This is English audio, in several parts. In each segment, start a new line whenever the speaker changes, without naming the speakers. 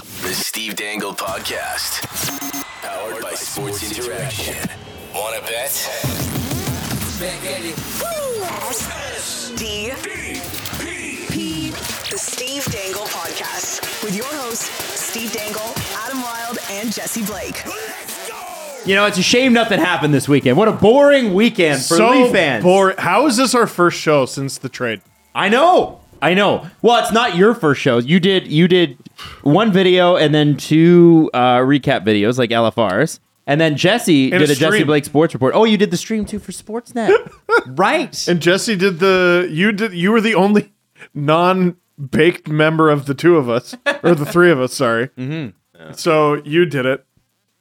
Steve Dangle Podcast. Powered by Sports Interaction. Want to bet?
D. P. The Steve Dangle Podcast with your hosts, Steve Dangle, Adam Wilde, and Jesse Blake.
You know, it's a shame nothing happened this weekend. What a boring weekend for Leaf fans.
bor- How is this our first show since the trade?
I know. I know. Well, it's not your first show. You did you did one video and then two uh, recap videos like LFRs. And then Jesse
And
did
a
a Jesse
stream.
Blake sports report. Oh, you did the stream too for Sportsnet. right.
And Jesse did the you did you were the only non baked member of the two of us or the three of us. Sorry. Mm-hmm. So you did it.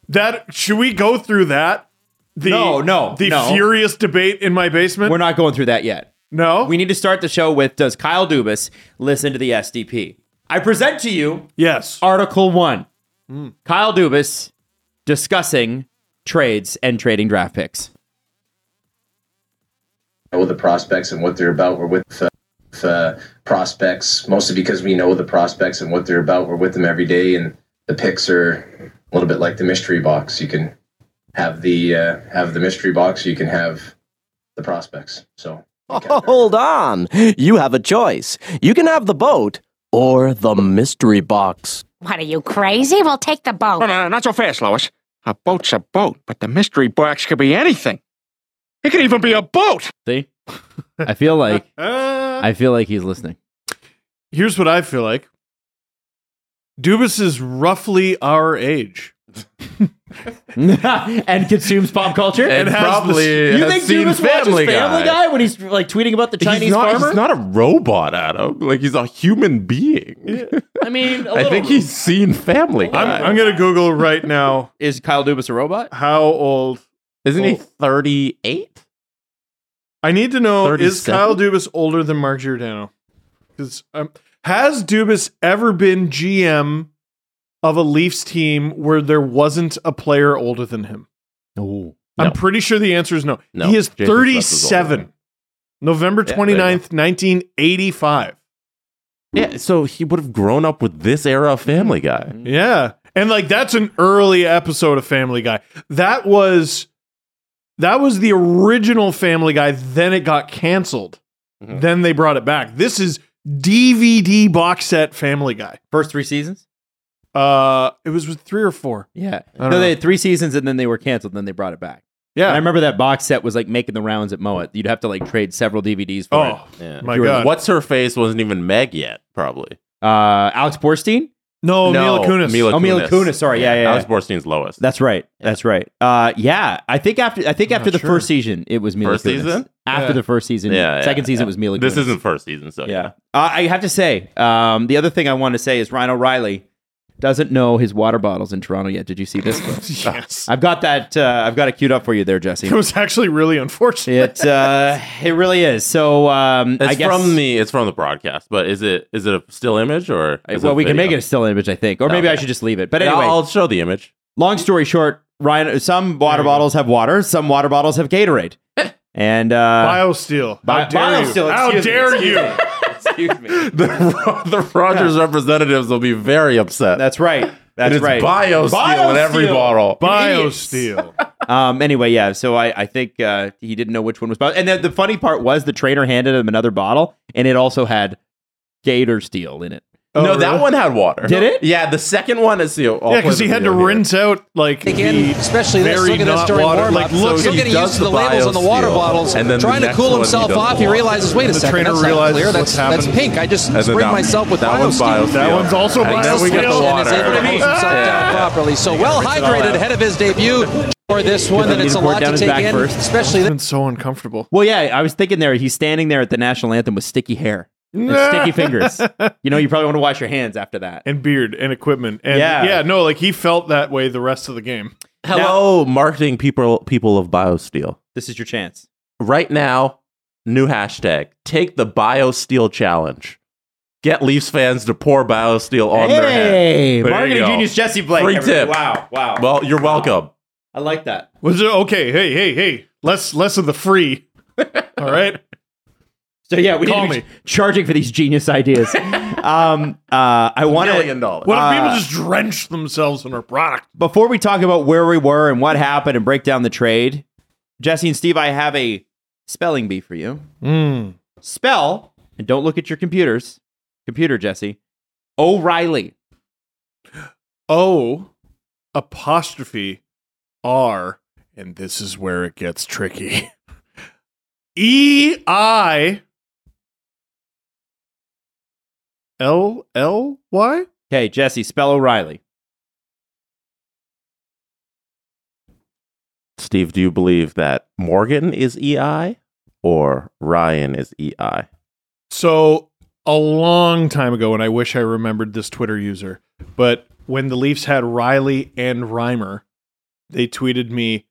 That should we go through that? The,
No, no,
the
no.
furious debate in my basement.
We're not going through that yet.
no,
We need to start the show with Does Kyle Dubas listen to the SDP? I present to you
yes,
Uh, Article 1
Hmm.
Kyle Dubas discussing trades and trading draft picks.
know the prospects and what they're about. We're with uh, with, uh, prospects mostly because we know the prospects and what they're about. We're with them every day, and the picks are a little bit like the mystery box. You can have the uh, have the mystery box. You can have the prospects. So
Hold on. You have a choice. You can have the boat or the mystery box.
What are you crazy? We'll take the boat.
No, no, no, not so fast, Lois. A boat's a boat, but the mystery box could be anything. It could even be a boat.
See? I feel like
Uh,
I feel like he's listening.
here's what I feel like. Dubas is roughly our age.
and consumes pop culture.
And has
probably
the-
you
has
think
seen
Dubas
Family
watches Family
Guy.
Guy when he's like tweeting about the Chinese
he's not,
farmer?
He's not a robot, Adam. Like he's a human being.
I mean, a
I think he's seen Family
I'm,
Guy.
I'm gonna Google right now
is Kyle Dubas a robot?
how old
Isn't he 38?
I need to know
37?
is Kyle Dubas older than Mark Giordano? Because um, has Dubas ever been GM of a Leafs team where there wasn't a player older than him?
No.
I'm pretty sure the answer is no.
No,
He is
Jason Spezza's older than
37.
him.
November
Yeah, there you
29th, 1985.
Yeah, so he would have grown up with this era of Family Guy.
Yeah. And like that's an early episode of Family Guy. That was that was the original Family Guy, then it got canceled.
Mhm.
Then they brought it back. This is DVD box set Family Guy.
First three seasons?
Uh it was with 3 or 4.
Yeah.
I don't
No,
know.
they had three seasons and then they were canceled. Then they brought it back. And I
Yeah.
remember that box set was like making the rounds at Moet. You'd have to like trade several DVDs for
Oh.
Yeah.
My
You were-
God.
What's her face wasn't even Meg yet, probably.
it. Uh, Alex Borstein?
No, Mila Kunis.
Oh, Mila Kunis. Sorry. Yeah, yeah, yeah.
Alex Borstein's lowest.
That's right. That's right. Uh, yeah, I think after I think after the first season it was Mila
First
Kunis.
season?
After
Yeah.
the first season,
yeah,
second
yeah,
season
yeah.
was Mila.
This
Kunis.
isn't first season, so
Yeah, uh, I have to say um, the other thing I want to say is Ryan O'Reilly doesn't know his water bottles in Toronto yet. Did you see this?
Oh, yes.
I've got that. Uh, I've got it queued up for you there, Jesse.
It was actually really unfortunate.
It uh, it really is. So um,
It's
I guess
from the it's from the broadcast, but is it is it a still image or is
well,
a
we can
video?
make it a still image, I think, or maybe I
Okay.
should just leave it. But
Yeah,
anyway,
I'll show the image.
long story short, Ryan, some water bottles have water, some water bottles have Gatorade, and uh,
BioSteel.
Bi-
How dare you?
BioSteel,
How
excuse me.
dare you?
Excuse me.
the, Ro- the Rogers representatives will be very upset.
That's right. That's
and it's
right.
bio steel in every
Biosteel.
bottle.
BioSteel.
Um. Anyway, yeah. So I, I think uh, he didn't know which one was bio. And then the funny part was the trainer handed him another bottle, and it also had Gator Steel in it.
Oh,
no,
really?
that one had water.
Did it?
Yeah, the second one is seal. I'll
Yeah,
play
because
the
he had to
video here.
rinse out like the
especially this.
very
Look at this
not
during
water. Like,
warm-up.
look,
He's
he
looking to
does
use the
the
labels on the water
BioSteel,
bottles,
and then the
trying to
next
cool
one he
himself
does
off. He
water.
realizes, wait a
The
second,
trainer
that's not
realizes
clear.
what's
That's, that's
happened.
pink. I just
And then
sprayed
that-
myself with
that one's
BioSteel.
BioSteel.
That one's also
And then we get the
BioSteel.
and is able to
water.
hose himself down properly. So well hydrated ahead of his debut for this one.
Doesn't
That it's
need to
a
pour it
lot
down
to
his
take
back
in,
first.
especially
It's been so uncomfortable.
Well, yeah. I was thinking there. He's standing there at the national anthem with sticky hair, and sticky fingers. You know, you probably want to wash your hands after that.
and beard and equipment and
Yeah.
yeah. no like he felt that way the rest of the game
Hello, marketing people people of BioSteel.
This is your chance.
Right now, new hashtag. Take the BioSteel challenge. Get Leafs fans to pour BioSteel on their head.
hey,
There you
marketing
go.
genius Jesse Blake.
Free
everybody.
tip.
Wow, wow.
Well, you're welcome.
I like that.
was it okay hey hey hey less less of the free all right
So yeah, we
Call
need to be
me.
charging for these genius ideas. um, uh, I want
Million dollars.
What if
Uh,
people just drench themselves in our product?
before we talk about where we were and what happened and break down the trade, Jesse and Steve, I have a spelling bee for you. Spell, and don't look at your computers. Computer, Jesse. O'Reilly.
O apostrophe R, and this is where it gets tricky. E I L L Y?
Okay, Jesse, spell O'Reilly.
Steve, do you believe that Morgan is EI or Ryan is E EI?
So a long time ago, and I wish I remembered this Twitter user, but when the Leafs had Riley and Reimer, they tweeted me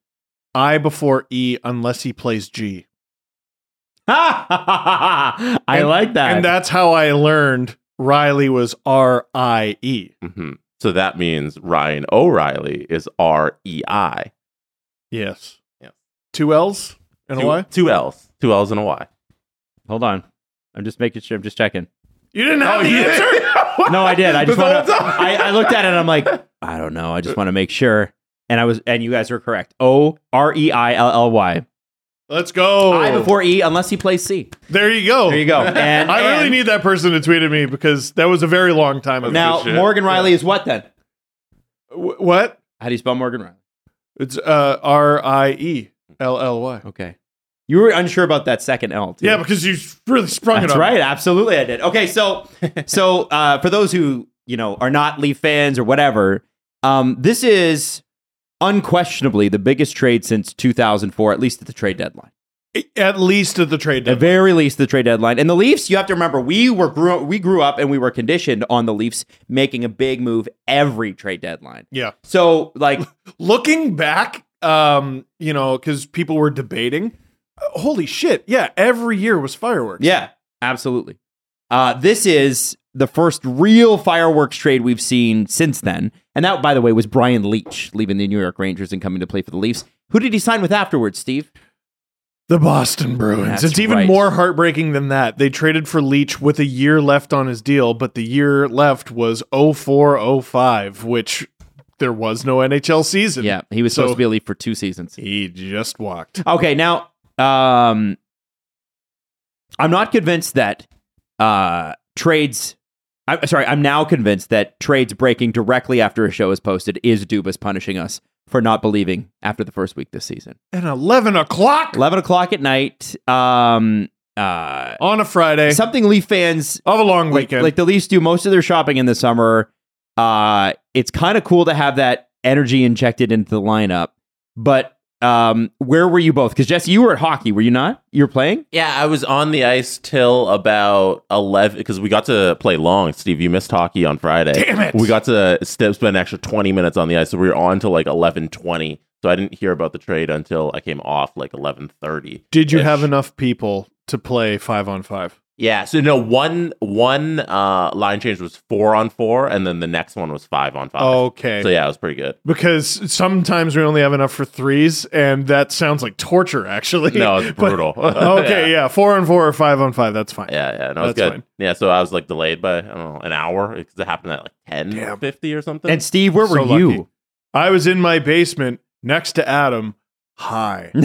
I before E unless he plays G.
I
And-
like that.
And that's how I learned Riley was R I E.
hmm So that means Ryan O'Reilly is R E I.
Yes.
Yeah.
Two L's and a
Two-
Y?
Two L's. Two L's and a Y.
Hold on. I'm just making sure. I'm just checking.
You didn't
Oh,
have the answer.
No, I did. I just
The
want to.
whole time.
I, I looked at it and I'm like, I don't know. I just want to make sure. And I was, and you guys were correct. O R E I L L Y.
Let's go.
I before E, unless he plays C.
there you go.
There you go. And
I really
and
need that person to tweet at me because that was a very long time ago.
now Morgan Riley is what then?
Wh- what?
How do you spell Morgan Riley?
It's uh, R I E L L Y.
Okay, you were unsure about that second L. too.
Yeah, because you really sprung
That's
it on. me.
right. Absolutely, I did. Okay, so so uh, for those who you know are not Leaf fans or whatever, um, this is unquestionably the biggest trade since 2004, at least at the trade deadline.
At least at the trade
At
deadline.
very least, the trade deadline. And the Leafs, you have to remember, we were grew we grew up and we were conditioned on the Leafs making a big move every trade deadline.
Yeah.
So like
Looking back, um, you know, because people were debating. uh, Holy shit! Yeah, every year was fireworks.
Yeah, absolutely. Uh, this is the first real fireworks trade we've seen since then. And that, by the way, was Brian Leach leaving the New York Rangers and coming to play for the Leafs. Who did he sign with afterwards, Steve?
The Boston Bruins.
That's
it's even
right.
more heartbreaking than that. They traded for Leach with a year left on his deal, but the year left was 0405, which there was no NHL season.
Yeah, he was supposed
So-
to be a Leaf for two seasons.
He just walked.
Okay, now um, I'm not convinced that uh, trades. I'm sorry, I'm now convinced that trades breaking directly after a show is posted is Dubas punishing us for not believing after the first week this season.
And 11 o'clock
11 o'clock at night. Um, uh,
on a Friday
something Leaf fans
of a long
like,
weekend.
like the Leafs do most of their shopping in the summer. Uh, it's kind of cool to have that energy injected into the lineup. But um, where were you both? Because Jesse, you were at hockey, were you not? You were playing?
Yeah, I was on the ice till about 11 because we got to play long. Steve, you missed hockey on Friday.
Damn it.
We got to st- spend an extra 20 minutes on the ice. So we were on till like 11.20. So I didn't hear about the trade until I came off like 11.30.
Did you
Ish.
have enough people to play five on five?
Yeah. So no, one one uh, line change was four on four, and then the next one was five on five.
Okay.
So yeah, it was pretty good.
Because sometimes we only have enough for threes, and that sounds like torture, actually.
No, it's
But-
brutal.
okay, yeah. Four on four or five on five. That's fine.
Yeah, yeah, no, it's
That's
good.
fine.
Yeah, so I was like delayed by I don't know an hour because it happened at like ten fifty
Damn.
or something.
And Steve, where
So
were you?
I was in my basement next to Adam. Hi.
Mm.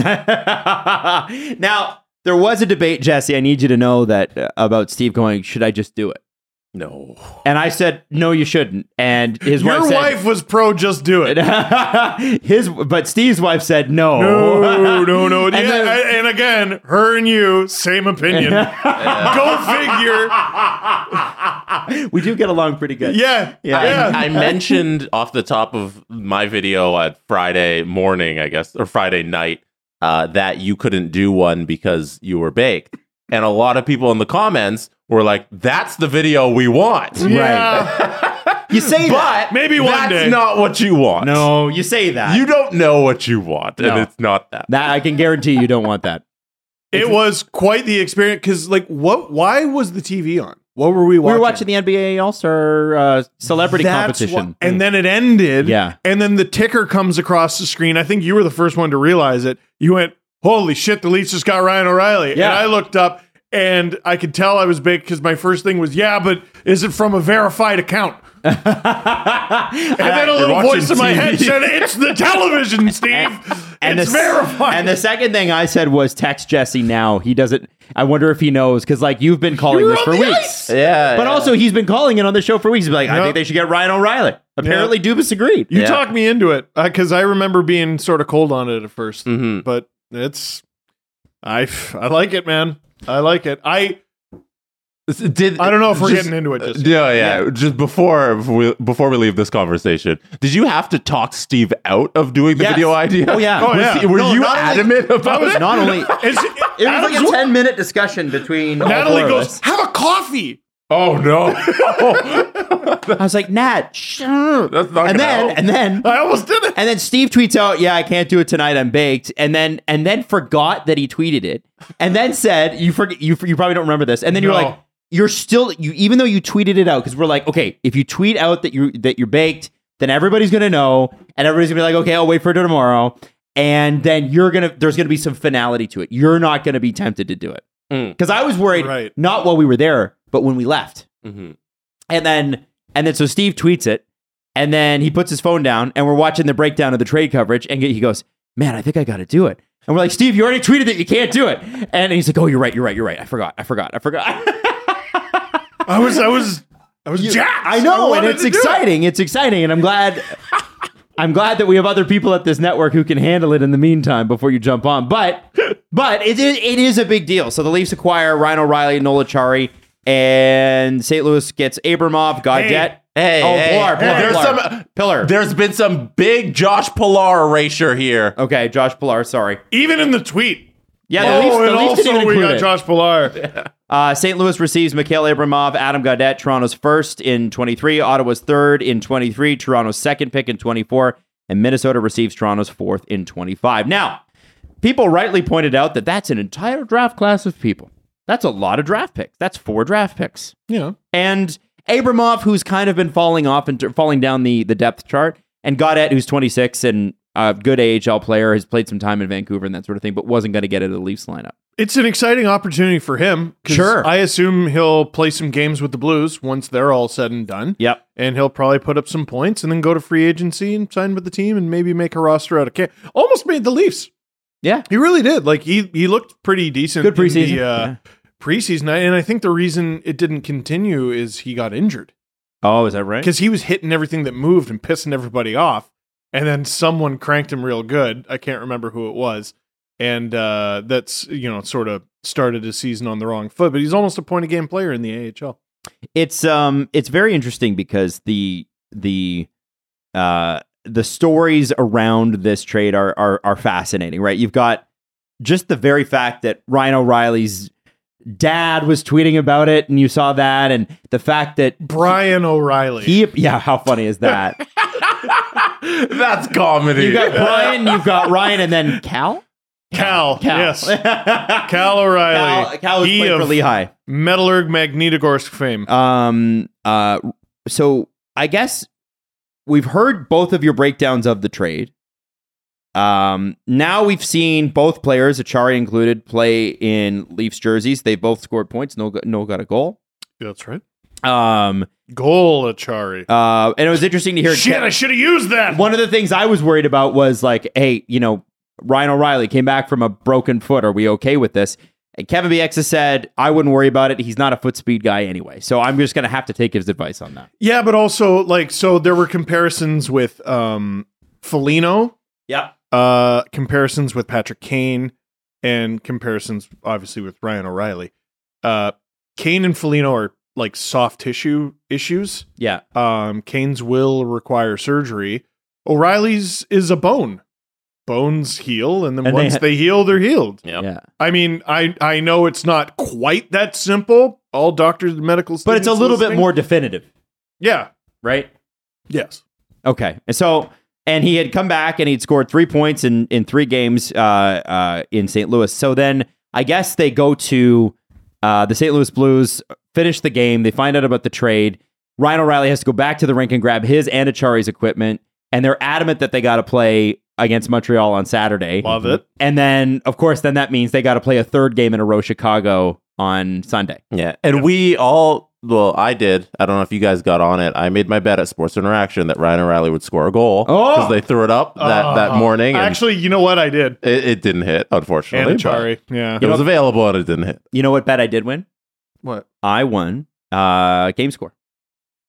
now, there was a debate, Jesse. I need you to know that uh, about Steve going, should I just do it?
no,
And I said, no, you shouldn't. And his
Your
wife said,
wife was pro just do it.
his but Steve's wife said no.
No, no, no.
And
Yeah,
then-
I- and again, her and you, same opinion. Go figure.
we do get along pretty good.
Yeah.
Yeah.
yeah.
I mentioned off the top of my video at Friday morning, I guess, or Friday night, uh, that you couldn't do one because you were baked, and a lot of people in the comments were like, "That's the video we want."
Yeah.
You say that.
But
Maybe one
that's
day.
not what you want.
No, you say that.
you don't know what you want,
No.
and it's not that.
that I can guarantee you don't want that.
It was quite the experience because, like, what? Why was the TV on? What were we
We
watching?
were watching the NBA All Star uh, celebrity
That's
competition.
why- and then it ended.
Yeah.
And then the ticker comes across the screen. I think you were the first one to realize it. You went, holy shit, the Leafs just got Ryan O'Reilly. And
Yeah.
I looked up and I could tell I was baked because my first thing was, "Yeah, but is it from a verified account?" and then a little
Uh, watching
voice in my head
TV.
said, "It's the television, Steve. it's
the, s-
verified."
And the second thing I said was text Jesse now. He doesn't. I wonder if he knows because like you've been calling
You were
this for
on the
weeks.
ice!
Yeah,
But
yeah.
also he's been calling it on the show for weeks. He's like, I
Yeah.
think they should get Ryan O'Reilly. Apparently, Dubas agreed.
You
Yeah.
talked me into it because I remember being sort of cold on it at 1st
Mm-hmm.
Mhm.
but it's I I like it, man. I like it. I
Did
I don't know if we're
just- uh,
getting into it. Just yet.
Yeah, yeah, Just before before we, before we leave this conversation, did you have to talk Steve out of doing the
Yes.
video idea?
Oh, yeah.
Oh,
Was
yeah.
he- were
No,
you
not only-
adamant about it?
Not only
It's,
it was
Adam's
like a
wa-
ten minute discussion between all
Natalie
four of
goes,
us.
"Have a coffee."
Oh no,
I was like, Nat, sure.
that's not.
And
gonna
then
help.
and then
I almost did it.
And then Steve tweets out, "Yeah, I can't do it tonight. I'm baked." And then and then forgot that he tweeted it, and then said, "You forget. You you probably don't remember this." And then you're
No.
like, "You're still you even though you tweeted it out because we're like, okay, if you tweet out that you that you're baked, then everybody's gonna know, and everybody's gonna be like, okay, I'll wait for it tomorrow." And then you're gonna there's gonna be some finality to it. You're not gonna be tempted to do it
Mm.
because I was worried
Right.
not while we were there, but when we left.
Mhm.
And then and then so Steve tweets it, and then he puts his phone down, and we're watching the breakdown of the trade coverage, and he goes, "Man, I think I got to do it." And we're like, "Steve, you already tweeted that you can't do it," and he's like, "Oh, you're right, you're right, you're right. I forgot, I forgot, I forgot."
I was I was I was jacked.
I know, and
wanted
it's
to do it.
exciting. It's exciting, and I'm glad. I'm glad that we have other people at this network who can handle it in the meantime before you jump on. But but it is it is a big deal. So the Leafs acquire Ryan O'Reilly, Nola Chari, and St. Louis gets Abramov, Godet.
Hey,
oh,
hey,
Pilar, Pilar,
hey. There's
uh, Pilar.
some-
Pillar.
There's been some big Josh Pilar erasure here.
okay, Josh Pilar. Sorry.
Even in the tweet.
Yeah, the Leafs,
Oh,
the
and
Leafs didn't
also
even
we
include
got
it.
Josh Pilar.
Uh, St. Louis receives Mikhail Abramov, Adam Gaudet, Toronto's first in 23, Ottawa's third in 23, Toronto's second pick in 24, and Minnesota receives Toronto's fourth in 25. Now, people rightly pointed out that that's an entire draft class of people. That's a lot of draft picks. That's four draft picks.
You know,
And Abramov, who's kind of been falling off and falling down the, the depth chart, and Gaudet, who's 26 and a good AHL player, has played some time in Vancouver and that sort of thing, but wasn't going to get into the Leafs lineup.
it's an exciting opportunity for him. 'cause
Sure.
I assume he'll play some games with the Blues once they're all said and done.
Yep.
and he'll probably put up some points and then go to free agency and sign with the team and maybe make a roster out of camp. Almost made the Leafs.
Yeah.
He really did. Like he he looked pretty decent.
Good
in
preseason.
The, uh, Preseason, and I think the reason it didn't continue is he got injured
Oh, is that right?
because he was hitting everything that moved and pissing everybody off, and then someone cranked him real good. I can't remember who it was, and uh, that's you know sort of started his season on the wrong foot. But he's almost a point a game player in the AHL.
it's um it's very interesting because the the uh the stories around this trade are are are fascinating, right? You've got just the very fact that Ryan O'Reilly's dad was tweeting about it and you saw that and the fact that
Brian O'Reilly.
he yeah, how funny is that?
That's comedy.
you got Brian, you've got Ryan and then Cal?
Cal,
Cal.
yes,
Cal
Cal O'Reilly.
Cal was
He
playing for
of
Lehigh.
Metalurg Magnitogorsk fame.
Um. Uh. So I guess we've heard both of your breakdowns of the trade. Um. Now we've seen both players, Achari included, play in Leafs jerseys. They both scored points. No. No got a goal.
That's right.
Um.
Goal Achari.
Uh. And it was interesting to hear.
Shit, I should have used that.
One of the things I was worried about was like, hey, you know, Ryan O'Reilly came back from a broken foot. Are we okay with this? And Kevin BX has said, I wouldn't worry about it. He's not a foot speed guy anyway. So I'm just going to have to take his advice on that.
Yeah, but also like so there were comparisons with um Felino,
Yep.
uh comparisons with Patrick Kane, and comparisons obviously with Ryan O'Reilly. Uh Kane and Felino are like soft tissue issues.
Yeah.
Um Kane's will require surgery. O'Reilly's is a bone. Bones heal, and then
And they
once
ha-
they heal, they're healed.
Yep.
Yeah.
I mean, I I know it's not quite that simple. All doctors, and medical,
But it's a
students
little bit
listening-
more definitive,
Yeah.
right?
Yes.
Okay. And so, and he had come back and he'd scored three points in, in three games uh, uh, in St. Louis. So then I guess they go to uh, the St. Louis Blues, finish the game. They find out about the trade. Ryan O'Reilly has to go back to the rink and grab his and Achari's equipment. And they're adamant that they got to play against Montreal on Saturday.
Love it.
And then, of course, then that means they got to play a third game in a row, Chicago, on Sunday.
Yeah. And we all, well, I did. I don't know if you guys got on it. I made my bet at Sports Interaction that Ryan O'Reilly would score a goal because they threw it up that, that
Oh.
morning. and
Actually, you know what? I did.
it, it didn't hit, unfortunately. but
Anachari. Yeah.
It was available and it didn't hit.
You know what bet I did win?
What?
I won uh, game score.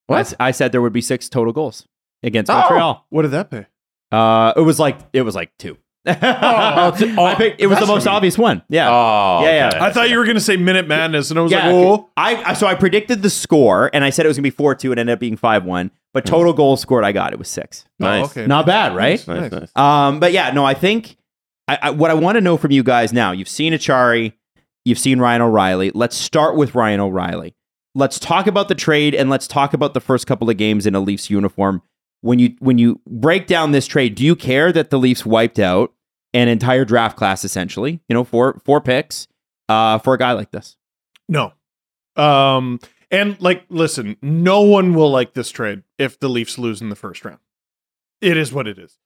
What?
I s- I, said there would be six total goals against
Oh.
Montreal.
What did that pay?
Uh, it was like it was like two. I picked- it was the
Oh, that's
most
gonna be-
obvious one. Yeah.
Oh,
Yeah, yeah.
okay.
I thought you were going to say Minute Madness, and I was
Yeah,
like, oh.
I, I so I predicted the score and I said it was gonna be four two. It ended up being five one. But total goals scored, I got it was six.
Nice.
Hmm. Oh, okay.
Not bad, right?
Nice, nice, nice.
Um, but yeah, no, I think I, I, what I want to know from you guys now. You've seen Achari, you've seen Ryan O'Reilly. Let's start with Ryan O'Reilly. Let's talk about the trade and let's talk about the first couple of games in a Leafs uniform. When you when you break down this trade, do you care that the Leafs wiped out an entire draft class essentially? You know, four four picks uh, for a guy like this.
No. Um, and like, listen, no one will like this trade if the Leafs lose in the first round. It is what it is.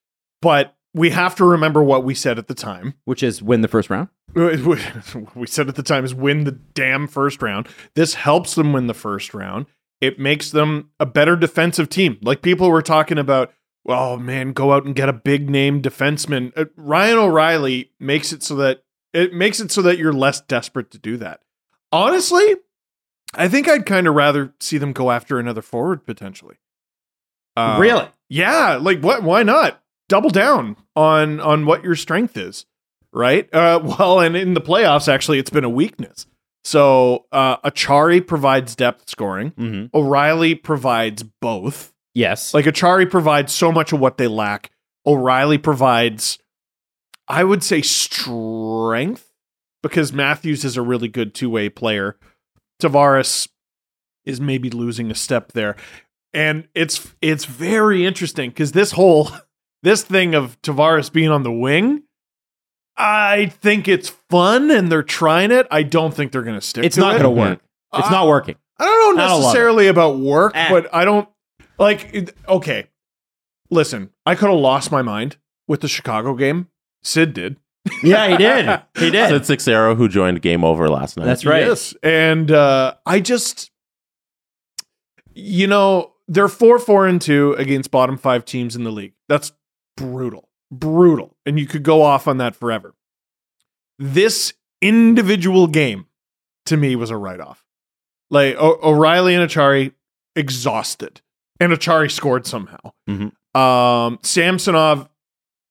But we have to remember what we said at the time.
Which is win the first round.
What we said at the time is win the damn first round. This helps them win the first round. It makes them a better defensive team. Like people were talking about, oh man, go out and get a big name defenseman. Uh, Ryan O'Reilly makes it so that it makes it so that you're less desperate to do that. Honestly, I think I'd kind of rather see them go after another forward potentially. Uh,
really?
yeah, like what? Why not double down on on what your strength is, right? Uh, well, and in the playoffs, actually, it's been a weakness. So uh, Achari provides depth scoring.
Mm-hmm.
O'Reilly provides both.
Yes.
Like Achari provides so much of what they lack. O'Reilly provides, I would say, strength because Matthews is a really good two way player. Tavares is maybe losing a step there, and it's it's very interesting because this whole this thing of Tavares being on the wing. I think it's fun and they're trying it. I don't think they're going to stick
it's
to
not
it.
going to work. It's
Uh,
not working.
I don't know
I don't love
necessarily about work,
Eh.
but I don't like. it- Okay, listen, I could have lost my mind with the Chicago game. Sid did.
Yeah, he did. He
Sid Sixero, who joined Game Over last night.
That's right.
Yes, and uh, I just, you know, they're four four and two against bottom five teams in the league. That's brutal, brutal, and you could go off on that forever. This individual game, to me, was a write off. Like o- O'Reilly and Achari exhausted, and Achari scored somehow.
Mhm.
Um, Samsonov,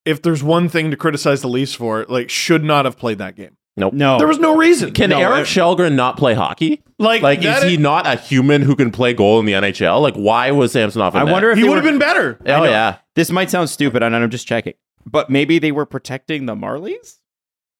if there's one thing to criticize the Leafs for, like should not have played that game.
Nope.
No.
There was no reason.
Can
No,
Eric
it-
Shelgren not play hockey?
like
Like,
that
is he not a human who can play goal in the NHL? Like, why was Samsonov? In
I
net?
wonder if
he
they
would have
were-
been better.
Oh yeah,
This might sound stupid, and I'm just checking, but maybe they were protecting the Marlies,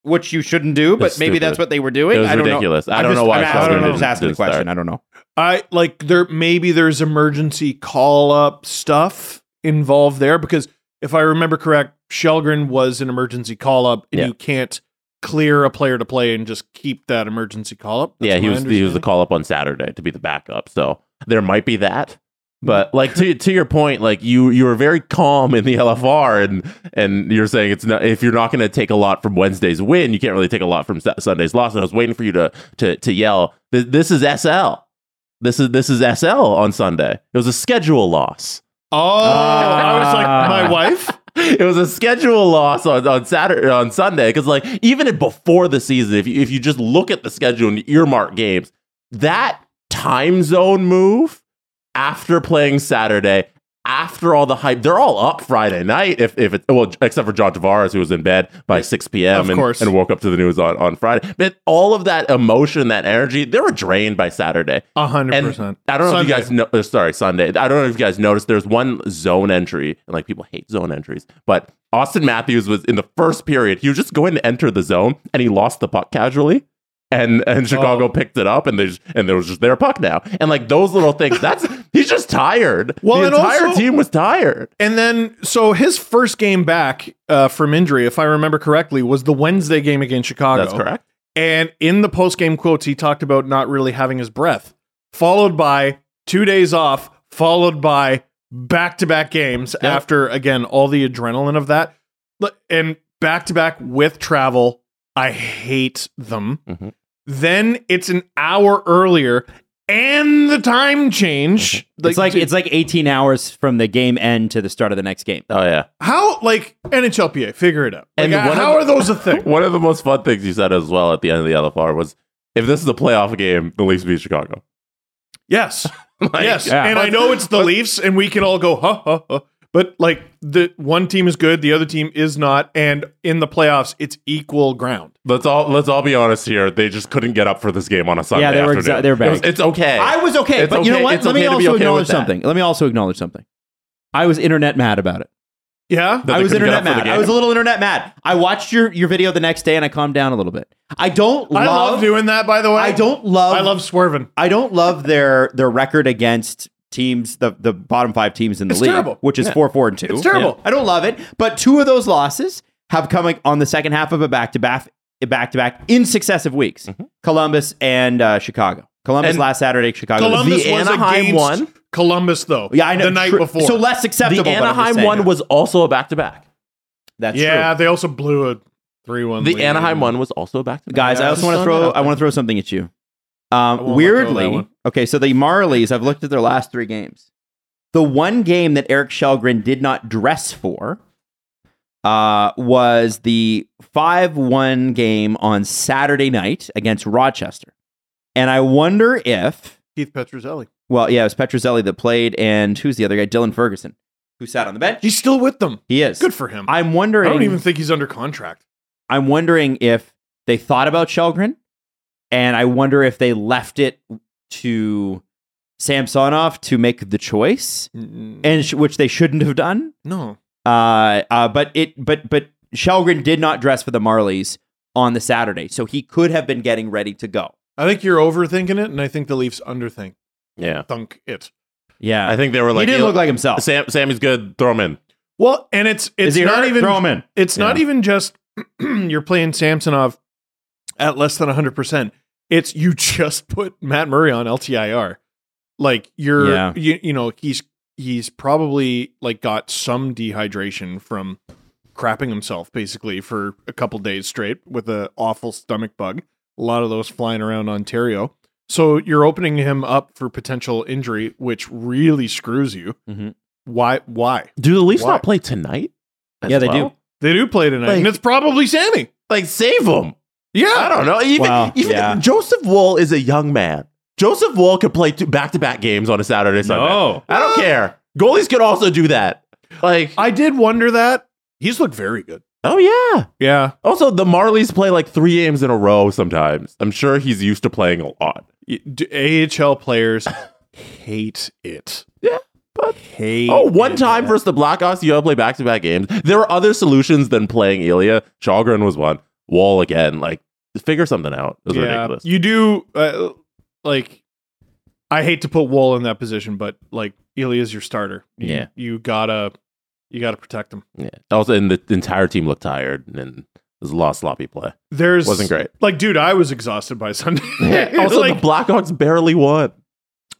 which you shouldn't do. But
That's
maybe
stupid.
that's what they were doing.
It was
I don't
ridiculous.
Know.
I
I'm
don't
just-
know why
I'm,
Shelgren
asking- I'm
didn't-
just asking the
didn't start.
question. I don't know.
I like there maybe there's emergency call up stuff involved there because if I remember correct, Shelgren was an emergency call up and
Yeah.
you can't clear a player to play and just keep that emergency call up. That's
yeah. He
my
was he was the
understanding.
call up on Saturday to be the backup, so there might be that.
Mm.
But like to to your point, like you you were very calm in the LFR, and and you're saying it's not if you're not going to take a lot from Wednesday's win, you can't really take a lot from Sa- Sunday's loss. And I was waiting for you to to to yell, "Th- "This is SL." This is this is SL on Sunday. It was a schedule loss.
Oh, I was like
Ah.
my wife.
it was a schedule loss on, on Saturday on Sunday because like even in- before the season, if you, if you just look at the schedule and earmark games, that time zone move after playing Saturday. After all the hype, they're all up Friday night. If if it, well, except for John Tavares, who was in bed by six p.m.
Of
and,
course.
and woke up to the news on, on Friday. But all of that emotion, that energy, they were drained by Saturday.
A hundred
And
percent.
I don't know
Sunday.
if you guys know. uh, Sorry, Sunday. I don't know if you guys noticed. There's one zone entry, and like people hate zone entries, but Austin Matthews was in the first period. He was just going to enter the zone, and he lost the puck casually. And and Chicago
Oh.
picked it up, and they just, and there was just their puck now, and like those little things. That's he's just tired.
Well,
the
and
entire
also-
team was tired.
And then, so his first game back uh, from injury, if I remember correctly, was the Wednesday game against Chicago.
That's correct.
And in the post game quotes, he talked about not really having his breath, followed by two days off, followed by back to back games
Yep.
after, again, all the adrenaline of that. L- And back to back with travel. I hate them.
Mhm.
Then it's an hour earlier and the time change.
Mm-hmm. it's like it's like 18 hours from the game end to the start of the next game.
Oh yeah.
How like NHLPA figure it out.
And
Like,
one
how
of-
are those a thing?
One of the most fun things you said as well at the end of the LFR was, "If this is a playoff game, the Leafs beat Chicago."
Yes. yes.
yeah.
And I know it's the Leafs and we can all go ha ha ha. But like the one team is good, the other team is not, and in the playoffs it's equal ground.
Let's all let's all be honest here. They just couldn't get up for this game on a Sunday
Yeah, they were
afternoon.
exa- they were
It was-
banked.
it's okay.
I was okay,
It's
but you know
okay-
what?
it's
Let me
okay to be
also
okay with
acknowledge
that.
something. Let me also acknowledge something. I was internet mad about it.
Yeah.
That
I
they
was
couldn't
internet
get up for the
mad. I
game.
was a little internet mad. I watched your, your video the next day and I calmed down a little bit. I don't love
I love doing that by the way.
I don't love
I love swerving.
I don't love their their record against teams the the bottom five teams in the
It's
league,
terrible.
which is four four and two.
It's terrible.
I don't love it, but two of those losses have come on the second half of a back to back back to back in successive weeks.
Mm-hmm.
Columbus and uh, Chicago. Columbus
And
last Saturday, Chicago.
Columbus
The
was
Anaheim
against
one.
Columbus though.
yeah, I know.
The night
Tr-
before.
so less acceptable.
the
but I'm just
Anaheim
saying
one
that.
was also a back to back.
that's
yeah,
true.
they also blew a three one.
The Anaheim one was also a back to back.
Guys, I
Yeah,
also
it's
want to
done
throw
now.
I want to throw something at you.
I won't let
Um,
go of that
weirdly,
one.
okay, so the Marlies, I've looked at their last three games. The one game that Eric Shelgren did not dress for uh, was the 5 1 game on Saturday night against Rochester. And I wonder if,
Keith Petruzzelli.
well, yeah, it was Petrozelli that played, and who's the other guy? Dylan Ferguson, who sat on the bench.
He's still with them.
He is.
Good for him. I,
I'm wondering.
don't even think he's under contract.
I'm wondering if they thought about Shelgren, and I wonder if they left it to Samsonov to make the choice, and sh- which they shouldn't have done.
No.
Uh, uh, but it, but but Shelgren did not dress for the Marlies on the Saturday, so he could have been getting ready to go.
I think you're overthinking it, and I think the Leafs underthink
Yeah,
thunk it.
Yeah,
I think they were
he
like
didn't
"You know,
look like himself.
Sam. Sammy's good. Throw him in.
Well, and it's it's
Is he
not
hurt?
even
throw him in?
it's not
Yeah.
even just you're playing Samsonov at less than 100. percent It's you just put Matt Murray on LTIR. Like you're
Yeah.
you you know he's he's probably like got some dehydration from crapping himself basically for a couple days straight with an awful stomach bug. A lot of those flying around Ontario. So you're opening him up for potential injury, which really screws you.
Mhm.
Why? Why?
Do the Leafs
Why?
not play tonight?
Yeah, they do.
They do play tonight, and
Like-
it's probably Sammy.
Like save him.
Yeah,
I don't know. Even,
Wow,
even
yeah.
Joseph Wool is a young man. Joseph Wool could play two back-to-back games on a Saturday, Sunday.
No.
I don't care. Goalies could also do that. Like,
Ah. I did wonder that. He's looked very good.
oh yeah.
Yeah.
Also, the Marlies play like three games in a row sometimes. I'm sure he's used to playing a lot.
AHL players hate it.
Yeah, but-
hate.
Oh, one time
it.
versus the Blackhawks, you gotta play back-to-back games. There are other solutions than playing Ilya. Chalgren was one. Wall again. Like, figure something out. It was
yeah,
ridiculous.
You do uh, like. I hate to put Wall in that position, but like Elia's your starter. You-
Yeah.
you gotta you gotta protect him.
Yeah. Also, and the entire team looked tired and it was a lot of sloppy play.
There's
Wasn't great.
Like, dude, I was exhausted by Sunday.
also,
like
the Blackhawks barely won.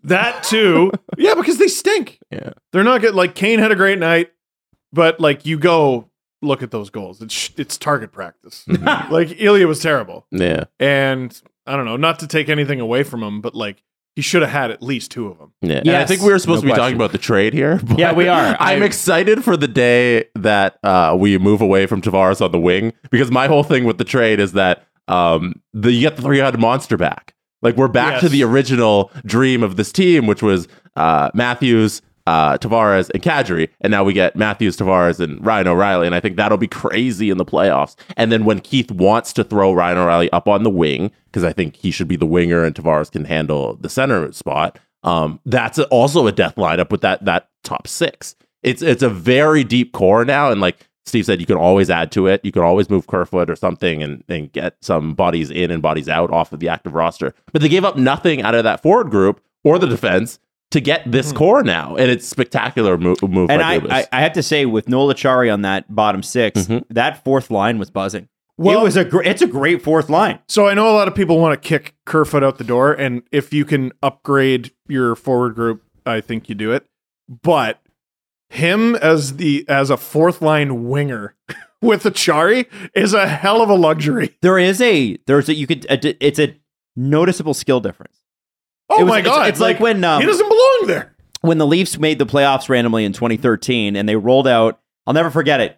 that too. yeah, because they stink.
Yeah.
They're not good. Like Kane had a great night, but like you go look at those goals. It's it's target practice. like Ilya was terrible,
Yeah.
and I don't know. Not to take anything away from him, but like he should have had at least two of them.
Yeah. And I
Yes.
think we were
No
supposed to be
question.
talking about the trade here. but
Yeah, we are.
I'm
I-
excited for the day that uh, we move away from Tavares on the wing because my whole thing with the trade is that um, the, you get the three-eyed monster back. Like we're back to
Yes.
the original dream of this team, which was uh, Matthews, uh, Tavares, and Kadri, and now we get Matthews, Tavares, and Ryan O'Reilly, and I think that'll be crazy in the playoffs. And then when Keith wants to throw Ryan O'Reilly up on the wing because I think he should be the winger and Tavares can handle the center spot, um, that's a- also a death lineup with that that top six. It's it's a very deep core now, and like Steve said, you can always add to it. You can always move Kerfoot or something and, and get some bodies in and bodies out off of the active roster. But they gave up nothing out of that forward group or the defense to get this core now, and it's spectacular mo- move
Hmm. And
by
I,
Dubas.
I, I have to say, with Nola Chari on that bottom 6
Mhm.
that fourth line was buzzing.
Well-
it was a gr- it's a great fourth line.
So I know a lot of people want to kick Kerfoot out the door, and if you can upgrade your forward group, I think you do it. But him as the as a fourth line winger with Achari is a hell of a luxury.
There is a there's a you could a, it's a noticeable skill difference.
Oh
It was-
my
it's-
god!
it's like when, um,
he doesn't belong there.
when the Leafs made the playoffs randomly in 2013 and they rolled out, I'll never forget it.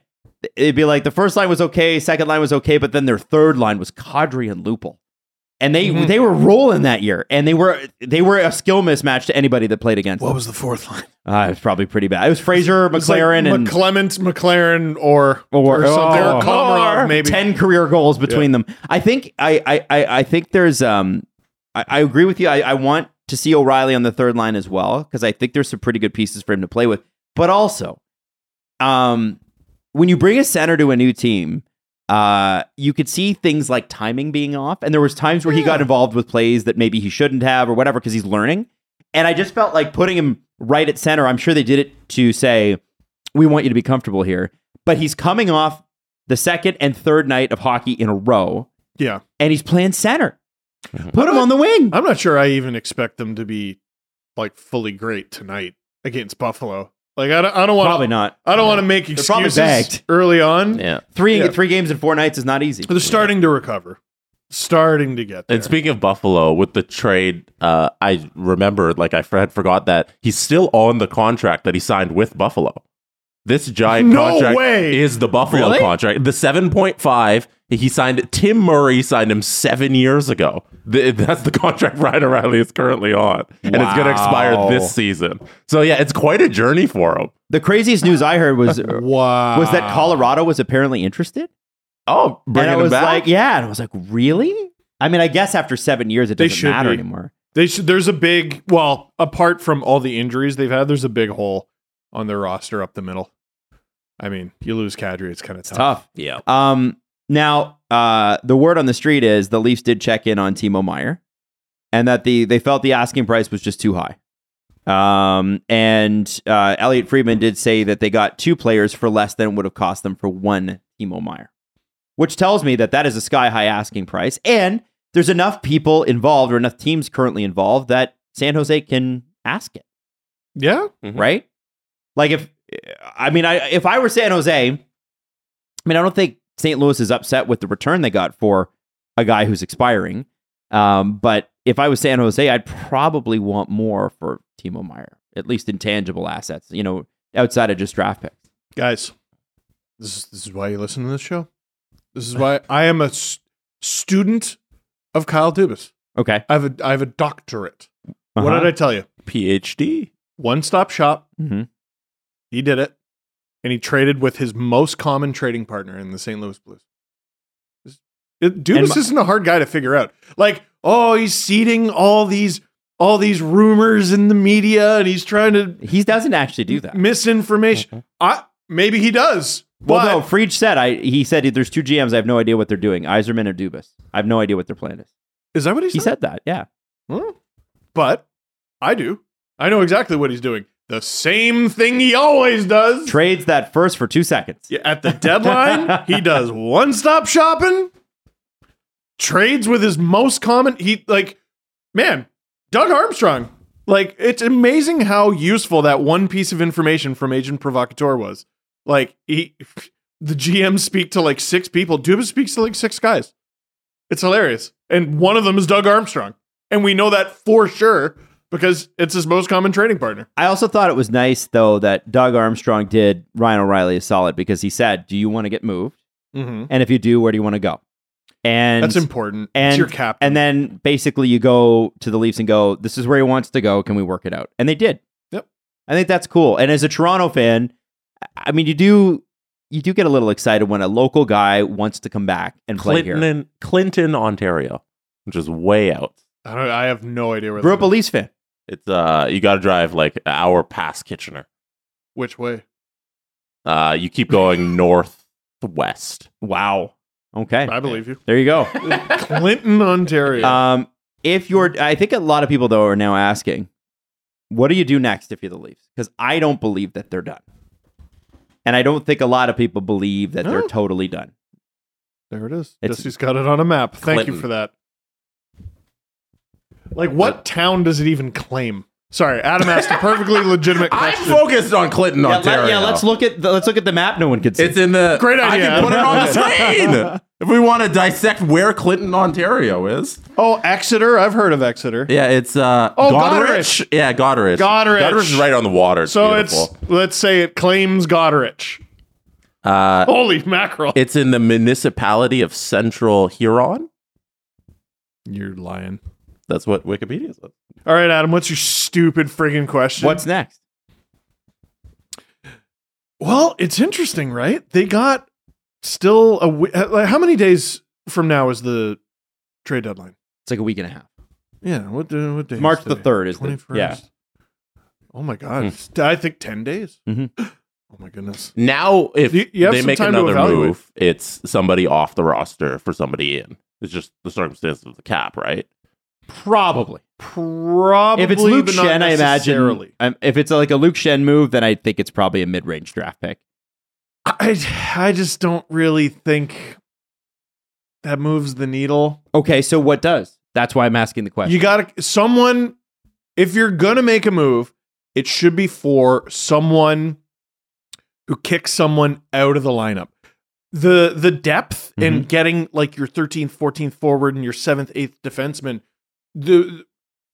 It'd be like the first line was okay, second line was okay, but then their third line was Kadri and Lupul. And they they were rolling that year, and they were they were a skill mismatch to anybody that played against.
What
them.
was the fourth line?
Uh, it was probably pretty bad. It was Fraser,
It's like
McLaren, and
McClement, McLaren, or
or,
or something.
oh.
Or Komarov, maybe.
ten career goals between them. I think I, I I I think there's um I, I agree with you. I, I want to see O'Reilly on the third line as well because I think there's some pretty good pieces for him to play with. But also, um, when you bring a center to a new team, uh, you could see things like timing being off, and there was times where he got involved with plays that maybe he shouldn't have or whatever because he's learning. And I just felt like putting him right at center. I'm sure they did it to say, "We want you to be comfortable here," but he's coming off the second and third night of hockey in a row,
Yeah,
and he's playing center. Put him on the wing.
I'm not sure I even expect them to be like fully great tonight against Buffalo. Like I don't, I don't want
Probably
to.
not.
I don't want to make
probably
excuses
bagged.
early on.
Yeah.
Three
Yeah.
three games in four nights is not easy.
They're starting to recover, starting to get there.
And speaking of Buffalo, with the trade, uh, I remembered, like, I f- had forgot that he's still on the contract that he signed with Buffalo. This giant
No
contract
way!
is the Buffalo
Really?
contract. The 7.5, he signed, Tim Murray signed him seven years ago. Th- that's the contract Ryan O'Reilly is currently on. And it's going to expire
Wow.
this season. So, yeah, it's quite a journey for him.
The craziest news I heard was was
wow,
that Colorado was apparently interested.
Oh, bringing
and I
him
was
back?
like, yeah. And I was like, really? I mean, I guess after seven years, it
They
doesn't
should
matter
be.
anymore.
They should, there's a big well, apart from all the injuries they've had, there's a big hole on their roster up the middle. I mean, you lose Kadri, it's kind of tough.
Tough.
yeah.
Um, now, uh, the word on the street is the Leafs did check in on Timo Meyer, and that the they felt the asking price was just too high. Um, and uh, Elliot Friedman did say that they got two players for less than it would have cost them for one Timo Meyer, which tells me that that is a sky high asking price, and there's enough people involved or enough teams currently involved that San Jose can ask it
Yeah,
Mhm.
right? Like if I mean, I if I were San Jose, I mean, I don't think St. Louis is upset with the return they got for a guy who's expiring. Um, but if I was San Jose, I'd probably want more for Timo Meyer, at least intangible assets, you know, outside of just draft picks.
guys, this is, this is why you listen to this show. This is why I am a s- student of Kyle Dubas.
Okay.
I have a I have a doctorate. What did I tell you?
PhD.
One stop shop.
Mhm.
He did it, and he traded with his most common trading partner in the St. Louis Blues. This- It, Dubas
And my-
isn't a hard guy to figure out. Like, oh, he's seeding all these all these rumors in the media, and he's trying to
He doesn't actually do
Mm-hmm.
that. Mm-hmm.
misinformation. I maybe he does.
Well,
but-
no, Friedge said I. He said there's two GMs. I have no idea what they're doing. Iserman or Dubas. I have no idea what their plan is.
is that what he
He
said?
said that. Yeah.
Hmm. But I do. I know exactly what he's doing. The same thing he always does.
Trades that first for two seconds.
Yeah, At the deadline, he does one stop shopping, trades with his most common. He, like, man, Doug Armstrong. Like, it's amazing how useful that one piece of information from Agent Provocateur was. Like, he, the GMs speak to like six people, Dubas speaks to like six guys. It's hilarious. And one of them is Doug Armstrong. And we know that for sure because it's his most common trading partner.
I also thought it was nice though that Doug Armstrong did Ryan O'Reilly a solid because he said, "Do you want to get moved?
Mm-hmm.
And if you do, where do you want to go?" And
That's important.
and-
it's your cap.
and then basically you go to the Leafs and go, "This is where he wants to go. Can we work it out?" And they did.
Yep.
I think that's cool. And as a Toronto fan, I mean, you do you do get a little excited when a local guy wants to come back and play
Clinton,
here.
in- Clinton, Ontario, which is way out.
I don't. I have no idea where.
Grew up a
that-
Leafs fan.
It's uh, you got to drive like an hour past Kitchener.
Which way?
Uh, you keep going northwest.
Wow. Okay.
I believe you.
There you go.
Clinton, Ontario.
Uh,
Um, if you're, I think a lot of people though are now asking, what do you do next if you're the Leafs? Because I don't believe that they're done, and I don't think a lot of people believe that they're
No.
totally done.
there it is.
it's-
Jesse's got it on a map. Thank
Clinton.
you for that. Like, what town does it even claim? Sorry, Adam asked a perfectly legitimate question.
focused on Clinton,
yeah, let's look at the, let's look at the map. No one can see.
It's in the.
Great
I
idea.
can put it on the screen. If we want to dissect where Clinton, Ontario is.
Oh, Exeter. I've heard of Exeter.
Yeah, it's uh
Oh,
Goderich. Yeah, Goderich.
Goderich.
is right on the water. It's
So
beautiful.
it's let's say it claims Goderich.
Uh,
Holy mackerel!
it's in the municipality of Central Huron.
You're lying.
That's what Wikipedia says.
All right, Adam. What's your stupid friggin' question?
What's next?
Well, it's interesting, right? They got still a wi- like, how many days from now is the trade deadline?
It's like a week and a half.
Yeah, what do- what day?
March
is
the
today?
3rd is the-
21st.
yeah. Hmm.
Oh my god. I think 10 days.
Mhm.
Oh my goodness.
Now, if
You- you have
they
some
make
time to
another
evaluate.
move, it's somebody off the roster for somebody in. It's just the circumstance of the cap, right?
Probably.
Probably
if it's Luke
but not
Shen, I imagine.
necessarily.
Um, if it's like a Luke Shen move, then I think it's probably a mid-range draft pick.
I I just don't really think that moves the needle.
Okay, so what does? That's why I'm asking the question.
You got to someone. If you're gonna make a move, it should be for someone who kicks someone out of the lineup. The the depth and getting like your 13th, 14th forward and your seventh, eighth defenseman. The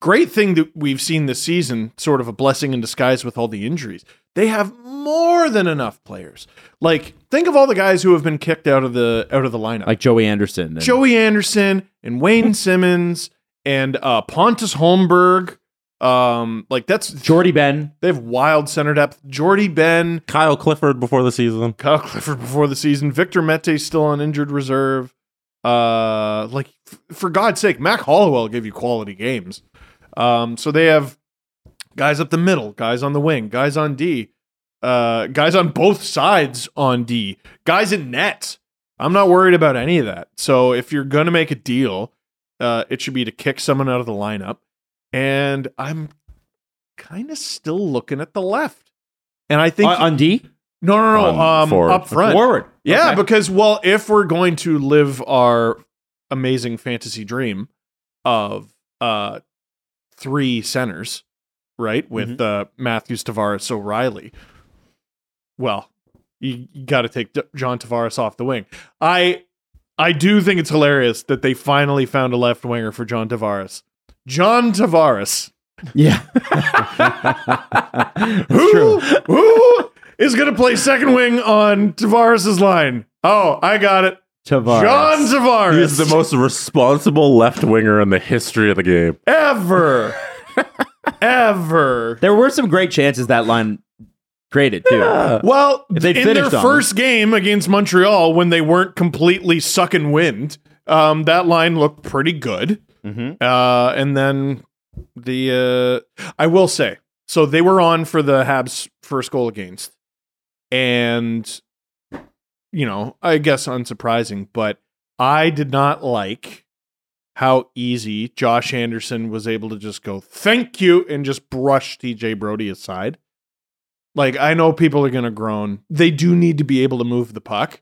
great thing that we've seen this season, sort of a blessing in disguise with all the injuries. They have more than enough players. Like think of all the guys who have been kicked out of the out of the lineup.
like Joey Anderson. Then.
Joey Anderson and Wayne Simmons and uh, Pontus Holmberg. Um, like that's
Jordy Ben.
They have wild center depth. Jordy Ben,
Kyle Clifford before the season.
Kyle Clifford before the season. Victor Mete still on injured reserve. Uh, like f- for God's sake, Mac Hollowell gave you quality games. Um, so they have guys up the middle, guys on the wing, guys on D, uh, guys on both sides on D, guys in net. I'm not worried about any of that. So if you're gonna make a deal, uh, it should be to kick someone out of the lineup. And I'm kind of still looking at the left, and I think
Uh, on D?
no, no, no,
On
um,
forward.
up front,
Forward.
yeah,
Okay.
because well, if we're going to live our amazing fantasy dream of uh three centers, right, with
Mm-hmm.
uh Matthews, Tavares, O'Reilly, well, you, you got to take D- John Tavares off the wing. I I do think it's hilarious that they finally found a left winger for John Tavares. John Tavares,
Yeah.
who who is going to play second wing on Tavares's line? Oh, I got it.
Tavares.
John Tavares.
He is the most responsible left winger in the history of the game.
ever, ever.
There were some great chances that line created too.
Well,
If they'd
in their
finished on
first game against Montreal, when they weren't completely sucking wind, um, that line looked pretty good.
Mm-hmm.
Mm-hmm.
Uh, and then the uh, I will say, so they were on for the Habs first goal against, and you know, I guess unsurprising, but I did not like how easy Josh Anderson was able to just go thank you and just brush TJ Brody aside. Like I know people are going to groan. They do need to be able to move the puck.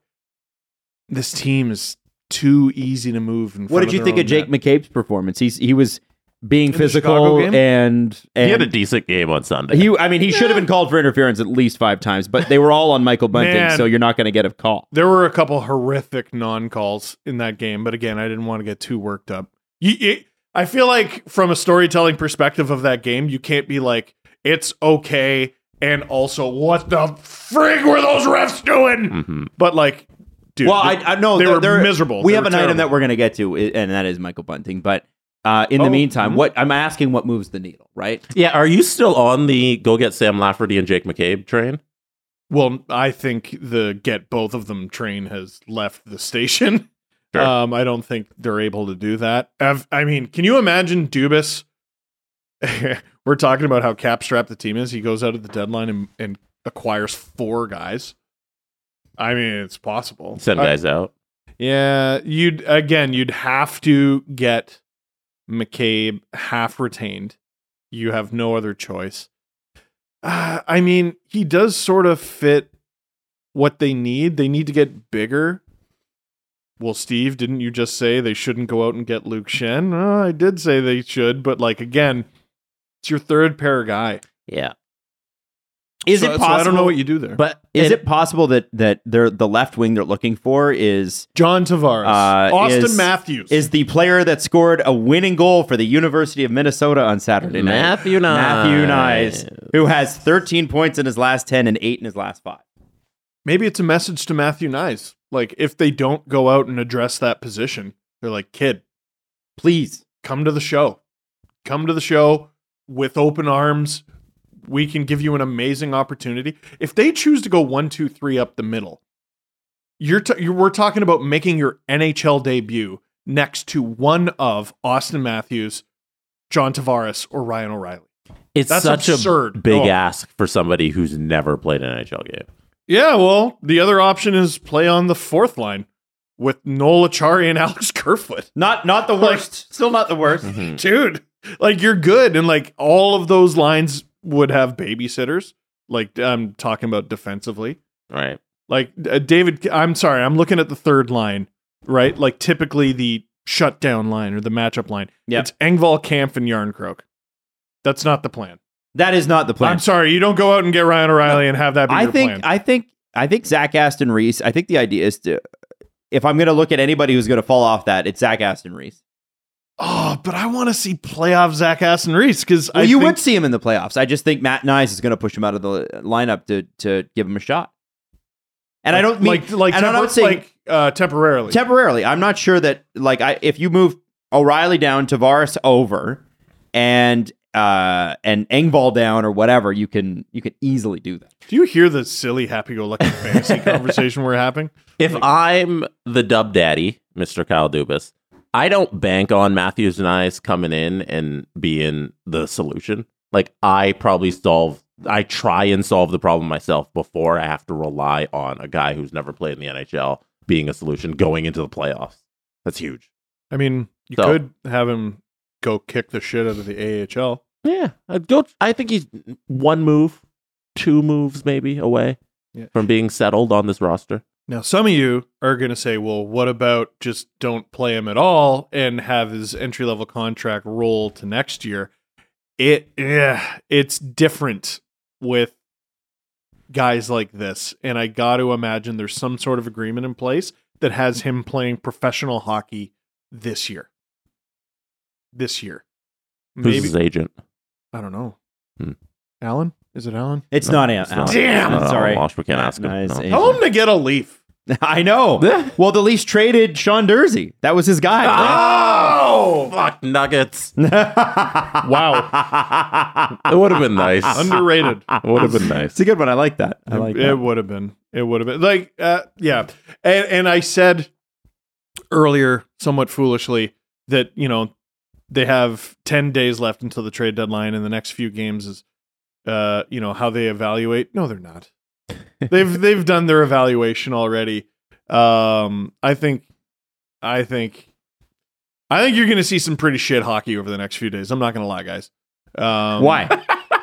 This team is too easy to move. In
What
front
did you
their
think
own
of Jake
net.
McCabe's performance? He's he was being
In the Chicago
physical
game?
and and
he had a decent game on Sunday.
he I mean he should have been called for interference at least 5 times, but they were all on Michael Bunting,
Man.
so you're not going to get a call.
There were a couple horrific non calls in that game, but again, I didn't want to get too worked up. You, it, I feel like from a storytelling perspective of that game, you can't be like, it's okay, and also, what the frig were those refs doing? But like, dude,
Mm-hmm. well, I,
they-
I know
they
they're-
were
they're-
miserable.
We
They
have
were
an item that
terrible.
we're going to get to, i- and that is Michael Bunting. But uh, in the
Oh,
meantime,
mhm.
what I'm asking, what moves the needle, right?
yeah, are you still on the go get Sam Lafferty and Jake McCabe train?
Well, I think the get both of them train has left the station.
Sure.
Um, I don't think they're able to do that. I've, I mean, can you imagine Dubas? We're talking about how cap strapped the team is. He goes out at the deadline and, and acquires four guys. I mean, it's possible.
Send
I-
guys out.
yeah, you'd again, you'd have to get McCabe half retained. You have no other choice. Uh, I mean, he does sort of fit what they need. They need to get bigger. Well, Steve, didn't you just say they shouldn't go out and get Luke Shen? Oh, I did say they should, but like again, it's your third pair guy.
Yeah.
Is
So-
it
so
possible?
I don't know what you do there.
But is it possible that that they're the left wing they're looking for is
John Tavares,
uh,
Austin
is-
Matthews.
is the player that scored a winning goal for the University of Minnesota on Saturday night.
Matthew Nyes.
Matthew Nyes, who has 13 points in his last 10 and eight in his last five.
Maybe it's a message to Matthew Nyes. Like if they don't go out and address that position, they're like, kid,
please
come to the show. Come to the show with open arms. We can give you an amazing opportunity. If they choose to go one, two, three up the middle, you're, t- you're we're talking about making your NHL debut next to one of Austin Matthews, John Tavares, or Ryan O'Reilly.
It's
That's
such a
absurd.
big
Oh.
ask for somebody who's never played an NHL game.
Yeah, well, the other option is play on the fourth line with Noel Achari and Alex Kerfoot.
Not not the worst. Still not the worst.
Dude, like you're good. And like all of those lines would have babysitters. Like I'm talking about defensively.
Right.
Like uh, David, I'm sorry, I'm looking at the third line, right? Like typically the shutdown line or the matchup line.
Yep.
It's Engvall, Camp, and Yarncroak. That's not the plan.
That is not the plan.
I'm sorry, you don't go out and get Ryan O'Reilly and have that be
I
your
think
plan.
I think I think Zach Aston Reese. I think the idea is to, if I'm going to look at anybody who's going to fall off that, it's Zach Aston Reese.
Oh, but I want to see playoff Zach Aston Reese because
Well,
I
you
think-
would see him in the playoffs. I just think Matt Nyes is going to push him out of the lineup to to give him a shot. And I don't mean
like like,
and I'm
tempor-
not saying-
like uh, temporarily.
temporarily. I'm not sure that like I if you move O'Reilly down, Tavares over, and uh and Engvall down or whatever, you can you can easily do that.
Do you hear the silly happy-go-lucky fantasy conversation we're having?
If I'm the dub daddy, Mr. Kyle Dubas, I don't bank on Matthews and I's coming in and being the solution. Like I probably solve I try and solve the problem myself before I have to rely on a guy who's never played in the NHL being a solution going into the playoffs. That's huge.
I mean, you
So-
could have him go kick the shit out of the AHL.
Yeah. I'd go I think he's one move, two moves maybe away
Yeah.
from being settled on this roster.
Now, some of you are going to say, "Well, what about just don't play him at all and have his entry-level contract roll to next year?" It yeah, it's different with guys like this, and I got to imagine there's some sort of agreement in place that has him playing professional hockey this year. This year,
Who's
maybe
his agent?
I don't know.
Hmm.
Alan, is it Alan?
It's
No,
not Al.
it's not.
Damn!
No,
Sorry.
Losh, Uh, we can't
Matt
ask him.
Nyes
No.
is-
Tell him to get a leaf.
I know. well, the Leafs traded Sean Dursey. That was his guy.
Oh, fuck Nuggets.
Ah!
Wow,
It would have been nice.
underrated.
would have been
It's
nice.
a good one. I like that. I like
Um, it
that.
would have been. It would have been like, uh, yeah. And and I said earlier, somewhat foolishly, that you know they have ten days left until the trade deadline, and the next few games is, uh, you know how they evaluate. No, they're not. they've they've done their evaluation already. Um, I think, I think, I think you're going to see some pretty shit hockey over the next few days. I'm not going to lie, guys. Um,
Why?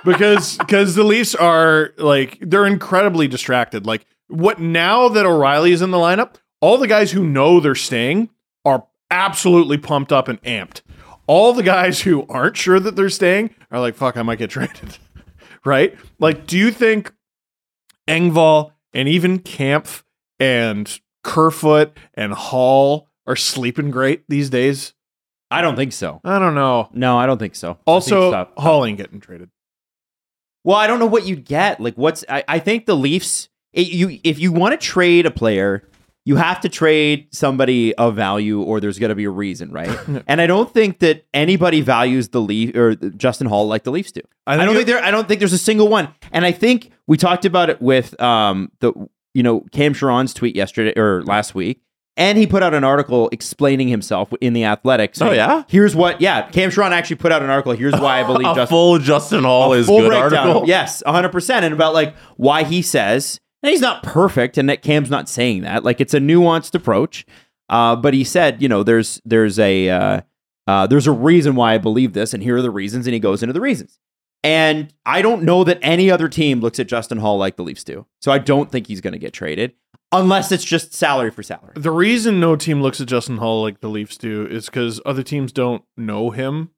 because because the Leafs are like they're incredibly distracted. Like what now that O'Reilly is in the lineup, all the guys who know they're staying are absolutely pumped up and amped. All the guys who aren't sure that they're staying are like, "Fuck, I might get traded." right? Like, do you think Engvall and even Kampf and Kerfoot and Hall are sleeping great these days?
I don't think so.
I don't know.
No, I don't think so. I think
Also,
stop- stop.
Hall ain't getting traded.
Well, I don't know what you'd get. Like, what's I, I think the Leafs. It, you if you want to trade a player, you have to trade somebody of value, or there's going to be a reason, right? and I don't think that anybody values the Leaf or Justin Hall like the Leafs do. I, don't
it-
think there. I don't think there's a single one. And I think we talked about it with um the you know Cam Sharon's tweet yesterday or last week. And he put out an article explaining himself in the Athletic. saying,
yeah?
here's what. Oh, Yeah, Oh, Cam Sharon actually put out an article. Here's why I believe
A
Justin
full Justin Hall is
full
good
breakdown.
article.
Yes, 100%. And about like why he says, and he's not perfect and that Cam's not saying that. Like it's a nuanced approach. Uh, but he said, you know, there's there's a uh, uh, there's a reason why I believe this and here are the reasons and he goes into the reasons. And I don't know that any other team looks at Justin Hall like the Leafs do. So I don't think he's going to get traded unless it's just salary for salary.
The reason no team looks at Justin Hall like the Leafs do is because other teams don't know him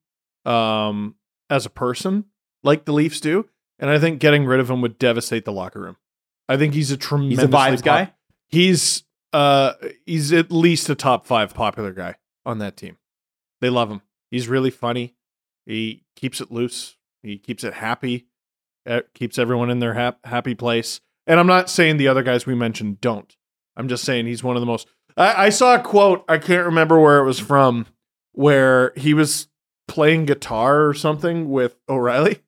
um, as a person like the Leafs do. and I think getting rid of him would devastate the locker room. I think he's a tremendous
vibes guy?
He's uh he's at least a top five popular guy on that team. They love him. He's really funny. He keeps it loose. He keeps it happy. Uh, keeps everyone in their hap- happy place. And I'm not saying the other guys we mentioned don't. I'm just saying he's one of the most. I, I saw a quote. I can't remember where it was from, where he was playing guitar or something with O'Reilly.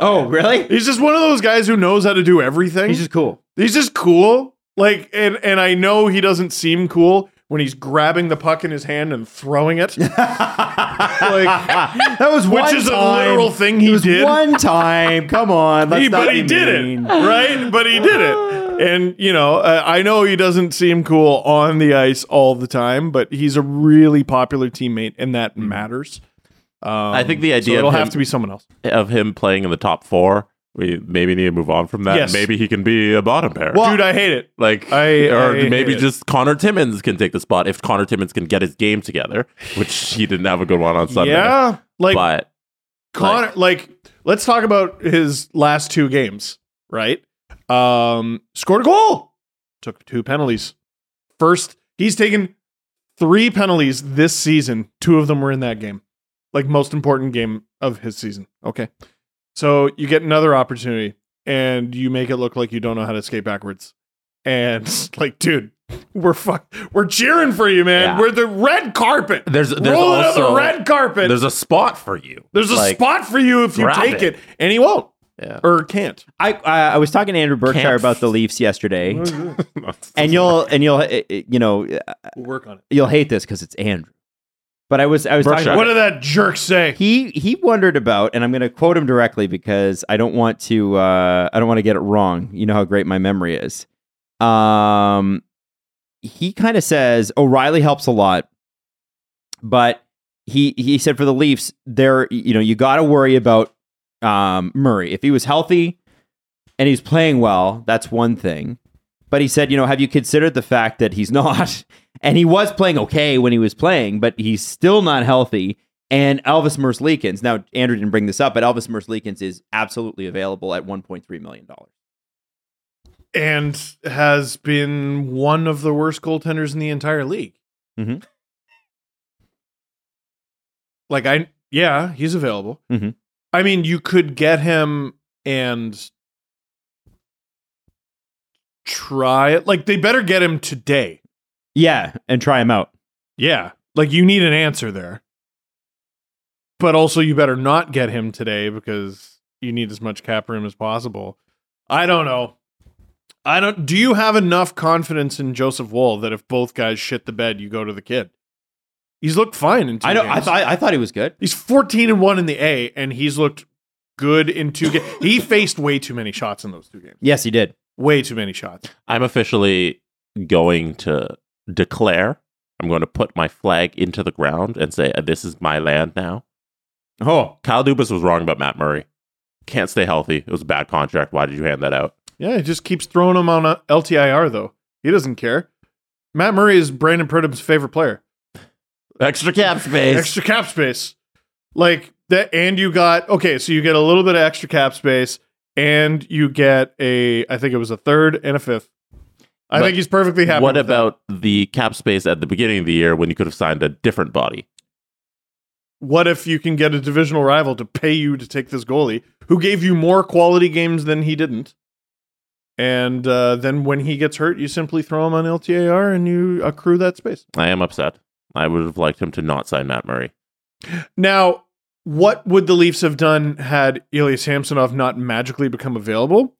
Oh, really?
He's just one of those guys who knows how to do everything.
He's just cool.
He's just cool. Like, and and I know he doesn't seem cool when he's grabbing the puck in his hand and throwing it. like,
that was
which
one
is a
time.
literal thing he
It was
did.
one time. Come on, let's
He-
not
but he
be
did
mean.
it, right? But he did it. And you know, uh, I know he doesn't seem cool on the ice all the time, but he's a really popular teammate, and that matters. Um, I
think the
so
idea of
it'll
him-
have to be someone else.
of him playing in the top four. We maybe need to move on from that.
Yes.
Maybe he can be a bottom pair.
Dude, I hate it.
like
I-
or
I
maybe
hate it.
just Connor Timmins can take the spot if Connor Timmins can get his game together, which he didn't have a good one on Sunday.
Yeah, like
but
Connor, like, let's talk about his last two games, right? Um, scored a goal, took two penalties. First, he's taken three penalties this season. Two of them were in that game, like most important game of his season. Okay, so you get another opportunity, and you make it look like you don't know how to skate backwards. And like, dude, we're fuck, we're cheering for you, man.
Yeah.
We're the red carpet.
There's- there's
Roll it up the
also-
red carpet.
there's a spot for you.
There's a
Like,
spot for you if you
grab
take it.
it.
and he won't
Yeah.
or can't.
I, I I was talking to Andrew Berkshire
Can't.
about the Leafs yesterday,
That's-
and you'll and you'll uh, uh, you know uh,
We'll work on it.
you'll hate this because it's Andrew. But I was I was
Berkshire.
talking.
What
About,
did that jerk say?
he he wondered about, and I'm going to quote him directly because I don't want to uh, I don't want to get it wrong. You know how great my memory is. Um, he kind of says O'Reilly helps a lot, but he he said for the Leafs, there you know you got to worry about um, Murray if he was healthy and he's playing well. That's one thing, but he said you know have you considered the fact that he's not, and he was playing okay when he was playing, but he's still not healthy. And Elvis Merzlikins. Now Andrew didn't bring this up, but Elvis Merzlikins is absolutely available at one point three million dollars.
And has been one of the worst goaltenders in the entire league.
Mm-hmm.
Mhm.
Like I, yeah, he's available.
Mm-hmm.
Mhm.
I mean, you could get him and try it. Like they better get him today.
Yeah, and try him out.
Yeah. Like you need an answer there. But also you better not get him today because you need as much cap room as possible. I don't know. I don't do you have enough confidence in Joseph Wool that if both guys shit the bed, you go to the kid? He's looked fine in two
I know. I
games.
thought I thought he was good.
he's 14 and 1 in the A and he's looked good in two games. he faced way too many shots in those two games.
Yes, he did.
Way too many shots.
I'm officially going to declare. I'm going to put my flag into the ground and say uh, this is my land now.
Oh,
Kyle Dubas was wrong about Matt Murray. Can't stay healthy. It was a bad contract. Why did you hand that out?
Yeah, he just keeps throwing him on a LTIR though. He doesn't care. Matt Murray is Brandon Pridham's favorite player.
Extra cap space.
extra cap space. Like that, and you got okay, so you get a little bit of extra cap space, and you get a I think it was a third and a fifth. I
But
think he's perfectly happy.
What
with that.
about the cap space at the beginning of the year when you could have signed a different body?
what if you can get a divisional rival to pay you to take this goalie who gave you more quality games than he didn't? And uh, then when he gets hurt, you simply throw him on LTAR and you accrue that space.
I am upset. I would have liked him to not sign Matt Murray.
Now, what would the Leafs have done had Ilya Samsonov not magically become available?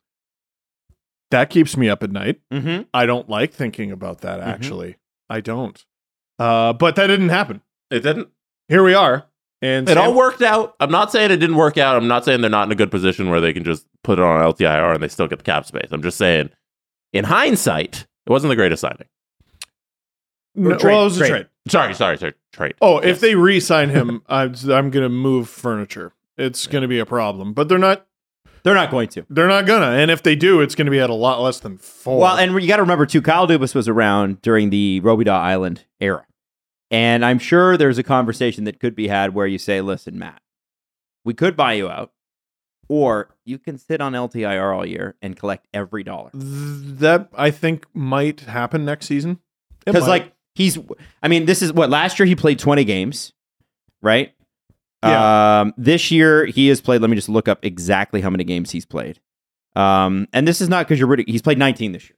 That keeps me up at night.
mm-hmm.
I don't like thinking about that,
Mm-hmm.
actually. I don't. Uh, but that didn't happen.
It didn't.
Here we are. And
It all
Sam-
worked out. I'm not saying it didn't work out. I'm not saying they're not in a good position where they can just put it on LTIR and they still get the cap space. I'm just saying, in hindsight, it wasn't the greatest signing.
No,
trade,
well, it was a
trade.
trade.
Sorry, sorry, sorry. Trade.
Oh, if
Yes.
they re sign him, I'm, I'm going to move furniture. It's going to be a problem. But they're not.
they're not going to.
They're not gonna, and if they do, it's gonna be at a lot less than four.
Well, and you got to remember too, Kyle Dubas was around during the Robidaw Island era, and I'm sure there's a conversation that could be had where you say, "Listen, Matt, we could buy you out, or you can sit on LTIR all year and collect every dollar.
That I think might happen next season. It
Because
might.
like he's, I mean, this is what last year he played twenty games, right?
Yeah.
Um, this year he has played. Let me just look up exactly how many games he's played. Um, and this is not because you're rooting. He's played nineteen this year.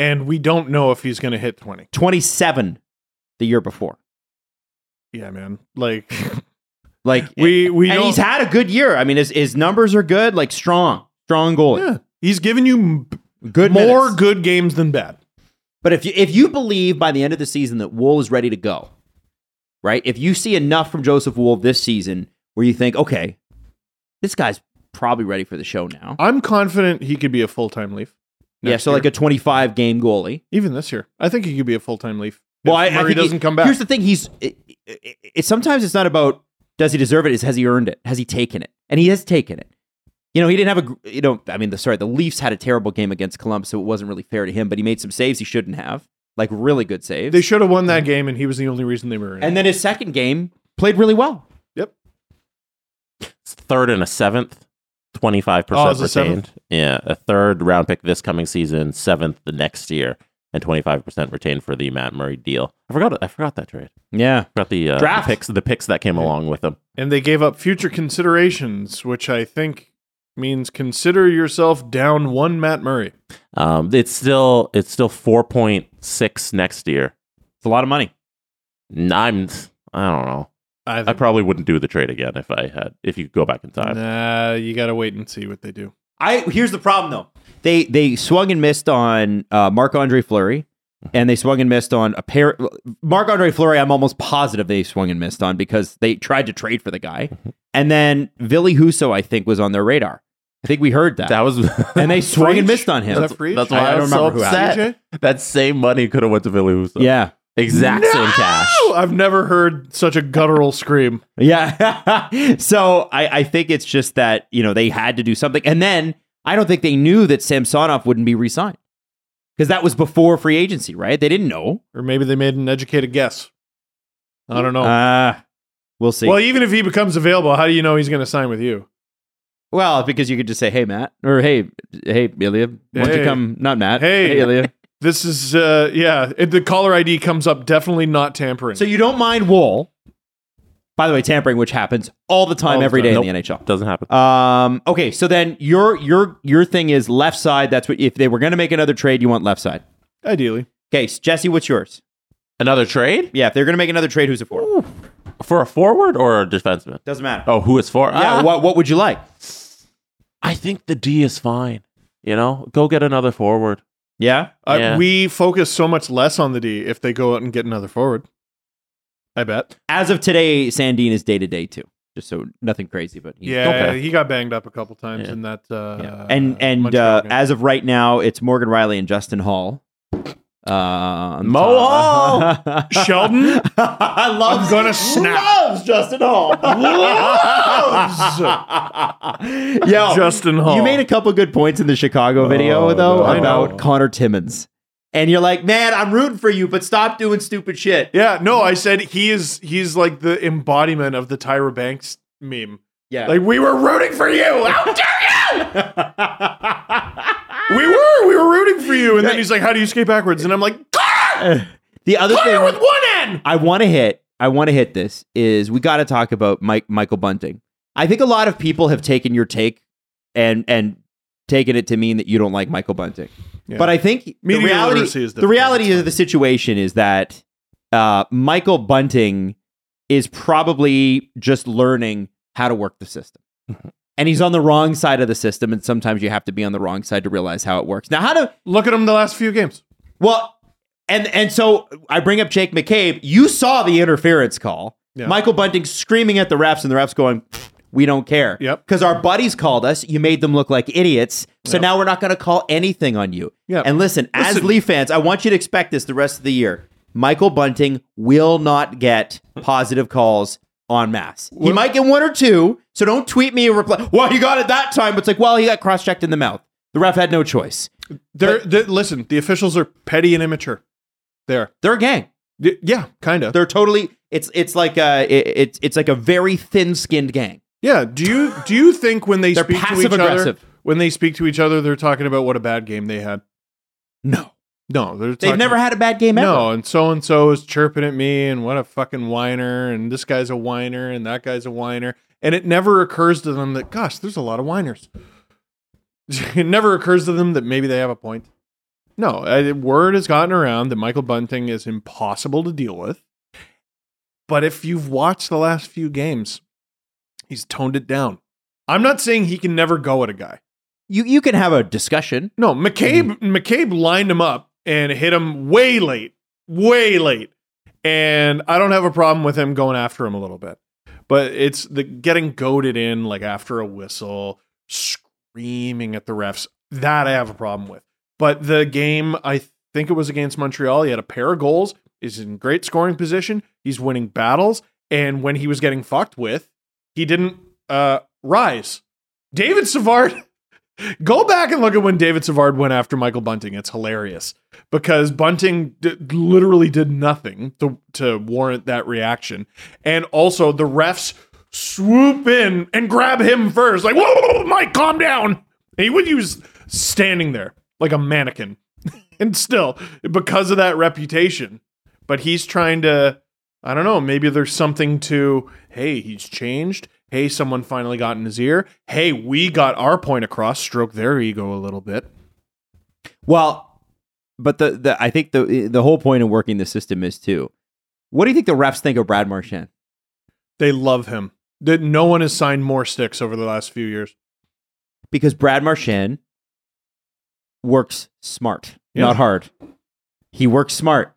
and we don't know if he's going to hit twenty.
Twenty-seven the year before.
Yeah, man. Like
Like
we we
and
don't-
he's had a good year. I mean, his his numbers are good. Like strong, strong goalie.
Yeah. he's given you m-
Good
more
minutes.
good games than bad.
But if you if you believe by the end of the season that Wool is ready to go, right? If you see enough from Joseph Wool this season where you think, okay, this guy's probably ready for the show now.
I'm confident he could be a full time leaf.
yeah,
next
so like
year.
a 25 game goalie.
even this year, I think he could be a full time leaf. if
I, I
Murray
think he-
doesn't come back.
Here's the thing: he's it, it, it- sometimes it's not about does he deserve it? Is has he earned it? Has he taken it? And he has taken it. You know, he didn't have a gr- you know. I mean, the sorry, the Leafs had a terrible game against Columbus, so it wasn't really fair to him. But he made some saves he shouldn't have, like really good saves.
they should have won
Mm.
that game, and he was the only reason they were in. it.
and then his second game played really well.
It's third and a seventh, 25%
Oh, it's a
retained.
seventh?
Yeah, a third round pick this coming season, seventh the next year, and 25% retained for the Matt Murray deal. I forgot I forgot that trade.
Yeah,
forgot the, uh,
Draft.
the picks the picks that came along with him.
and they gave up future considerations, which I think means consider yourself down one Matt Murray.
Um, it's still it's still 4.6 next year.
it's a lot of money.
And I'm I don't know.
I
I
think.
probably wouldn't do the trade again if I had if you could go back in time.
Nah, you got to wait and see what they do.
I here's the problem though. They they swung and missed on uh, Marc Andre Fleury, and they swung and missed on a pair. Marc Andre Fleury, I'm almost positive they swung and missed on because they tried to trade for the guy, and then Billy Huso, I think, was on their radar. I think we heard that,
That was
and they swung
Freach?
and missed on him.
Was that Freach?
That's why
I
I,
don't
was so
remember who had
it.
upset. That same money could have went to Billy Huso.
yeah,
exact same cash.
Oh, I've never heard such a guttural scream.
yeah. so I I think it's just that you know they had to do something, and then I don't think they knew that Samsonov wouldn't be re-signed because that was before free agency, right? They didn't know.
Or maybe they made an educated guess. I don't know.
Uh, we'll see.
Oh. well, even if he becomes available, how do you know he's going to sign with you?
Well, because you could just say, "Hey, Matt," or "Hey, hey, Ilya, why don't
Hey.
you come?" Not Matt.
Hey.
Ilya.
This is, uh, yeah, it, the caller ID comes up definitely not tampering.
so you don't mind wool? By the way, tampering, which happens all the
All
time,
the
every
time.
day
Nope.
in the NHL.
Doesn't happen.
Um, okay, so then your your your thing is left side. That's what if they were going to make another trade, you want left side.
Ideally.
Okay, so Jesse, what's yours?
Another trade
Yeah, if they're going to make another trade, who's it for?
for a forward or a defenseman?
Doesn't matter.
Oh, who it's for?
yeah.
Ah,
What what would you like?
I think the D is fine. You know, go get another forward.
Yeah.
Uh,
Yeah.
We focus so much less on the D if they go out and get another forward. I bet.
As of today, Sandine is day to day too. Just so nothing crazy, but he's-
Yeah,
Okay.
he got banged up a couple times
Yeah.
in that. Uh,
Yeah. and and
Montreal
uh,
game.
as of right now, it's Morgan Riley and Justin Hall. Uh, on
Mo
top.
Sheldon,
I love.
I'm gonna snap.
Loves Justin Hall. loves. Yo,
Justin Hall.
You made a couple good points in the Chicago video
Oh,
though
no, I know.
about Connor Timmins, and you're like, man, I'm rooting for you, but stop doing stupid shit.
yeah, no, I said he is. He's like the embodiment of the Tyra Banks meme.
Yeah.
Like we were rooting for you. How dare you? we were. We were rooting for you. And then he's like, "How do you skate backwards?" And I'm like,
the other thing
"With one end."
I want to hit. I want to hit this. Is we got to talk about Mike Michael Bunting. I think a lot of people have taken your take and and taken it to mean that you don't like Michael Bunting.
Yeah.
But I think the
Media
reality
literacy is
the
difficult.
reality of the situation is that uh, Michael Bunting is probably just learning how to work the system.
Mm-hmm.
And he's on the wrong side of the system, and sometimes you have to be on the wrong side to realize how it works. Now, how do
Look at him the last few games.
well, and and so I bring up Jake McCabe. You saw the interference call.
Yeah.
Michael Bunting screaming at the refs, and the refs going, "We don't care."
Yep.
Because our buddies called us. You made them look like idiots. So now we're not going to call anything on you.
Yeah.
And listen, as
Listen.
Leaf fans, I want you to expect this the rest of the year. Michael Bunting will not get positive calls en masse. He might get one or two. So don't tweet me and reply. Well, he got it that time. It's like, well, he got cross checked in the mouth. The ref had no choice.
They're, they listen. The officials are petty and immature. There.
They're a gang.
Y- yeah, kind of.
They're totally. It's it's like a it, it's it's like a very thin skinned gang.
Yeah. Do you do you think when they
They're
speak to each other
passive-aggressive.
when they speak to each other they're talking about what a bad game they had?
No.
No, they're
They've
talking-
never had a bad game ever.
No, and so and so is chirping at me, and what a fucking whiner, and this guy's a whiner, and that guy's a whiner, and it never occurs to them that gosh, there's a lot of whiners. it never occurs to them that maybe they have a point. No, I, word has gotten around that Michael Bunting is impossible to deal with. But if you've watched the last few games, he's toned it down. I'm not saying he can never go at a guy.
You you can have a discussion.
No, McCabe McCabe lined him up and hit him way late, way late. And I don't have a problem with him going after him a little bit. But it's the getting goaded in like after a whistle, screaming at the refs. That I have a problem with. But the game, I think it was against Montreal, he had a pair of goals. He's in great scoring position. He's winning battles. And when he was getting fucked with, he didn't uh, rise. David Savard Go back and look at when David Savard went after Michael Bunting. It's hilarious because Bunting d- literally did nothing to, to warrant that reaction. And also, the refs swoop in and grab him first. Like, whoa, whoa, whoa, Mike, calm down. And he would use standing there like a mannequin. and still, because of that reputation, but he's trying to I don't know, maybe there's something to, hey, he's changed. Hey, someone finally got in his ear. Hey, we got our point across, stroke their ego a little bit.
Well, but the, the I think the the whole point of working the system is too. What do you think the refs think of Brad Marchand?
They love him. That no one has signed more sticks over the last few years.
Because Brad Marchand works smart,
Yeah.
not hard. He works smart.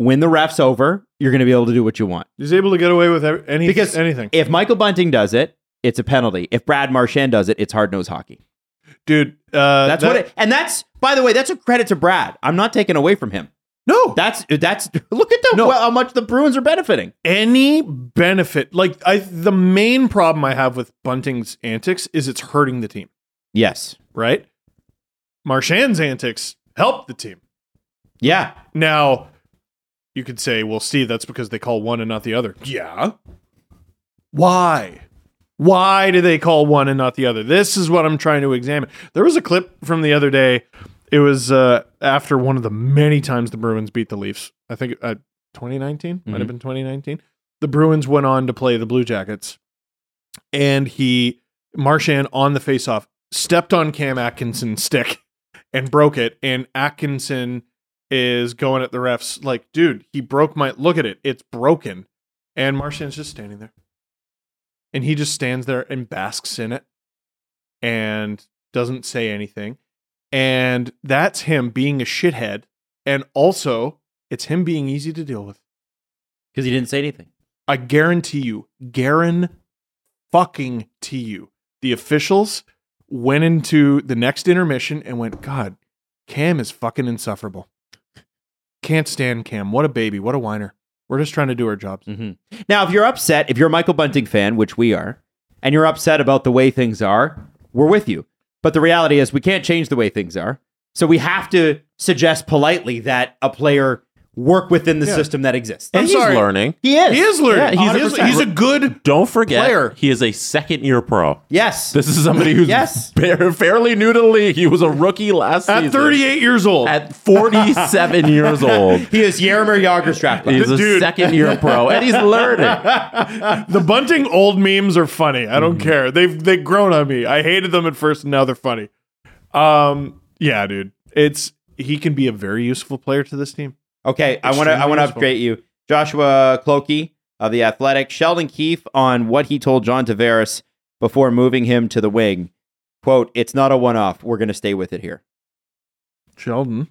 When the refs over, you're going to be able to do what you want.
He's able to get away with ev- any,
Because
anything.
If Michael Bunting does it, it's a penalty. If Brad Marchand does it, it's hard nose hockey.
Dude, uh,
That's
that-
what it, and that's by the way, that's a credit to Brad. I'm not taking away from him.
No.
That's that's look at the well, how much the Bruins are benefiting.
any benefit. Like, I, the main problem I have with Bunting's antics is it's hurting the team,
Yes.
right? Marchand's antics help the team.
Yeah.
Now, you could say, well, Steve, that's because they call one and not the other. Yeah. Why? Why do they call one and not the other? This is what I'm trying to examine. There was a clip from the other day. It was uh, after one of the many times the Bruins beat the Leafs. I think uh, 2019 might have been 2019. The Bruins went on to play the Blue Jackets, and he Marshan on the faceoff stepped on Cam Atkinson's stick and broke it, and Atkinson is going at the refs like, dude, he broke my look at it. It's broken. And Martian's just standing there. And he just stands there and basks in it and doesn't say anything. And that's him being a shithead. And also, it's him being easy to deal with.
Because he didn't say anything.
I guarantee you, Garin fucking to you. The officials went into the next intermission and went, God, Cam is fucking insufferable. Can't stand Cam. What a baby. What a whiner. We're just trying to do our jobs.
Now, if you're upset, if you're a Michael Bunting fan, which we are, and you're upset about the way things are, we're with you. But the reality is, we can't change the way things are. So we have to suggest politely that a player work within the system that exists.
And
And
he's
sorry.
learning.
he is.
He is learning.
Yeah,
he
he's-
is, he's a good.
Don't forget,
Player.
he is a second year pro.
Yes.
This is somebody who's
Yes.
fa- fairly new to the league. He was a rookie last
At
season.
38 years old.
At 47 years old.
he is Yarmir Yagerstrap.
He's a
Dude.
second year pro, and he's learning.
the bunting old memes are funny. I don't care. They've they've grown on me. I hated them at first, and now they're funny. Um, yeah, dude. It's he can be a very useful player to this team.
Okay, I want to I want to
Extremely
update you, Joshua Clokey of the Athletic, Sheldon Keefe on what he told John Tavares before moving him to the wing. "Quote: It's not a one-off. We're going to stay with it here.
Sheldon.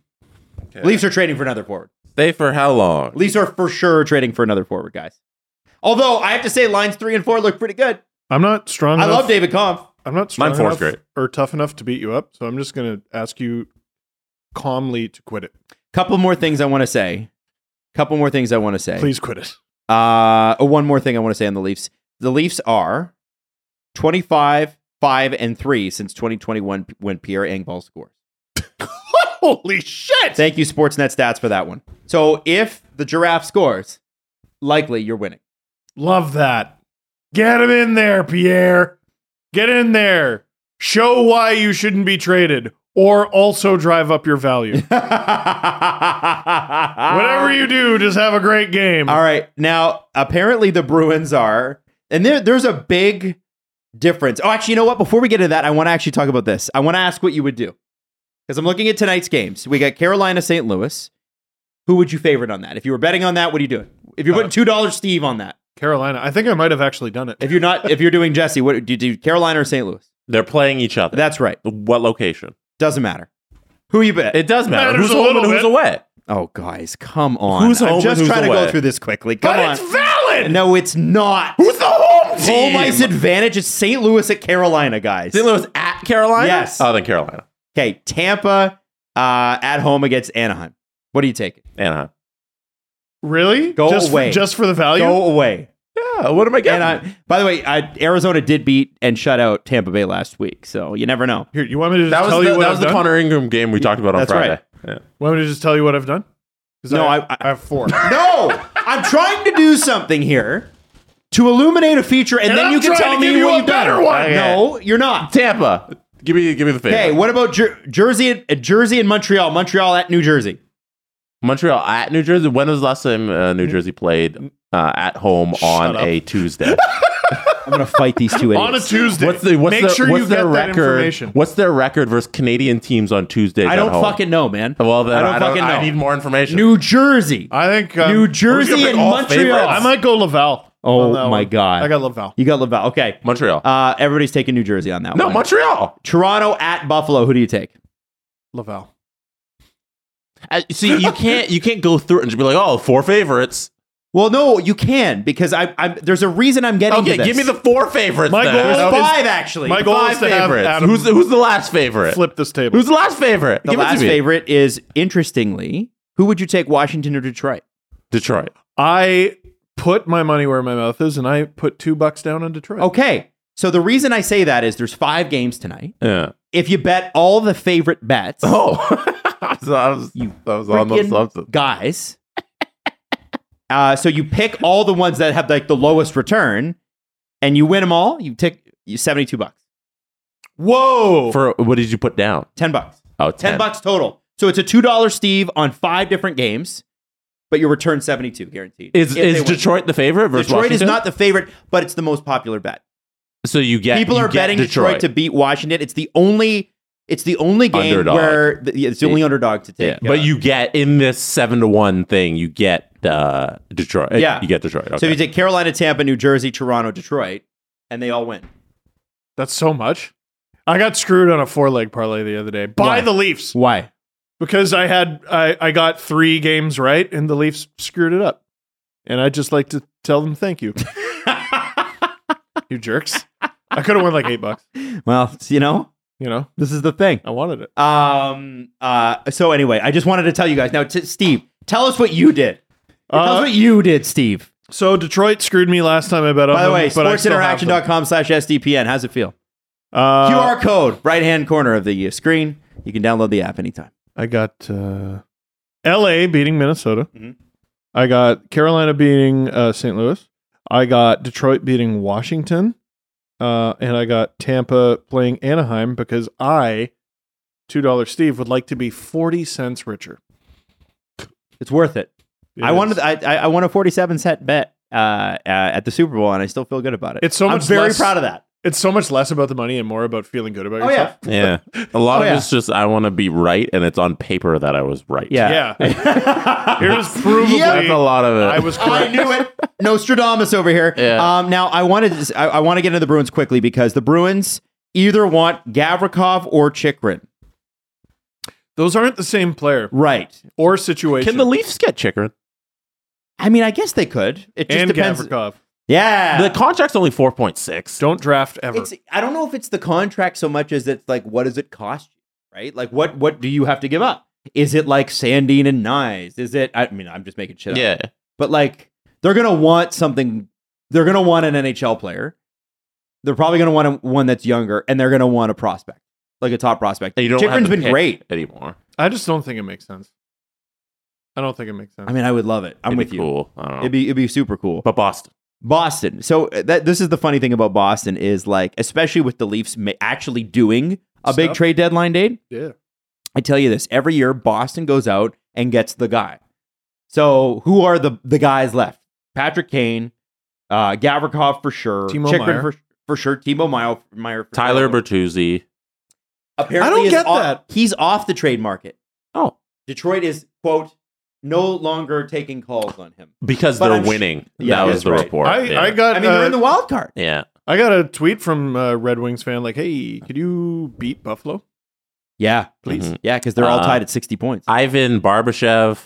Leafs are trading for another forward.
Stay for how long?
Leafs are for sure trading for another forward, guys. Although I have to say, lines three and four look pretty good.
I'm not strong.
I
enough.
love David Kampf.
I'm not strong
Mine four's
enough
great.
or tough enough to beat you up, so I'm just gonna ask you calmly to quit it.
Couple more things I want to say. Couple more things I want to say.
Please quit it.
Uh, oh, one more thing I want to say on the Leafs. The Leafs are 25, 5, and 3 since 2021 p- when Pierre Engvall scores.
Holy shit!
Thank you, Sportsnet Stats, for that one. So if the giraffe scores, likely you're winning.
Love that. Get him in there, Pierre. Get in there. Show why you shouldn't be traded or also drive up your value.
Uh,
Whatever you do, just have a great game.
All right. Now, apparently the Bruins are, and there, there's a big difference. Oh, actually, you know what? Before we get to that, I want to actually talk about this. I want to ask what you would do because I'm looking at tonight's games. We got Carolina, St. Louis. Who would you favorite on that? If you were betting on that, what are you doing? If you're
Uh,
putting two dollars Steve on that,
Carolina. I think I might have actually done it.
if you're not, if you're doing Jesse, what do you do? Carolina or St. Louis?
They're playing each other.
That's right.
what location?
Doesn't matter. Who you bet?
It does matter.
Matters a
Who's home
little
and who's
bit.
away?
oh, guys, come on.
Who's
I'm
home
just
and who's
trying to
away?
go through this quickly. Come
But
on.
it's valid.
no, it's not.
Who's the home team?
Home ice advantage is St. Louis at Carolina, guys.
St. Louis at Carolina?
Yes.
Oh, then Carolina.
Okay, Tampa uh, at home against Anaheim. What do you take?
uh,
Anaheim.
Really?
Go
just
away.
For, just for the value?
Go away.
Oh, Yeah, what am I
And I, by the way, I, Arizona did beat and shut out Tampa Bay last week, so you never know.
Here, you want me to just
that was
tell you
the,
what
that
I've
was the
done?
Connor Ingram game we talked about on
That's
Friday.
right.
Yeah.
want me to just tell you what I've done? 'Cause
No, I-
I have four.
No, I'm trying to do something here to illuminate a feature, and,
And
then
I'm
you can
trying
tell
to
me
give you
what
a
you've done.
better one.
No, you're not.
Tampa. Give me give me the favorite.
Okay, what about Jer- Jersey? uh, Jersey and Montreal. Montreal at New Jersey.
Montreal at New Jersey. When was the last time uh, New Jersey played uh, at home on
up.
a Tuesday?
I'm gonna fight these two idiots.
On a Tuesday.
what's the what's
Make
their,
sure
what's
you
their
get that
record?
information.
What's their record versus Canadian teams on Tuesdays?
I
at
don't
home?
fucking know, man.
Well, then
I don't fucking know.
I need more information.
New Jersey.
I think um,
New Jersey
pick
and
all
Montreal.
favorites?
I might go Laval.
Oh
on that
my
one.
God.
I got Laval.
You got Laval. Okay.
Montreal.
Uh, everybody's taking New Jersey on that
no,
one.
Montreal.
Toronto at Buffalo. Who do you take?
Laval.
Uh, see, you can't you can't go through it and just be like, oh, four favorites.
Well, no, you can because I, I'm. There's a reason I'm getting.
Okay,
to this.
give me the four favorites.
My
then.
goal
There's
is-
five actually.
My goal is
five
to have
favorites.
Adam
Who's the, who's the last favorite?
flip this table.
Who's the last favorite?
the
Give it to
last
me.
favorite is interestingly. Who would you take, Washington or Detroit?
Detroit.
I put my money where my mouth is, and I put two bucks down on Detroit.
Okay, so the reason I say that is there's five games tonight.
Yeah.
If you bet all the favorite bets,
Oh, I was, I was, I was on the
freaking
substance.
guys. Uh, so you pick all the ones that have like the lowest return, and you win them all. You take you seventy two bucks,
Whoa.
For what did you put down?
ten bucks.
Oh,
10
10.
bucks total. So it's a $2 Steve on five different games, but you return 72 guaranteed.
Is
If they
is
win.
Detroit the favorite versus
Detroit is
Washington?
not the favorite, but it's the most popular bet.
So you get
People
you
are
get
betting Detroit. to beat Washington. It's the only it's the only game
Underdog.
where the, yeah, it's the only underdog to
Yeah,
take.
but you get in this seven to one thing, you get uh, Detroit.
Yeah.
you get Detroit. Okay.
So if you take Carolina, Tampa, New Jersey, Toronto, Detroit, and they all win.
That's so much. I got screwed on a four leg parlay the other day by
Why?
the Leafs
Why?
because I had I, I got three games right and the Leafs screwed it up, and I just like to tell them thank you. you jerks! I could have won like eight bucks.
Well, you know,
You know,
this is the thing.
I wanted it.
Um uh so anyway, I just wanted to tell you guys. Now t- Steve, tell us what you did. tell us
Uh,
what you did, Steve.
So Detroit screwed me last time I bet on
By the
them,
way,
Uh-huh, but I still have them.
sportsinteraction.com slash SDPN. How's it feel?
Uh,
QR code, right hand corner of the uh, screen. You can download the app anytime.
I got uh, L.A. beating Minnesota.
Mhm.
I got Carolina beating uh, St. Louis. I got Detroit beating Washington, uh, and I got Tampa playing Anaheim because I, two dollar Steve, would like to be forty cents richer.
It's worth it. I
It's-
wanted, I, I I won a 47 cent bet uh, uh, at the Super Bowl, and I still feel good about it.
It's so
I'm
much
very
less-
proud of that.
It's so much less about the money and more about feeling good about
Oh,
yourself.
yeah, a lot
Oh,
of
yeah.
it's just I want to be right, and it's on paper that I was right.
Yeah. Oh,
Yeah. Here's provably
that's a lot of it.
I was
I
correct.
knew it. Nostradamus over here.
Yeah.
Um, now I wanted to, s- I, I want to get into the Bruins quickly because the Bruins either want Gavrikov or Chikrin.
Those aren't the same player
Right.
or situation.
Can the Leafs get Chikrin?
I mean, I guess they could. It just
and
depends.
Gavrikov.
Yeah.
The contract's only four point six.
Don't draft ever.
it's I don't know if it's the contract so much as it's like what does it cost you, right? Like what what do you have to give up? Is it like Sandine and Nyes? Is it I mean I'm just making shit up.
Yeah,
But like they're gonna want something they're gonna want an NHL player. They're probably gonna want a, one that's younger, and they're gonna want a prospect, like a top prospect.
And you don't have
Chikrin's
to
been
pick
great.
anymore.
I just don't think it makes sense. I don't think it makes sense.
I mean, I would love it. I'm
It'd be
with you.
Cool. I don't know.
It'd be it'd be super cool.
but Boston.
Boston. So uh, that this is the funny thing about Boston is like, especially with the Leafs ma- actually doing a big
Stuff.
trade deadline date.
Yeah.
I tell you this every year, Boston goes out and gets the guy. So who are the the guys left? Patrick Kane, uh, Gavrikov for sure,
Timo
Chychrun
Meyer.
for for sure, Timo Meyer, Meyer for
Tyler
sure.
Bertuzzi.
Apparently
I don't
is
get
off-
that.
he's off the trade market.
Oh.
Detroit is quote no longer taking calls on him.
Because
But
they're
I'm sh-
winning.
Yeah,
that
that's
was the
right.
report.
I,
yeah.
I got
I mean, they're
uh,
in the wild card.
yeah.
I got a tweet from a Red Wings fan like, "Hey, could you beat Buffalo?"
Yeah, Mm-hmm.
Please. Mhm.
Yeah, because they're all
Uh,
tied at sixty points.
Ivan Barbashev,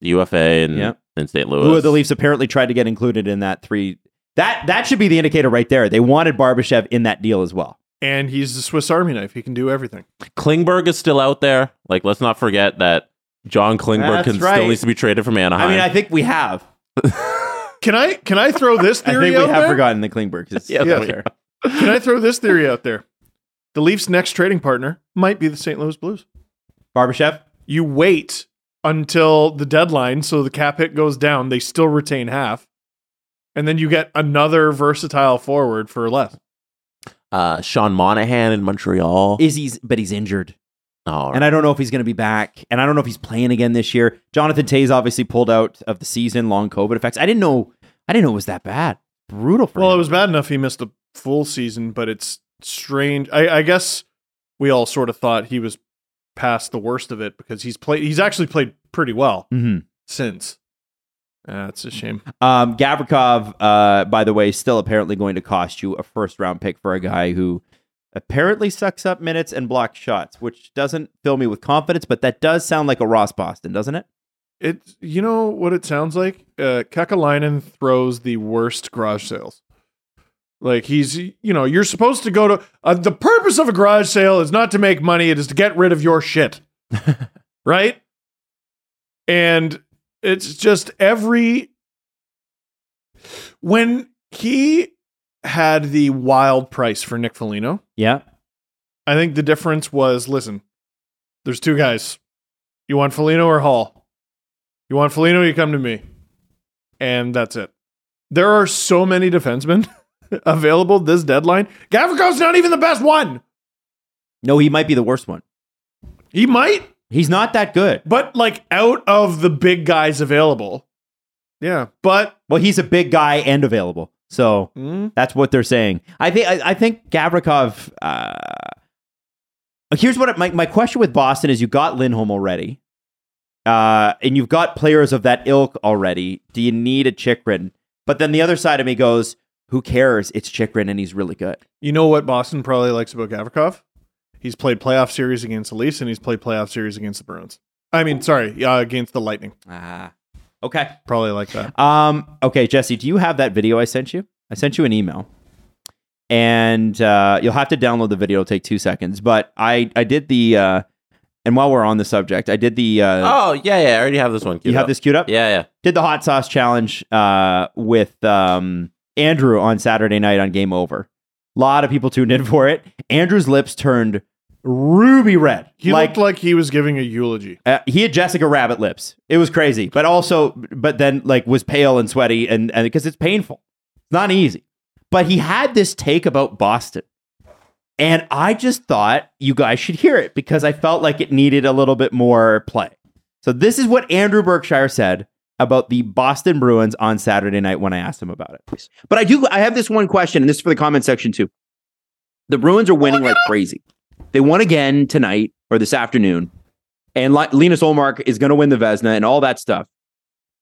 UFA, and
Yep.
in St. Louis.
Who the Leafs apparently tried to get included in that three. That that should be the indicator right there. They wanted Barbashev in that deal as well.
And he's the Swiss Army knife; he can do everything.
Klingberg is still out there. Like, let's not forget that John Klingberg
That's
can
right.
still needs to be traded from Anaheim.
I mean, I think we have.
Can I can I throw this
I
theory
think we
out
have
there?
forgotten the Klingberg. 'cause it's
Yeah,
out
we-
there.
Can I throw this theory out there? The Leafs' next trading partner might be the St. Louis Blues.
Barbashev.
You wait until the deadline, so the cap hit goes down. They still retain half, and then you get another versatile forward for less.
uh, Sean Monahan in Montreal.
Is he's but he's injured,
All right.
and I don't know if he's going to be back, and I don't know if he's playing again this year. Jonathan Tays obviously pulled out of the season, long COVID effects. I didn't know. I didn't know it was that bad. Brutal for
Well, it
him.
was bad enough he missed a full season, but it's strange. I, I guess we all sort of thought he was past the worst of it because he's played. He's actually played pretty well
Mhm.
since. That's a shame.
Um, Gavrikov, uh, by the way, is still apparently going to cost you a first round pick for a guy who apparently sucks up minutes and blocks shots, which doesn't fill me with confidence, but that does sound like a Ross Boston, doesn't it?
It. You know what it sounds like? Uh, Kekalainen throws the worst garage sales. Like he's, you know, you're supposed to go to. Uh, the purpose of a garage sale is not to make money; it is to get rid of your shit, right? And it's just every when he had the wild price for Nick Foligno.
Yeah.
I think the difference was listen, there's two guys. You want Felino or Hall? You want Felino, you come to me. And that's it. There are so many defensemen available this deadline. Gavrikov's not even the best one.
No, he might be the worst one.
He might,
He's not that good.
but like out of the big guys available. Yeah. But hmm,
Well, he's a big guy and available. So that's what they're saying. I think I, I think Gavrikov uh, here's what it, my, my question with Boston is you got Lindholm already. Uh, and you've got players of that ilk already. Do you need a Chikrin? But then the other side of me goes, who cares? It's Chikrin and he's really good.
you know what Boston probably likes about Gavrikov? He's played playoff series against the Leafs and he's played playoff series against the Bruins. I mean, sorry, uh, against the Lightning.
Ah. Okay.
Probably like that.
Um, okay, Jesse, do you have that video I sent you? I sent you an email. And uh, you'll have to download the video. It'll take two seconds. But I, I did the, uh, and while we're on the subject, I did the, uh,
oh, yeah, yeah. I already have this one.
you
queued
have
up.
this queued up?
Yeah, yeah.
Did the hot sauce challenge uh, with um, Andrew on Saturday night on Game Over. A lot of people tuned in for it. Andrew's lips turned ruby red.
He looked like he was giving a eulogy.
Uh, he had Jessica Rabbit lips. It was crazy, but also, but then like was pale and sweaty, and and because it's painful, it's not easy. But he had this take about Boston, and I just thought you guys should hear it because I felt like it needed a little bit more play. So this is what Andrew Berkshire said about the Boston Bruins on Saturday night when I asked him about it. But I do, I have this one question, and this is for the comment section too. The Bruins are winning like crazy. They won again tonight or this afternoon and Li- Linus Olmark is going to win the Vesna and all that stuff.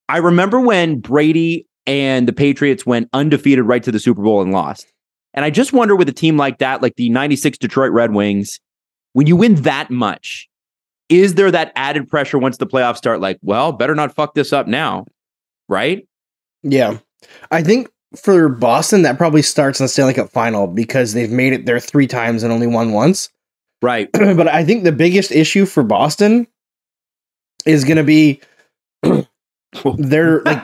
I remember when Brady and the Patriots went undefeated right to the Super Bowl and lost. And I just wonder with a team like that, like the 96 Detroit Red Wings, when you win that much, is there that added pressure once the playoffs start? Like, well, better not fuck this up now, right?
Yeah. I think for Boston, that probably starts in the Stanley Cup final because they've made it there three times and only won once.
Right.
but I think the biggest issue for Boston is going to be they're like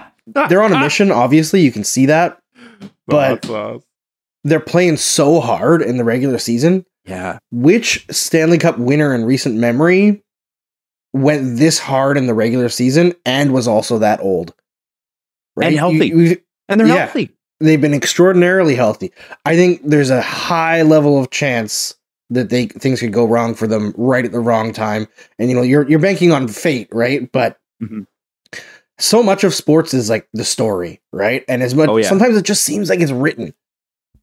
they're on a mission. Obviously, you can see that
uh
But- they're playing so hard in the regular season.
Yeah.
Which Stanley Cup winner in recent memory went this hard in the regular season and was also that old?
And healthy.
You- you-
And they're
Yeah.
healthy.
they've been extraordinarily healthy. I think there's a high level of chance that they things could go wrong for them right at the wrong time. And you know, you're you're banking on fate, right? But
Mm-hmm.
so much of sports is like the story, right? And as much
Oh, yeah.
sometimes it just seems like it's written.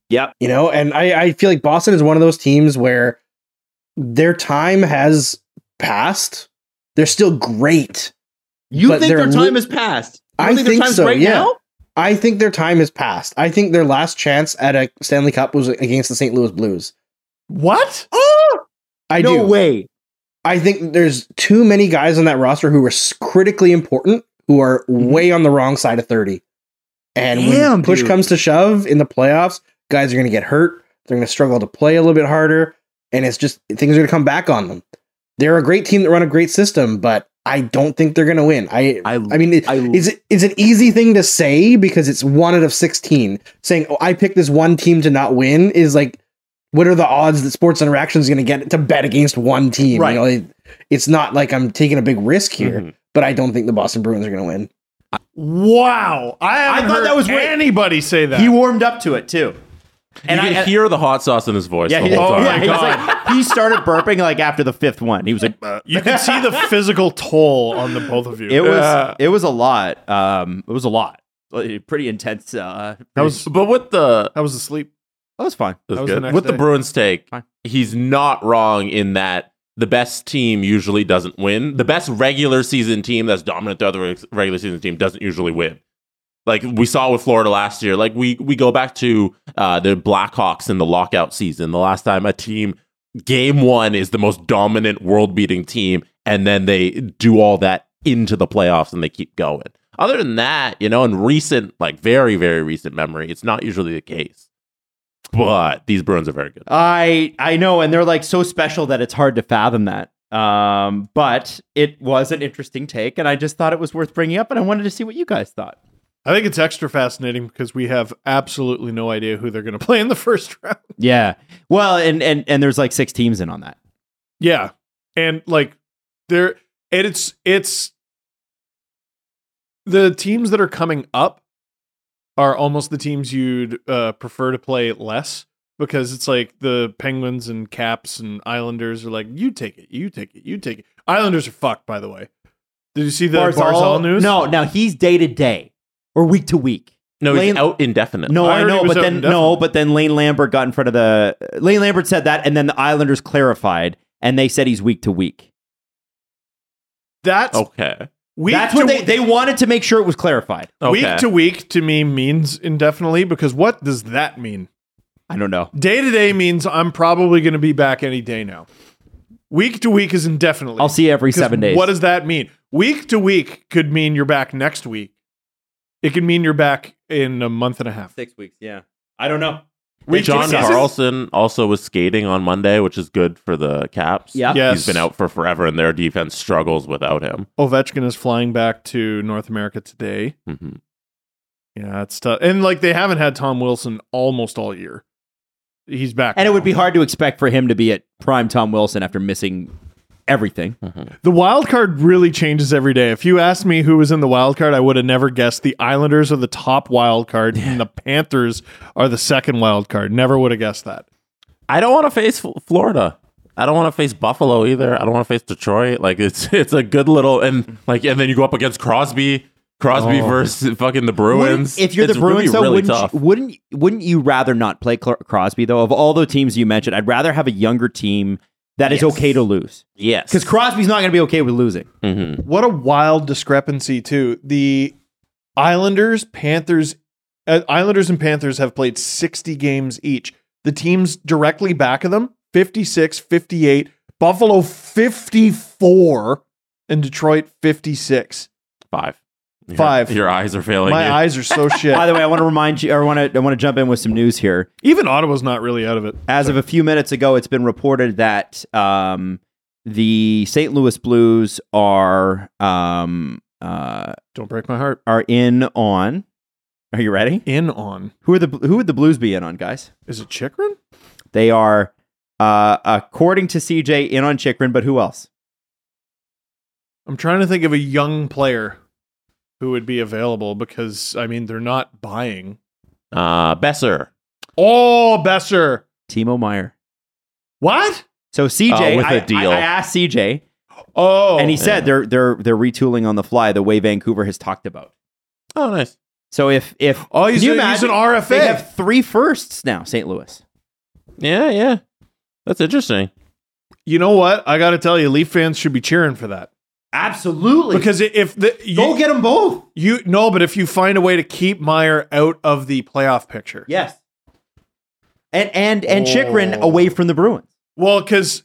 Yep.
You know, and I, I feel like Boston is one of those teams where their time has passed. They're still great.
You
but
think
they're
their
li-
time has passed? You
I
their
think
time's
so.
right
yeah,
now?
I think their time has passed. I think their last chance at a Stanley Cup was against the St. Louis Blues.
What?
Oh!
I
No
do.
way.
I think there's too many guys on that roster who are s- critically important who are way on the wrong side of 30. And when
Mm-hmm. Damn,
push
dude.
comes to shove in the playoffs, guys are going to get hurt. They're going to struggle to play a little bit harder. And it's just things are going to come back on them. They're a great team that run a great system, but I don't think they're going to win. I, I, mean, it, is it is an easy thing to say because it's one out of sixteen. Saying, "Oh, I picked this one team to not win" is like, what are the odds that Sports Interaction is going to get to bet against one team?
Right.
You know, it- it's not like I'm taking a big risk here,
Mm-hmm.
but I don't think the Boston Bruins are going to win.
Wow. I, haven't
thought
heard
that was weird.
anybody say that.
He warmed up to it too.
And you
I-
can hear the hot sauce in his voice.
Yeah,
the
he, oh,
whole time.
yeah, he was like- he started burping like after the fifth one. He was like, "Uh."
you can see the physical toll on the both of you.
it
Yeah.
was it was a lot. Um, it was a lot. Like, Pretty intense. Uh,
That was-
but with the
I was asleep.
that was fine.
That's
That was the
good.
next
With the
day.
Bruins take, he's not wrong in that the best team usually doesn't win. The best regular season team that's dominant throughout the reg- regular season team doesn't usually win. Like we saw with Florida last year. Like we we go back to uh, the Blackhawks in the lockout season. The last time a team game one is the most dominant world beating team, and then they do all that into the playoffs and they keep going. Other than that, you know, in recent, like very, very recent memory, it's not usually the case. But these Bruins are very good.
I I know, and they're like so special that it's hard to fathom that. Um, but it was an interesting take, and I just thought it was worth bringing up, and I wanted to see what you guys thought.
I think it's extra fascinating because we have absolutely no idea who they're going to play in the first round.
Yeah. Well, and and and there's like six teams in on that.
Yeah. And like there and it's it's the teams that are coming up are almost the teams you'd uh, prefer to play less because it's like the Penguins and Caps and Islanders are like you take it, you take it, you take it. Islanders are fucked by the way. Did you see the Barzal, news?
No, now he's day to day or week to week.
No, he's
Lane-
out indefinite.
No,
I
I,
heard he
know,
was
but
out
then no,
indefinite.
but then Lane Lambert got in front of the Lane Lambert said that, and then the Islanders clarified, and they said he's week to week.
That's
Okay.
week
That's what
to
they they wanted to make sure it was clarified.
Week to week to me means indefinitely because what does that mean?
I don't know.
Day to day means I'm probably going to be back any day now. Week to week is indefinitely.
I'll see you every
'Cause
seven days.
What does that mean? Week to week could mean you're back next week. It could mean you're back in a month and a half.
Six weeks. Yeah, I don't know.
Week to
John
season?
Carlson also was skating on Monday, which is good for the Caps.
Yeah.
Yes.
He's been out for forever, and their defense struggles without him.
Ovechkin is flying back to North America today.
hmm
Yeah, it's tough. And like they haven't had Tom Wilson almost all year. He's back.
And it
now.
would be hard to expect for him to be at prime Tom Wilson after missing everything.
Hmm.
The wild card really changes every day. If you asked me who was in the wild card, I would have never guessed. The Islanders are the top wild card, and the Panthers are the second wild card. Never would have guessed that.
I don't want to face F- Florida. I don't want to face Buffalo either. I don't want to face Detroit. Like it's it's a good little and like and then you go up against Crosby, Crosby
Oh.
versus fucking the
Wouldn't-
Bruins.
If you're
It's
the
gonna
Bruins,
be
though,
really
wouldn't,
tough.
You, wouldn't wouldn't you rather not play Cl- Crosby though? Of all the teams you mentioned, I'd rather have a younger team that is
Yes.
okay to lose
yes,
because Crosby's not going to be okay with losing.
Mhm.
What a wild discrepancy, too. The Islanders, Panthers, uh, Islanders and Panthers have played 60 games each. The teams directly back of them 56, 58, Buffalo 54, and Detroit 56.
five, Your-
Five.
Your eyes are failing.
My
you.
eyes are so shit.
By the way, I want to remind you, or I want to I want to jump in with some news here.
Even Ottawa's not really out of it.
As of a few minutes ago, it's been reported that um, the St. Louis Blues are um, uh,
Don't break my heart.
are in on. Are you ready?
In on.
Who are the who would the Blues be in on, guys?
Is it Chikrin?
They are, uh, according to CJ, in on Chikrin, but who else?
I'm trying to think of a young player who would be available because I mean they're not buying.
Uh, Besser.
Oh, Besser.
Timo Meyer.
What?
So CJ,
Uh, with a
I-
deal.
I, I asked CJ.
Oh,
and he said
Yeah.
they're they're they're retooling on the fly the way Vancouver has talked about.
Oh, nice.
So if if
Oh, he's,
Can
a- he's
imagine?
an RFA.
They have three firsts now, St. Louis.
Yeah, yeah. That's interesting.
you know what? I got to tell you, Leaf fans should be cheering for that
Absolutely.
because i- if the you,
Go get them both.
you no, but if you find a way to keep Meyer out of the playoff picture,
Yes. And and and
Oh.
Chikrin away from the Bruins,
well, because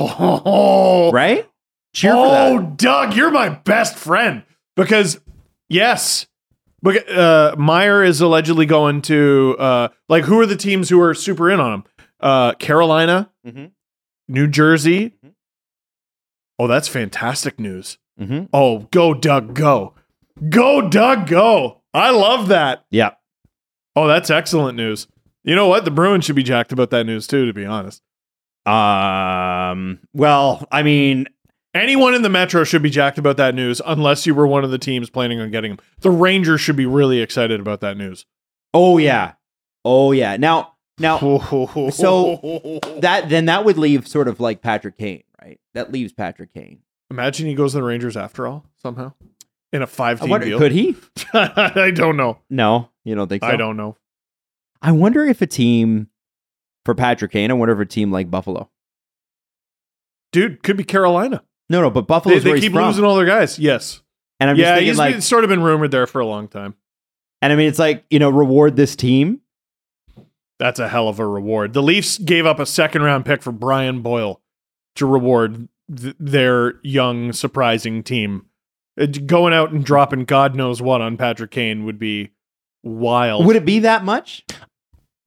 oh,
right? Cheer for
oh,
that.
Doug, you're my best friend because yes, but uh, Meyer is allegedly going to uh, like who are the teams who are super in on him? Uh, Carolina,
Mhm.
New Jersey. Oh, that's fantastic news.
Mm-hmm.
Oh, go Doug, go. Go Doug, go. I love that.
Yeah.
Oh, that's excellent news. You know what? The Bruins should be jacked about that news too, to be honest.
Um. Well, I mean,
Anyone in the Metro should be jacked about that news unless you were one of the teams planning on getting him. The Rangers should be really excited about that news.
oh yeah, oh yeah. Now, now
So
that then that would leave sort of like Patrick Kane, right? That leaves Patrick Kane.
imagine he goes to the Rangers after all somehow in a
I
five team
wonder,
deal.
could he?
I don't know.
No, you don't think so.
I don't know.
I wonder if a team for Patrick Kane. I wonder if a team like Buffalo.
Dude, could be Carolina.
No, no, but
They,
Buffalo's
they
where
keep
he's from.
losing all their guys. Yes.
and I'm just
yeah,
thinking
he's
like,
been sort of been rumored there for a long time.
and I mean, it's like you know, reward this team.
That's a hell of a reward. The Leafs gave up a second round pick for Brian Boyle to reward th- their young, surprising team. Uh, going out and dropping God knows what on Patrick Kane would be wild.
Would it be that much?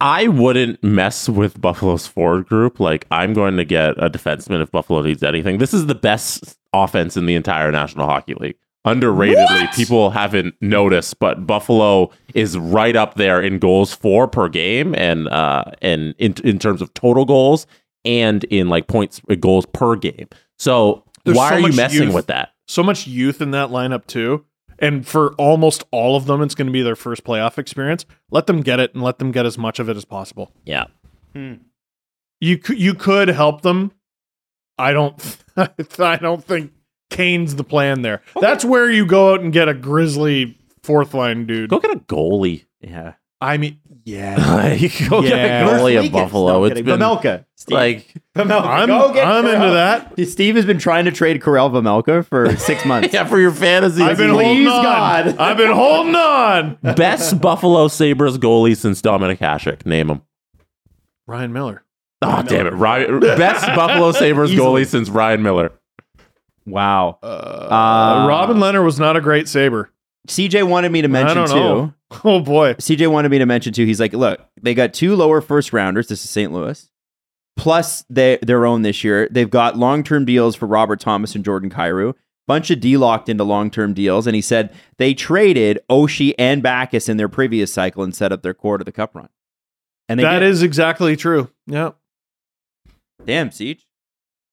I wouldn't mess with Buffalo's forward group. Like, I'm going to get a defenseman if Buffalo needs anything. This is the best offense in the entire National Hockey League. Underratedly, people haven't noticed, but Buffalo is right up there in goals for per game, and uh, and in in terms of total goals and in like points uh, goals per game. So
There's
why
so
are you
much
messing
youth.
with that?
so much youth in that lineup too. And for almost all of them, it's going to be their first playoff experience. Let them get it and let them get as much of it as possible.
Yeah,
You cou- you could help them. I don't. I don't think Kane's the plan there. That's where you go out and get a grizzly fourth line dude.
go get a goalie.
Yeah.
I mean, yeah.
Like, go
Yeah.
get a goalie
Weekends.
of Buffalo.
No, I'm
it's
kidding.
been
Vamelka. Steve.
like
Vamelka.
I'm,
Go get
I'm into
Karel.
that.
Steve has been trying to trade Corel Vamelka for six months.
yeah for your fantasy.
I've been
Please
holding on.
God.
I've been holding on.
Best Buffalo Sabres goalie since Dominic Hasek. Name him.
Ryan Miller.
Oh, damn it. Ryan, best Buffalo Sabres
Easily.
goalie since Ryan Miller.
Wow.
Uh,
Uh,
Robin Leonard was not a great saber.
CJ wanted me to
I
mention
don't
too.
know. Oh boy.
CJ wanted me to mention too. He's like, look, they got two lower first rounders. This is St. Louis. Plus they, their own this year. They've got long term deals for Robert Thomas and Jordan Cairo. Bunch of D locked into long term deals. And he said they traded Oshie and Backus in their previous cycle and set up their core to the cup run. And they
That
did.
is exactly true. Yeah.
damn, Siege.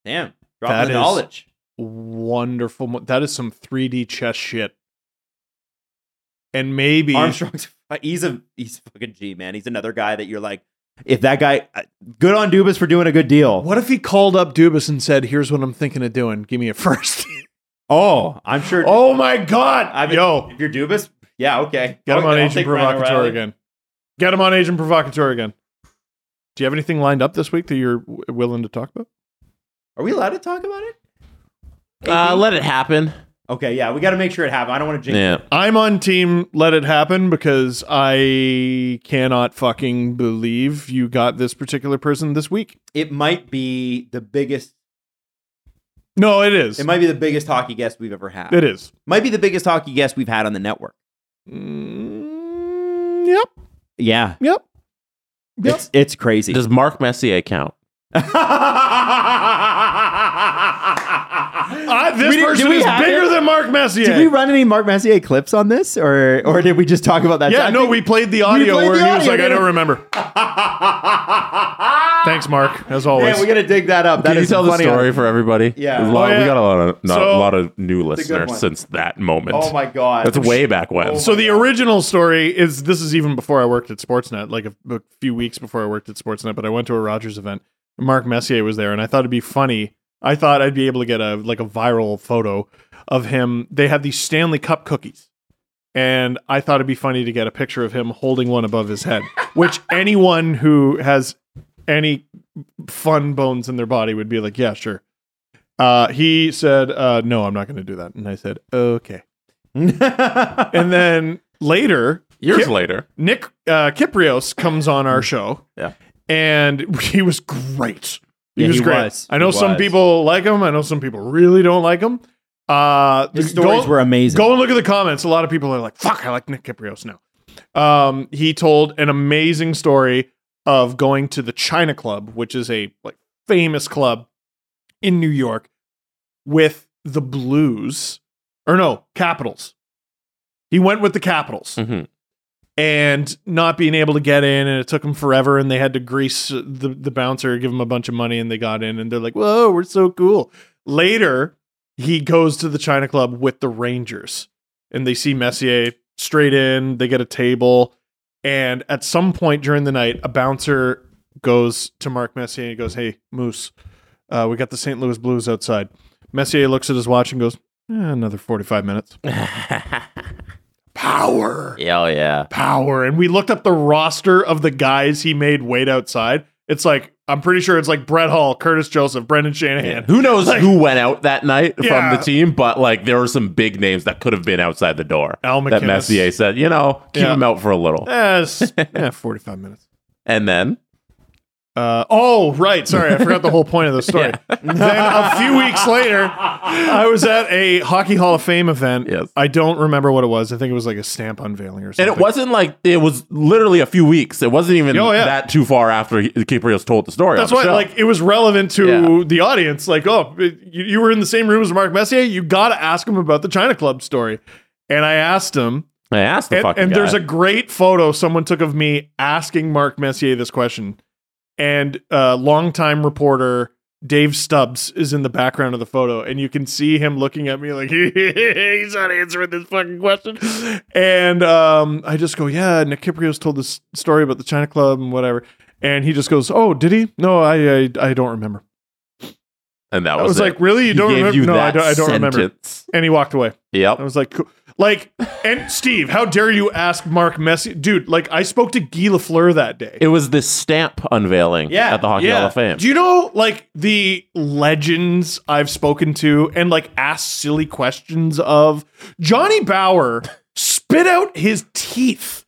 Damn. Dropping
That
the
is-
knowledge.
Wonderful. mo- That is some 3D chess shit. And maybe
Armstrong's he's a he's a fucking G man. He's another guy that you're like, if that guy, uh, good on Dubas for doing a good deal.
what if he called up Dubas and said, "Here's what I'm thinking of doing. Give me a first.
Oh, I'm sure.
oh my god.
I mean,
Yo,
if you're Dubas, yeah, okay.
get him
Okay,
on
I'll
Agent
take Ryan
Provocateur
O'Reilly.
again. Get him on Agent Provocateur again. Do you have anything lined up this week that you're w- willing to talk about?
Are we allowed to talk about it?
Uh, let it happen.
Okay, yeah, we got to make sure it happens. I don't want to jinx. it.
Yeah.
I'm on team let it happen because I cannot fucking believe you got this particular person this week.
It might be the biggest.
No, it is.
It might be the biggest hockey guest we've ever had.
it is.
Might be the biggest hockey guest we've had on the network.
Mm, yep.
Yeah,
Yep. Yep.
it's it's crazy.
Does Mark Messier count?
I,
We
this
didn't-
person
did we
is
have
bigger
it?
than Mark Messier.
Did we run any Mark Messier clips on this, or or did we just talk about that?
yeah,
I
no,
think-
we played the audio
played
where
the
he was
audio,
like, I
didn't
don't
we?"
remember. Thanks, Mark, as always.
Man, Ah. we gotta dig that up. That
Can you
is
tell the
funny.
story for everybody?
Yeah.
A lot-
Oh, yeah.
we got a lot of not,
So-
a lot of new
good
listeners
one.
since that moment.
Oh my God. Oh.
that's way back when.
so the original story is this is even before I worked at Sportsnet, like a, a few weeks before I worked at Sportsnet. But I went to a Rogers event. and Mark Messier was there, and I thought it'd be funny. I thought I'd be able to get a like a viral photo of him. They had these Stanley Cup cookies, and I thought it'd be funny to get a picture of him holding one above his head, which anyone who has any fun bones in their body would be like, yeah, sure. Uh, he said, uh, no, I'm not going to do that. And I said, okay. and then later,
Years
Kip-
later.
Nick uh, Kiprios comes on
Mm.
our show.
Yeah.
And he was great. He
Yeah,
was
he
great.
was.
I know
He
some
was.
people like him. I know some people really don't like him. Uh,
His
go-
stories were amazing.
Go and look at the comments. A lot of people are like, fuck, I like Nick Kiprios now. Um, he told an amazing story of going to the China Club, which is a like famous club in New York with the Blues or no, Capitals. He went with the Capitals and not being able to get in and it took them forever and they had to grease the, the bouncer give him a bunch of money and they got in and they're like whoa we're so cool later he goes to the china club with the rangers and they see messier straight in they get a table and at some point during the night a bouncer goes to mark messier and he goes hey moose uh, we got the st louis blues outside messier looks at his watch and goes "Eh, another 45 minutes power
Yeah, oh yeah.
power. And we looked up the roster of the guys he made wait outside. It's like I'm pretty sure it's like Brett Hall, Curtis Joseph, Brendan Shanahan.
Who knows
Like,
who went out that night
Yeah.
from the team? But like, there were some big names that could have been outside the door.
Al
that
McInnes.
Messier said, you know, keep
Yeah.
him out for a little,
Eh, it's- yeah, 45 minutes.
and then
Uh, oh, right. Sorry, I forgot the whole point of the story. then a few weeks later, I was at a Hockey Hall of Fame event. Yes. I don't remember what it was. I think it was like a stamp unveiling or
and
something.
it wasn't like it was literally a few weeks. It wasn't even
Oh, yeah.
that too far after he- Kiprios told the story.
That's
on the
why,
show.
like, it was relevant to
Yeah.
the audience. Like, oh, it- you, you were in the same room as Mark Messier. You got to ask him about the China Club story. And I asked him.
I asked the
and,
fucking
and there's
guy.
a great photo someone took of me asking Mark Messier this question. And uh, longtime reporter Dave Stubbs is in the background of the photo. And you can see him looking at me like, he's not answering this fucking question. And um, I just go, yeah, Nick Kiprios told this story about the China Club and whatever. And he just goes, oh, did he? No, I I, I don't remember.
and that
I
was,
was
it.
like, really? You
He
don't
gave
remember?
you
no, I
that
don't, I don't remember.
sentence.
And he walked away.
Yep.
I was like, cool. like, and Steve, how dare you ask Mark Messier? Dude, like, I spoke to Guy Lafleur that day.
It was the stamp unveiling
Yeah,
at the Hockey
yeah.
Hall of Fame.
Do you know, like, the legends I've spoken to and, like, asked silly questions of? Johnny Bauer spit out his teeth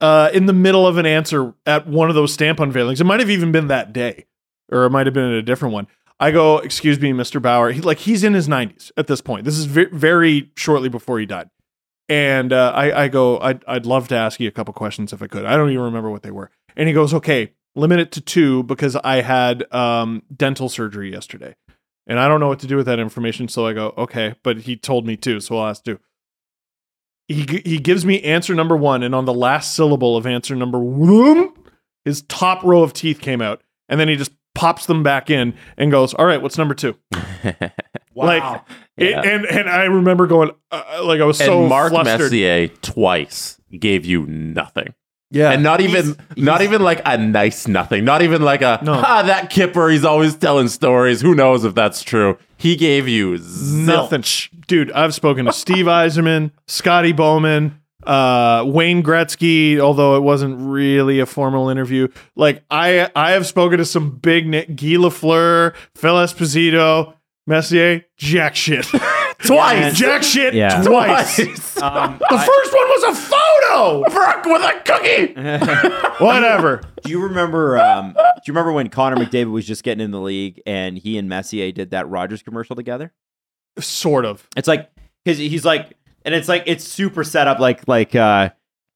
uh, in the middle of an answer at one of those stamp unveilings. It might have even been that day, or it might have been a different one. I go, excuse me, Mr. Bauer. He, like he's in his 90s at this point. This is ve- very shortly before he died. And uh, I, I go, I'd, I'd love to ask you a couple questions if I could. I don't even remember what they were. And he goes, okay, limit it to two because I had um, dental surgery yesterday. And I don't know what to do with that information. So I go, okay, but he told me two, so I'll ask two he g- he gives me answer number one, and on the last syllable of answer number one, his top row of teeth came out, and then he just pops them back in and goes, "All right, what's number two? Like, it-
Yeah.
and and I remember going, uh, like I was so
and Mark
flustered.
Messier twice gave you nothing.
Yeah.
and not even not even like a nice nothing. Not even like a
No.
ah that Kipper. He's always telling stories. Who knows if that's true? He gave you
Nothing, dude. I've spoken to Steve Eiserman, Scotty Bowman, uh, Wayne Gretzky. Although it wasn't really a formal interview, like I I have spoken to some big Nick, Guy Lafleur, Phil Esposito, Messier, jack shit.
Twice.
jack shit,
Yeah.
twice.
Twice.
Um,
the first one was a photo
with a cookie.
Whatever.
Do you remember? Um, do you remember when Connor McDavid was just getting in the league, and he and Messier did that Rogers commercial together?
sort of.
It's like because he's like, and it's like it's super set up, like like uh,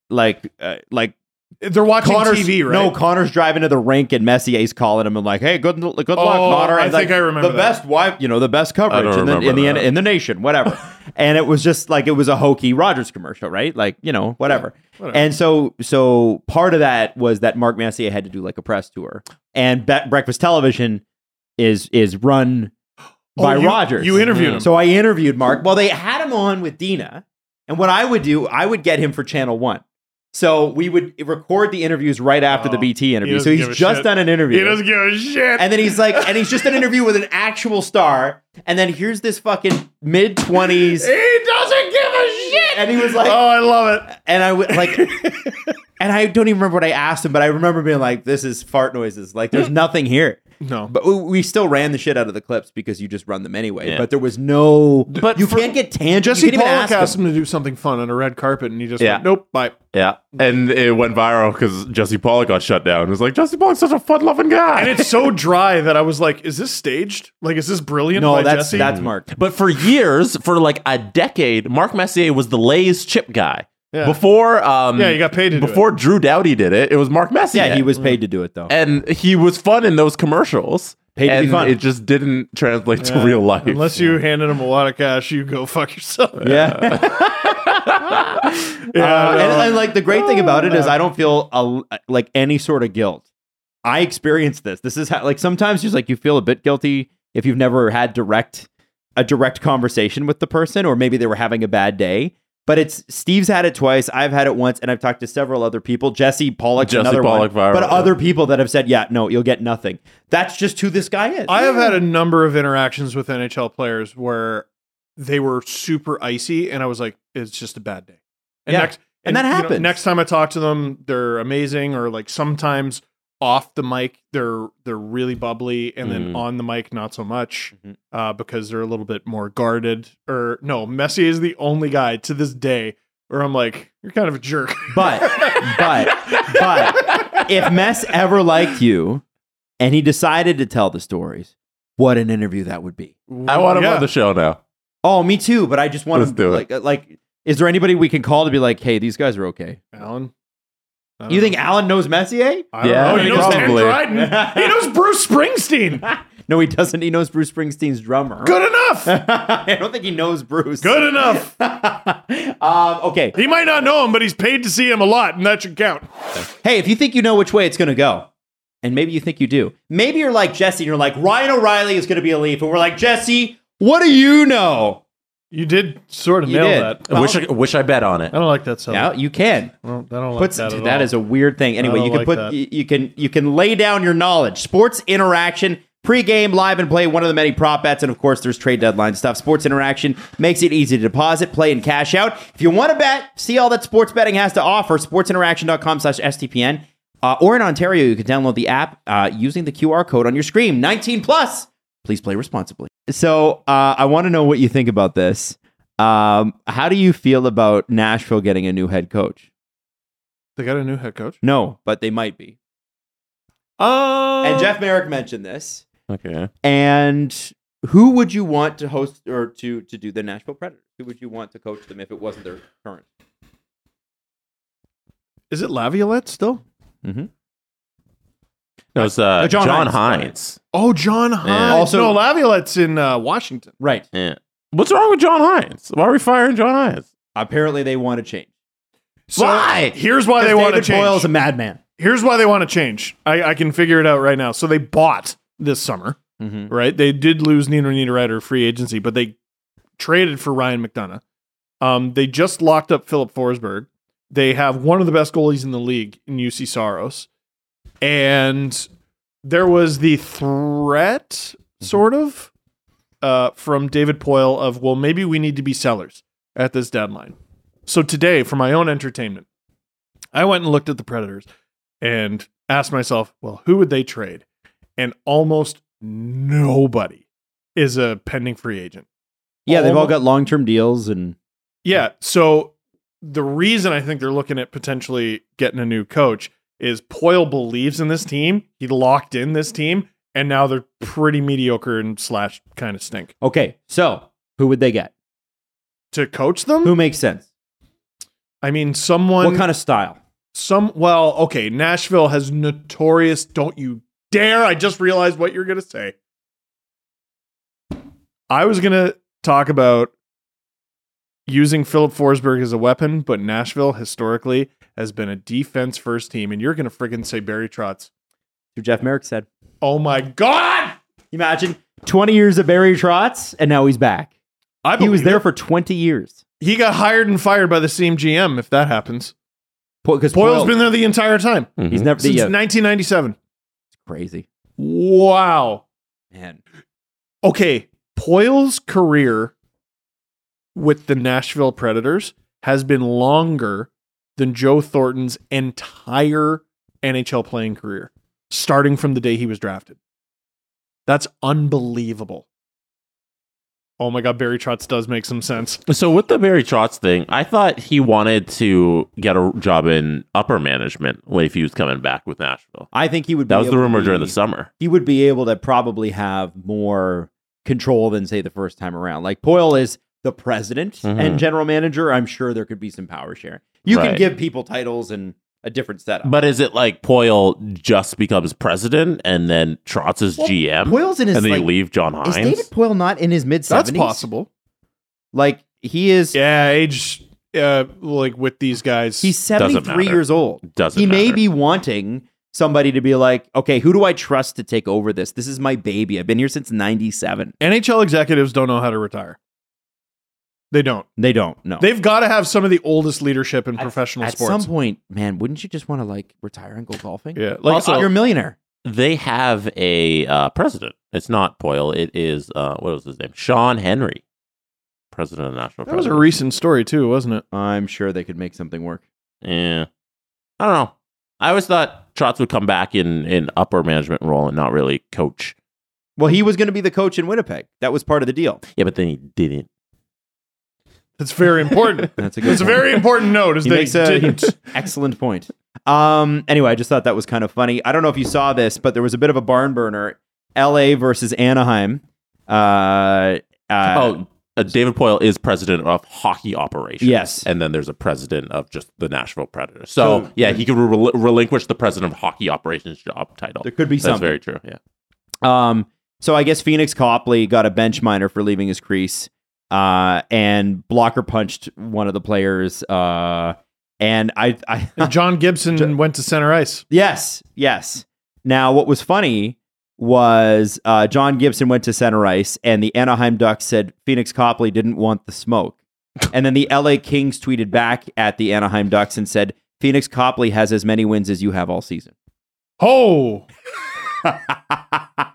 like uh, like
They're watching
Connor's,
TV, right?
No, Connor's driving to the rink and Messier's calling him and like, "Hey, good, good luck, Connor."
Oh, I
And, like,
think I remember
the
that.
best wife, you know, the best coverage in the,
remember
in the
that.
in the nation, whatever. and it was just like it was a hokey Rogers commercial, right? Like you know, whatever.
whatever.
And so, so part of that was that Mark Messier had to do like a press tour, and Be- Breakfast Television is is run
Oh,
by
you-
Rogers.
you interviewed him.
So I interviewed Mark. Well, they had him on with Dina, and what I would do, I would get him for Channel One. So we would record the interviews right after the BT interview.
Oh. doesn't
so he's
give a
just
shit.
done an interview.
He doesn't give a shit.
And then he's like, and he's just an interview with an actual star. And then here's this fucking mid 20s.
He doesn't give a shit.
And he was like,
"Oh, I love it."
And I would like, and I don't even remember what I asked him, but I remember being like, this is fart noises. Like, there's nothing here.
No.
But we- we still ran the shit out of the clips because you just run them anyway.
Yeah.
But there was no, but you can't get tangent.
Jesse
you can't even
Pollock
ask them.
asked him to do something fun on a red carpet, and he just
Yeah.
went, "Nope, bye."
Yeah, and it went viral because Jesse Paul got shut down. It was like Jesse Paul's such a fun-loving guy,
And it's so dry that I was like, "Is this staged? Like, is this brilliant?"
No,
by
that's
Jesse?
that's Mark.
But for years, for like a decade, Mark Messier was the Lay's chip guy.
Yeah.
Before, um,
Yeah, you got paid to do
Before Drew Doughty did it, it was Mark Messier.
Yeah, he was paid to do it though.
and he was fun in those commercials.
Paid to be
and
fun.
It just didn't translate to
Yeah.
real life.
Unless you handed him a lot of cash, you go fuck yourself.
Yeah.
Yeah,
Uh,
no.
and, and, like the great thing about it is I don't feel a, like any sort of guilt. I experience this. This is how like sometimes just like you feel a bit guilty if you've never had direct a direct conversation with the person or maybe they were having a bad day. But it's Steve's had it twice. I've had it once, and I've talked to several other people. Jesse Pollock,
Jesse
another
Pollock
one,
viral,
but
yeah.
other people that have said, "Yeah, no, you'll get nothing." That's just who this guy is.
I have had a number of interactions with NHL players where they were super icy, and I was like, "It's just a bad day." And
Yeah.
next,
And that
you know,
happens.
next time I talk to them, they're amazing, or like sometimes off the mic, they're they're really bubbly, and then
Mhm.
on the mic, not so much,
Mhm.
Mm-hmm.
uh, because they're a little bit more guarded. Or no, Messi is the only guy to this day where I'm like, "You're kind of a jerk."
But but but if Mess ever liked you and he decided to tell the stories, what an interview that would be.
I want him
Yeah.
on the show now.
Oh, me too, but I just want
Let's
to
do it.
like uh, like is there anybody we can call to be like, hey, these guys are okay?
Alan. I don't
You think
know.
Alan knows Messier?
I don't
Yeah,
know. Oh, He knows Dan
probably.
Dryden. he knows Bruce Springsteen.
No, he doesn't. He knows Bruce Springsteen's drummer.
Good enough.
I don't think he knows Bruce.
Good enough.
um, okay.
He might not know him, but he's paid to see him a lot, and that should count.
Hey, if you think you know which way it's going to go, and maybe you think you do, maybe you're like Jesse and you're like, Ryan O'Reilly is going to be a Leaf. And we're like, Jesse, what do you know?
You did sort of
You
nail
did.
that.
I wish I, wish I bet on it.
I don't like that sound.
Now you can.
I don't, I don't like
Puts,
that.
dude,
at
that
all.
is a weird thing. Anyway,
don't
you can
like
put
that.
y- you can you can lay down your knowledge. Sports interaction, pregame, live and play, one of the many prop bets, and of course there's trade deadline stuff. Sports interaction makes it easy to deposit, play, and cash out. If you want to bet, see all that sports betting has to offer. Sportsinteraction.com slash STPN. Uh, or in Ontario, you can download the app uh, using the QR code on your screen. 19 plus. Please play responsibly. So uh, I want to know what you think about this. Um, how do you feel about Nashville getting a new head coach?
They got a new head coach.
No, but they might be.
Uh,
And Jeff Merrick mentioned this.
Okay.
And who would you want to host or to to do the Nashville Predators? Who would you want to coach them if it wasn't their current?
Is it Laviolette still?
No, it's uh,
No, John
John,
Hines.
Hines.
Oh, John Hines.
Also-
no, Laviolette's in uh, Washington.
Right.
Yeah. What's wrong with John Hines? Why are we firing John Hines?
Apparently, they want to change.
So
Why?
Here's why they want to
David
change.
Boyle's a madman.
here's why they want to change. I, I can figure it out right now. So they bought this summer,
Mhm.
right? They did lose Nino Niederreiter free agency, but they traded for Ryan McDonough. Um, they just locked up Philip Forsberg. They have one of the best goalies in the league in UC Soros. And there was the threat, sort of, uh, from David Poyle of, well, maybe we need to be sellers at this deadline. So today, for my own entertainment, I went and looked at the Predators and asked myself, well, who would they trade? And almost nobody is a pending free agent.
Yeah, they've all
Almost-
got long term deals and
yeah. So the reason I think they're looking at potentially getting a new coach is Poyle believes in this team. He locked in this team, and now they're pretty mediocre and slash kind of stink.
okay. So who would they get?
To coach them,
Who makes sense?
I mean, someone.
What kind of style?
some well, okay, Nashville has notorious don't you dare. I just realized what you're going to say. I was going to talk about using Philip Forsberg as a weapon, but Nashville historically has been a defense first team and you're going to friggin' say Barry Trotz.
Who Jeff Merrick said.
Oh my god!
Imagine 20 years of Barry Trotz and now he's back.
I
he was
believe
there
it.
for 20 years.
He got hired and fired by the same GM if that happens.
Because
Boyle's been there the entire time.
He's never
Since
the, uh,
1997.
crazy.
Wow.
Man.
Okay, Poyle's career with the Nashville Predators has been longer than Joe Thornton's entire NHL playing career, starting from the day he was drafted. That's unbelievable. Oh my God, Barry Trotz does make some sense.
So with the Barry Trotz thing, I thought he wanted to get a job in upper management when if he was coming back with Nashville.
I think he would be
That was the
able to
rumor during
be-
the summer.
He would be able to probably have more control than, say, the first time around. Like Poyle is the president
Mhm.
and general manager. I'm sure there could be some power sharing. You can
Right.
give people titles and a different setup.
But is it like Poyle just becomes president and then Trotz is
Well,
GM?
Poyle's in his,
um, and then
like-
you leave John
is David
Hines.
Poyle not in his mid 70s?
That's possible.
Like he is.
Yeah, age, uh, like with these guys.
He's
Doesn't
73
matter.
years old.
Doesn't
he may
matter.
be wanting somebody to be like, okay, who do I trust to take over this? This is my baby. I've been here since 97.
NHL executives don't know how to retire. They don't.
They don't. No.
They've got to have some of the oldest leadership in professional
At
sports.
some point, man, wouldn't you just want to like retire and go golfing?
yeah, like
Also-
you're a millionaire.
They have a uh, president. It's not Poyle. It is uh, what was his name? Sean Henry, president of the National.
that was a
Predators.
recent story too, wasn't it?
I'm sure they could make something work.
Yeah. I don't know. I always thought Trotz would come back in in upper management role and not really coach.
Well, he was going to be the coach in Winnipeg. That was part of the deal.
Yeah, but then he didn't.
That's very important.
That's a good.
That's a
point.
very important note. Is
He
they
makes a-
didn't.
excellent point. Um. Anyway, I just thought that was kind of funny. I don't know if you saw this, but there was a bit of a barn burner. L.A. versus Anaheim. Uh. uh
oh, uh, David Poyle is president of hockey operations.
Yes.
and then there's a president of just the Nashville Predators. So,
So-
yeah, he could rel- relinquish the president of hockey operations job title.
There could be
That's
something.
very true. Yeah.
Um, so I guess Phoenix Copley got a bench minor for leaving his crease, uh, and blocker punched one of the players. Uh, and I, I
And John Gibson went to center ice.
yes, yes. Now what was funny was uh, John Gibson went to center ice, and the Anaheim Ducks said Phoenix Copley didn't want the smoke, and then the LA Kings tweeted back at the Anaheim Ducks and said Phoenix Copley has as many wins as you have all season.
Oh,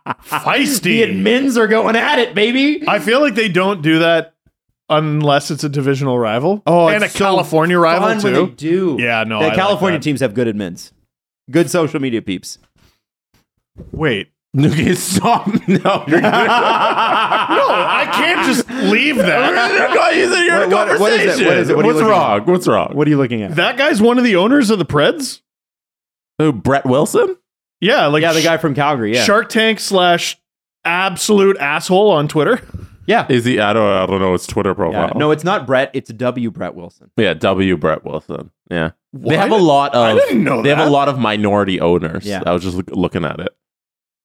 The
feisty!
admins are going at it, baby.
I feel like they don't do that unless it's a divisional rival.
Oh,
and a
it's so
California
fun
rival
when they
too.
do.
Yeah, no, I
The
like
California
that.
teams have good admins, good social media peeps.
Wait,
Okay, stop. No, you're
no, Oh, I can't just leave that.
in a
What- what- what is it? What is
conversation.
it? What are you
What's
looking
wrong? What's wrong?
What are you looking at?
That guy's one of the owners of the Preds.
Who, Brett Wilson?
Yeah, like
yeah, the guy from Calgary. Yeah,
Shark Tank slash absolute asshole on Twitter.
yeah.
Is he? I don't. I don't know his Twitter
Yeah.
profile.
No, it's not Brett. It's W. Brett Wilson.
Yeah, W. Brett Wilson. Yeah,
What?
they have a lot
Oh.
of.
I didn't know
they have
that.
a lot of minority owners.
Yeah.
I was just look, looking at it.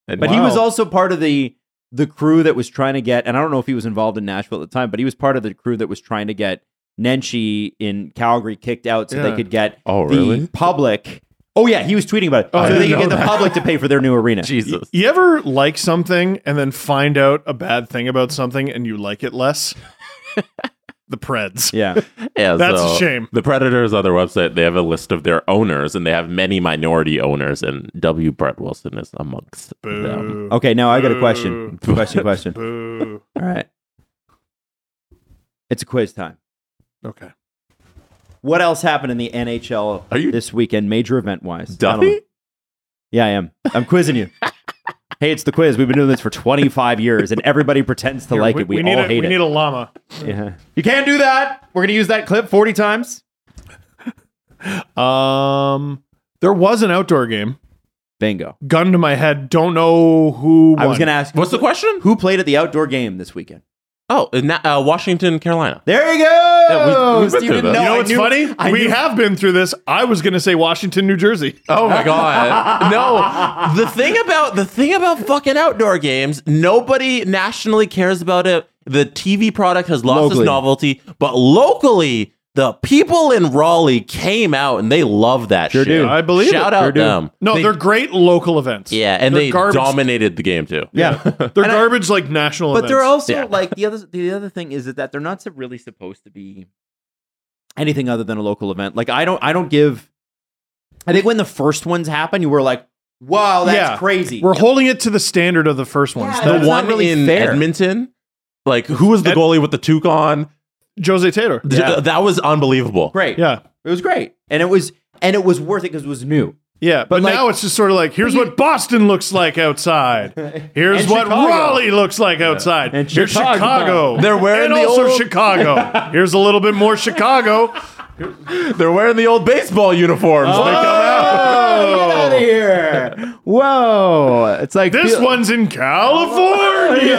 And
But he was
Wow.
also part of the the crew that was trying to get, and I don't know if he was involved in Nashville at the time, but he was part of the crew that was trying to get Nenshi in Calgary kicked out so
Yeah.
they could get
Oh,
the
really?
public. Oh yeah, he was tweeting about it.
I
so they
didn't
could get
know
the
that.
public to pay for their new arena.
Jesus.
You ever like something and then find out a bad thing about something and you like it less? the Preds.
Yeah.
Yeah,
That's a
so
shame.
The Predators on their website, they have a list of their owners, and they have many minority owners, and W. Brett Wilson is amongst them.
Boo.
Okay, now I got a question. Question, question.
Boo.
All right. It's a quiz time.
Okay.
What else happened in the NHL
Are you-
this weekend, major event wise?
Duffy?
Yeah, I am. I'm quizzing you. hey, it's the quiz. We've been doing this for 25 years, and everybody pretends to like
we,
it. We,
we
all
need a,
hate
we need
it.
a llama.
yeah. You can't do that. We're going to use that clip 40 times.
Um, there was an outdoor game.
Bingo.
Gun to my head. Don't know who.
I was
won.
going to ask
What's the question?
who played at the outdoor game this weekend?
Oh, in Na- uh, Washington, Carolina.
There you go.
Yeah, we, have been through
you
this.
know what's funny? we have been through this. I was going to say Washington, New Jersey.
Oh my god. No. The thing about the thing about fucking outdoor games, nobody nationally cares about it. The TV product has lost
Locally.
its novelty, but locally, the people in Raleigh came out and they love that
Sure
shit.
do.
I believe
Shout
it.
out
Sure do.
them.
No,
They-
they, are great local events.
yeah, and
they're
they
garbage.
dominated the game too.
Yeah. they're garbage like national
But
events.
they're also
Yeah.
like the other the other thing is that, that they're not so really supposed to be anything other than a local event. Like I don't I don't give I think when the first ones happen, you were like, wow, that's
Yeah.
crazy.
We're holding it to the standard of the first ones.
Yeah,
The
That's
not
one
really
in
fair.
Edmonton, like who was the
Ed-
goalie with the toque on?
Jose Taylor.
Th-
Yeah.
That was unbelievable.
great.
Yeah.
It was great. And it was and it was worth it because it was new.
Yeah, but,
like-
now it's just sort of like here's what Boston looks like outside. Here's
And
what
Chicago.
Raleigh looks like outside.
And
here's
Chicago.
Chicago.
They're wearing
and
the
also
old-
Chicago. Here's a little bit more Chicago.
They're wearing the old baseball uniforms. They come out.
Get out of here. Whoa. It's like
This
feel-
one's in California.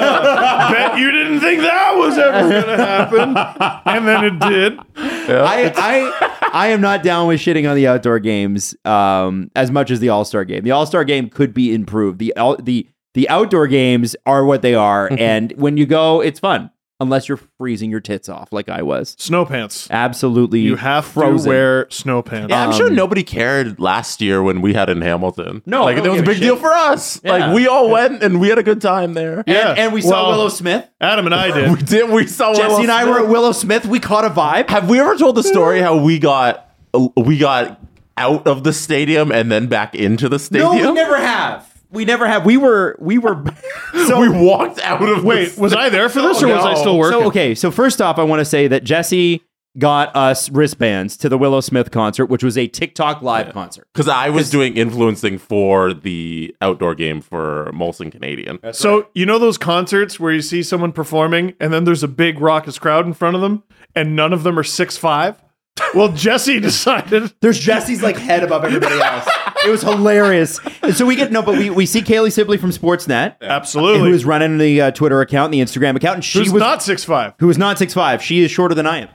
Bet you didn't think that was ever going to happen, and then it did.
I, I I am not down with shitting on the outdoor games um, as much as the All Star game. The All Star game could be improved. The all, the the outdoor games are what they are, and when you go, it's fun unless you're freezing your tits off, like I was.
Snow pants.
Absolutely,
You have
frozen.
to wear snow pants.
Yeah, I'm sure nobody cared last year when we had in Hamilton.
No, I
like
don't
it was a
give a
big deal
shit.
for us.
Yeah.
Like we all went and we had a good time there.
And,
Yeah.
and we saw
Well,
Willow Smith.
Adam and I did.
We did. We saw Willow
Jesse and I
Smith.
were at Willow Smith. We caught a vibe.
Have we ever told the story how we got we got out of the stadium and then back into the
No,
stadium?
we never have. We never have. We were we were. so
We walked out of.
Wait, was I there for this, or was I still working?
So okay, so first off, I want to say that Jesse got us wristbands to the Willow Smith concert, which was a TikTok live concert.
because I was doing influencing for the outdoor game for Molson Canadian.
So you know those concerts where you see someone performing and then there's a big raucous crowd in front of them and none of them are six five? Well, Jesse decided
There's Jesse's like head above everybody else. It was hilarious. And so we get no, but we, we see Kaylee Sibley from Sportsnet, who
absolutely
is running the uh, Twitter account and the Instagram account, and she
who's
was
not six five.
who is not six five. She is shorter than I am.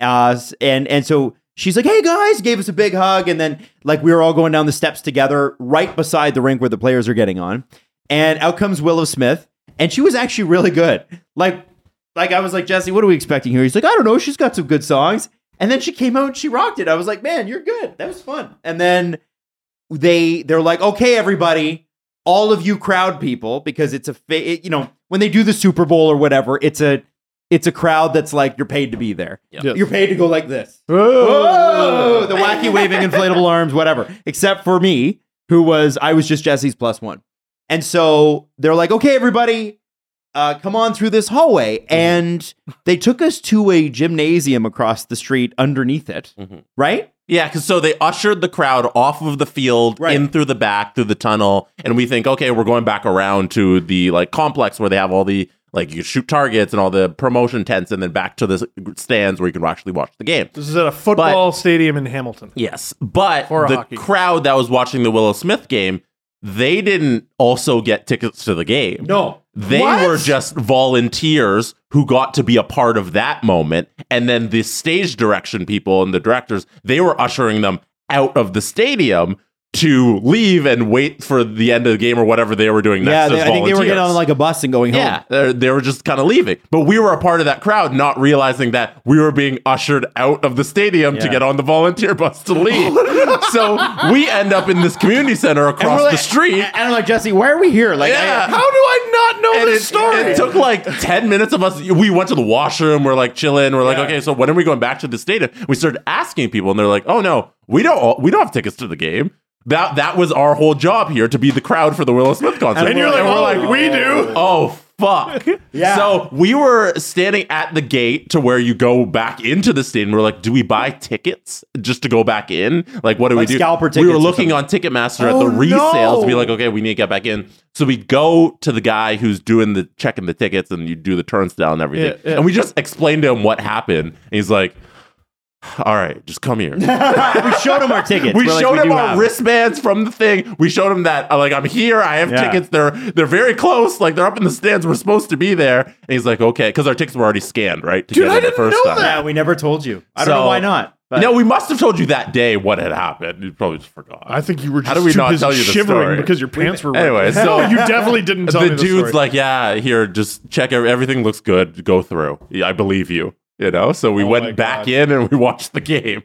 Uh, s- and and so she's like, "Hey guys," gave us a big hug, and then like we were all going down the steps together, right beside the rink where the players are getting on. And out comes Willow Smith, and she was actually really good. Like, like I was like, Jesse, what are we expecting here? He's like, I don't know. She's got some good songs. And then she came out and she rocked it. I was like, man, you're good. That was fun. And then they they're like, okay, everybody, all of you crowd people, because it's a fa- it- you know when they do the Super Bowl or whatever, it's a it's a crowd that's like you're paid to be there.
Yes.
You're paid to go like this.
Whoa.
Whoa, the wacky waving inflatable arms, whatever. Except for me, who was I was just Jesse's plus one. And so they're like, okay, everybody, uh, come on through this
Mm-hmm.
hallway. And they took us to a gymnasium across the street underneath it,
Mhm.
right?
Yeah, because so they ushered the crowd off of the field
Right.
in through the back through the tunnel, and we think, okay, we're going back around to the like complex where they have all the like you shoot targets and all the promotion tents, and then back to the s- stands where you can actually watch the game.
This is at a football stadium in Hamilton.
Yes, but
For a
the
hockey.
crowd that was watching the Willow Smith game, they didn't also get tickets to the game.
No.
They
What?
were just volunteers who got to be a part of that moment. And then the stage direction people and the directors, they were ushering them out of the stadium to leave and wait for the end of the game or whatever they were doing next.
yeah, they,
as
I think they were
volunteers.
getting on like a bus and going home.
Yeah, they're- they were just kind of leaving. But we were a part of that crowd, not realizing that we were being ushered out of the stadium to
Yeah.
get on the volunteer bus to leave. so we end up in this community center
And we're
across
like-
the street.
And I'm like, Jesse, why are we here? Like,
Yeah.
I-
How
How do I not know
And
this
it,
story?
it took like 10 minutes of us. We went to the washroom. We're like chilling. We're like, okay, so when are we going back to the stadium? We started asking people, and they're like, oh no, we don't. We don't have tickets to the game. That that was our whole job here to be the crowd for the Willow Smith concert.
and you're like, oh, we do.
Oh fuck.
Yeah.
So we were standing at the gate to where you go back into the stadium. We're like, do we buy tickets just to go back in? Like, what do
Like
we do?
scalper
we
tickets
were
or
looking
something.
on Ticketmaster at
Oh,
the resales to be
no.
like, okay, we need to get back in. So we go to the guy who's doing the checking the tickets and you do the turnstile and everything.
Yeah, yeah.
And we just explained to him what happened. And he's like, all right, just come here.
we showed him our tickets.
We
We're like,
showed
do
him our
have it.
wristbands from the thing. We showed him that uh, like I'm here. I have
Yeah.
tickets. They're they're very close. Like they're up in the stands. We're supposed to be there. And he's like, okay, because our tickets were already scanned, right? To
Dude,
get
I
in the
didn't know that. We never told you. I don't know why not, but-
No, we must have told you that day what had happened. You probably just forgot.
I think you were
How
just
do we
too
not
busy
tell you the
shivering
story?
because your pants were
Anyway,
wet.
so
you definitely didn't tell
the
me the
dude's
story.
like, yeah, here, just check ev- everything looks good. Go through. Yeah, I believe you. You know. So
Oh
we went back in and we watched the game.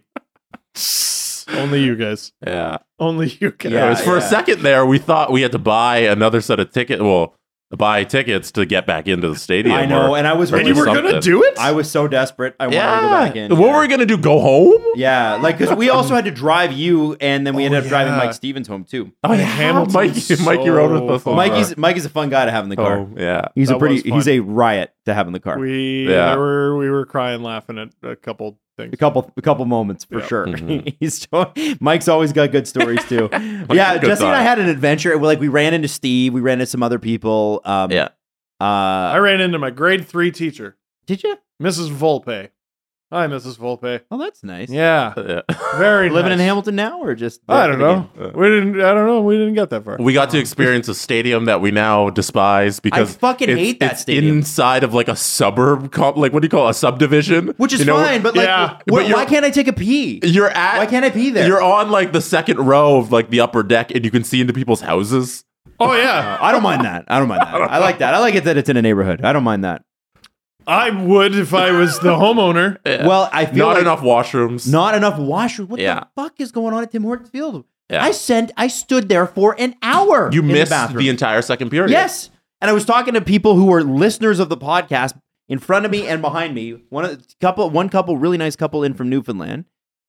only you guys.
Yeah.
Only you guys.
Yeah, it was for a second there. We thought we had to buy another set of ticket. Well, buy tickets to get back into the stadium.
I know,
or-
and I was.
or
really something.
something.
I was so desperate. I wanted to go
Yeah.
back in.
What were we gonna do? Go home?
Yeah, like because we also had to drive you, and then we ended up driving
yeah.
Mike Stevens home too.
Oh, yeah. Hamilton's Mikey- Mikey rode with
Oh,
us so on the
Mikey's
car.
Mike is a fun guy to have in the car.
Oh, yeah.
Oh, he's a
That was
pretty.
fun.
He's a riot to have in the car.
We
yeah.
there were we were crying laughing at a couple things.
a couple a couple moments for
Yeah.
sure.
Mhm.
He's so- Mike's always got good stories too. yeah,
a good
Jesse and I
guy.
had an adventure. Like we ran into Steve, we ran into some other people. Um, yeah.
I
Uh,
ran into my grade three teacher.
Did you?
Mrs. Volpe. Hi, Mrs. Volpe.
Oh, that's nice.
Yeah. Very
living in
nice.
Hamilton now, or just
I don't know.
Uh,
We didn't I don't know. We didn't get that far.
We got to experience a stadium that we now despise because
fucking
it's-
hate that
it's
stadium.
Inside of like a suburb, comp, like what do you call it, a subdivision?
Which is
You know,
fine, but like, wh-
but you're-
why can't I take a pee?
You're at.
Why can't I pee there?
You're on like the second row of like the upper deck, and you can see into people's houses.
Oh yeah,
I don't mind that. I don't mind that. I like that. I like it that it's in a neighborhood. I don't mind that.
I would if I was the homeowner.
Well, I feel
not
like-
enough washrooms.
Not enough washrooms. What
Yeah.
the fuck is going on at Tim Hortons Field?
Yeah.
I sent. I stood there for an hour.
You
in
missed
the,
the,
bathroom.
entire second period.
Yes. And I was talking to people who were listeners of the podcast in front of me and behind me. One of the- couple, one couple, really nice couple in from Newfoundland,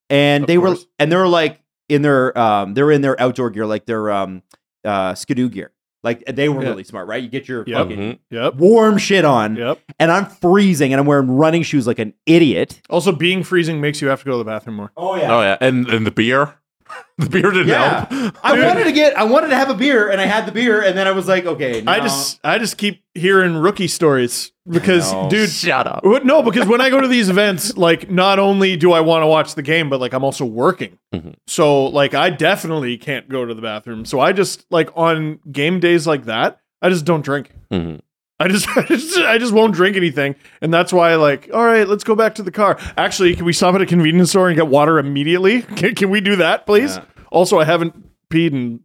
and they were and they were like in their um, they were in their outdoor gear, like their um, uh, skidoo gear. Like they were
Yeah.
really smart, right? You get your
Yep.
fucking
Mm-hmm.
Mhm. Yep.
warm shit on,
Yep.
and I'm freezing, and I'm wearing running shoes like an idiot.
Also being freezing makes you have to go to the bathroom more.
Oh
Oh yeah, and and the beer, the beer didn't
Yeah.
help.
I wanted to get, I wanted to have a beer, and I had the beer, and then I was like, okay,
I
no.
just I just keep hearing rookie stories because
know.
dude
shut up.
No, because when I go to these events, like not only do I want to watch the game, but like I'm also working.
Mm-hmm.
So like I definitely can't go to the bathroom. So I just like on game days like that, I just don't drink.
Mm-hmm.
I just, I just I just won't drink anything, and that's why like all right, let's go back to the car. Actually, can we stop at a convenience store and get water immediately? Can, can we do that, please? Also, I haven't peed in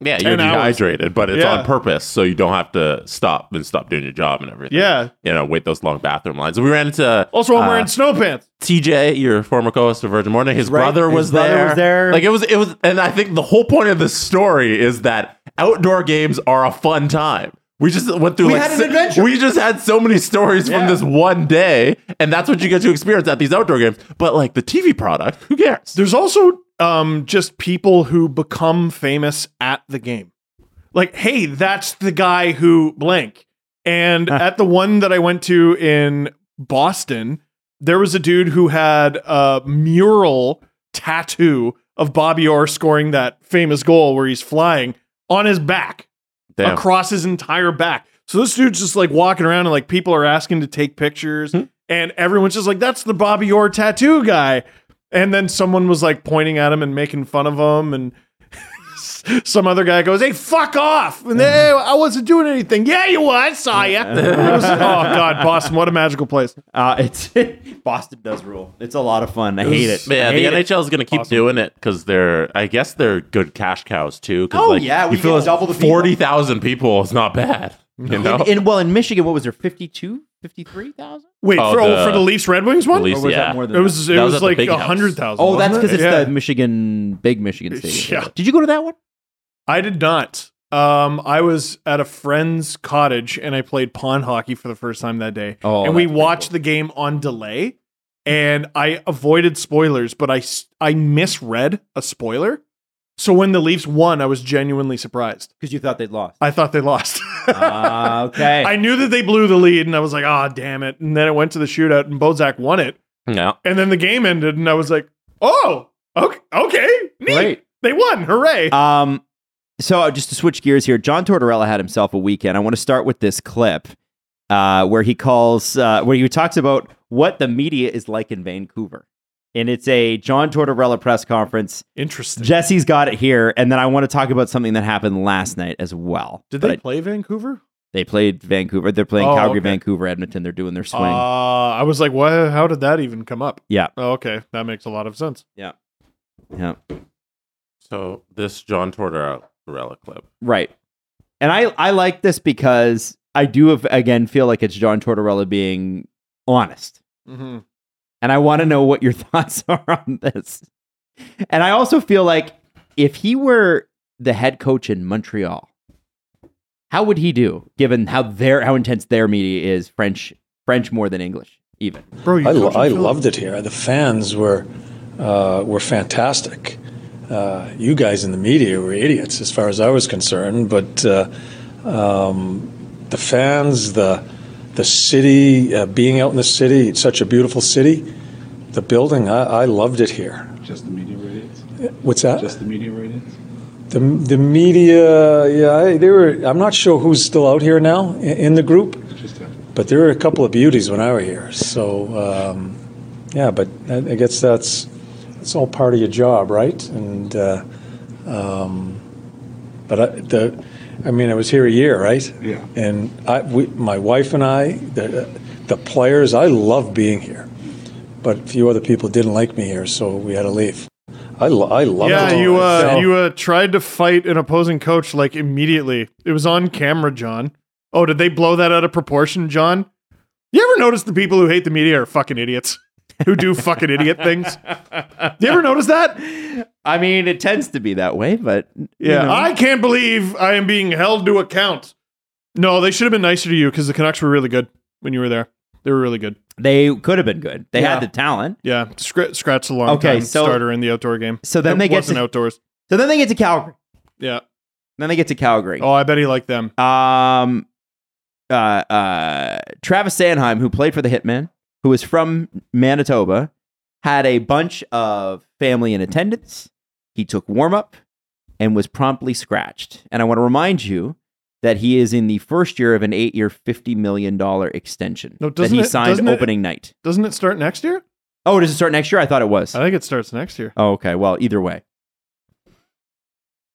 Yeah,
10
you're
hours.
dehydrated, but it's
Yeah.
on purpose, so you don't have to stop and stop doing your job and everything.
Yeah.
you know, wait those long bathroom lines. We ran into
Also, I'm
uh,
wearing snow pants.
TJ, your former co-host of Virgin Morning, his
Right.
brother
His
was
brother
there.
was there.
Like it was, it was, and I think the whole point of this story is that outdoor games are a fun time. We just went through.
We
like
had an
si-
adventure.
We just had so many stories from this one day, and that's what you get to experience at these outdoor games. But like the TV product, who cares?
There's also um just people who become famous at the game. Like, hey, that's the guy who blank. And at the one that I went to in Boston, there was a dude who had a mural tattoo of Bobby Orr scoring that famous goal where he's flying on his back
Damn.
across his entire back. So this dude's just like walking around and like people are asking to take pictures
Hmm.
and everyone's just like, that's the Bobby Orr tattoo guy. And then someone was like pointing at him and making fun of him and some other guy goes, "Hey, fuck off!" And they,
Uh-huh.
I wasn't doing anything. Yeah, you were. I saw you. oh God, Boston! What a magical place.
Uh, it's Boston does rule. It's a lot of fun. I
was-
hate it.
Yeah,
I hate
the
it.
NHL is going to keep doing it because they're, I guess, they're good cash cows too. 'cause,
Oh,
like,
yeah,
you
we
feel
get
as
double the people.
forty thousand people is not bad. You know,
In, in- well, in Michigan, what was there? 52, 53,000?
Wait
Oh,
for
the-
for the Leafs Red Wings one?
The Leafs,
Or was
yeah.
that more than
That
it was
was
it
at
was,
the
like
big house.
hundred thousand.
Oh, that's because it's the Michigan, big Michigan stadium.
Yeah.
Did you go to that one?
I did not. Um, I was at a friend's cottage and I played pond hockey for the first time that day.
Oh,
and we
that's
watched the game on delay. And I avoided spoilers, but I s- I misread a spoiler. So when the Leafs won, I was genuinely surprised.
Because you thought they'd lost.
I thought they lost.
Ah, okay.
I knew that they blew the lead, and I was like, "Ah, damn it!" And then it went to the shootout, and Bozak won it.
yeah.
And then the game ended, and I was like, "Oh, okay, okay, neat.
Great.
they won, hooray!"
Um, so uh, just to switch gears here, John Tortorella had himself a weekend. I want to start with this clip uh, where he calls, uh, where he talks about what the media is like in Vancouver. and it's a John Tortorella press conference.
Interesting.
Jesse's got it here, and then I want to talk about something that happened last night as well.
Did
But
they
I-
play Vancouver?
they played Vancouver. They're playing
Oh,
Calgary,
okay.
Vancouver, Edmonton. They're doing their
Uh,
swing.
I was like, what? How did that even come up?
yeah,
Oh, okay, that makes a lot of sense.
yeah, yeah.
So this John Tortorella clip.
Right. And I I like this because I do have, again feel like it's John Tortorella being honest.
Mhm.
And I want to know what your thoughts are on this. And I also feel like if he were the head coach in Montreal, how would he do given how their how intense their media is French French more than English even.
Bro,
I, lo- I loved it here. The fans were uh, were fantastic. Uh, you guys in the media were idiots, as far as I was concerned. But uh, um, the fans, the the city, uh, being out in the city, it's such a beautiful city. The building, I, I loved it here.
Just the media ratings?
What's that?
Just the media ratings?
The, the media, yeah, I, they were. I'm not sure who's still out here now in, in the group, but there were a couple of beauties when I were here. So, um, yeah, but I, I guess that's that's all part of your job, right? And uh, um, but I, the, I mean, I was here a year, right?
Yeah.
And I, we, my wife and I, the the players, I love being here, but a few other people didn't like me here, so we had to leave. I, lo- I love
yeah,
it.
you uh,
So-
you uh, tried to fight an opposing coach like immediately. It was on camera, John. Oh, did they blow that out of proportion, John? You ever notice the people who hate the media are fucking idiots who do fucking idiot things? You ever notice that?
I mean, it tends to be that way, but
Yeah,
know.
I can't believe I am being held to account. No, they should have been nicer to you because the Canucks were really good when you were there. They were really good.
They could have been good. They had
Yeah.
the talent.
Yeah, Scr- scratch the long
Okay,
time
so-
starter in the outdoor game.
So then
It
they get
wasn't
to-
outdoors.
So then they get to Calgary.
Yeah.
Then they get to Calgary.
Oh, I bet he liked them.
Um, uh, uh, Travis Sanheim, who played for the Hitman, who is from Manitoba, had a bunch of family in attendance. He took warm up and was promptly scratched. And I want to remind you that he is in the first year of an eight year, $50 million extension
No,
that
doesn't
he
it-
signed
doesn't it-
opening night.
Doesn't it start next year?
Oh, does it start next year? I thought it was.
I think it starts next year.
Oh, okay. Well, either way,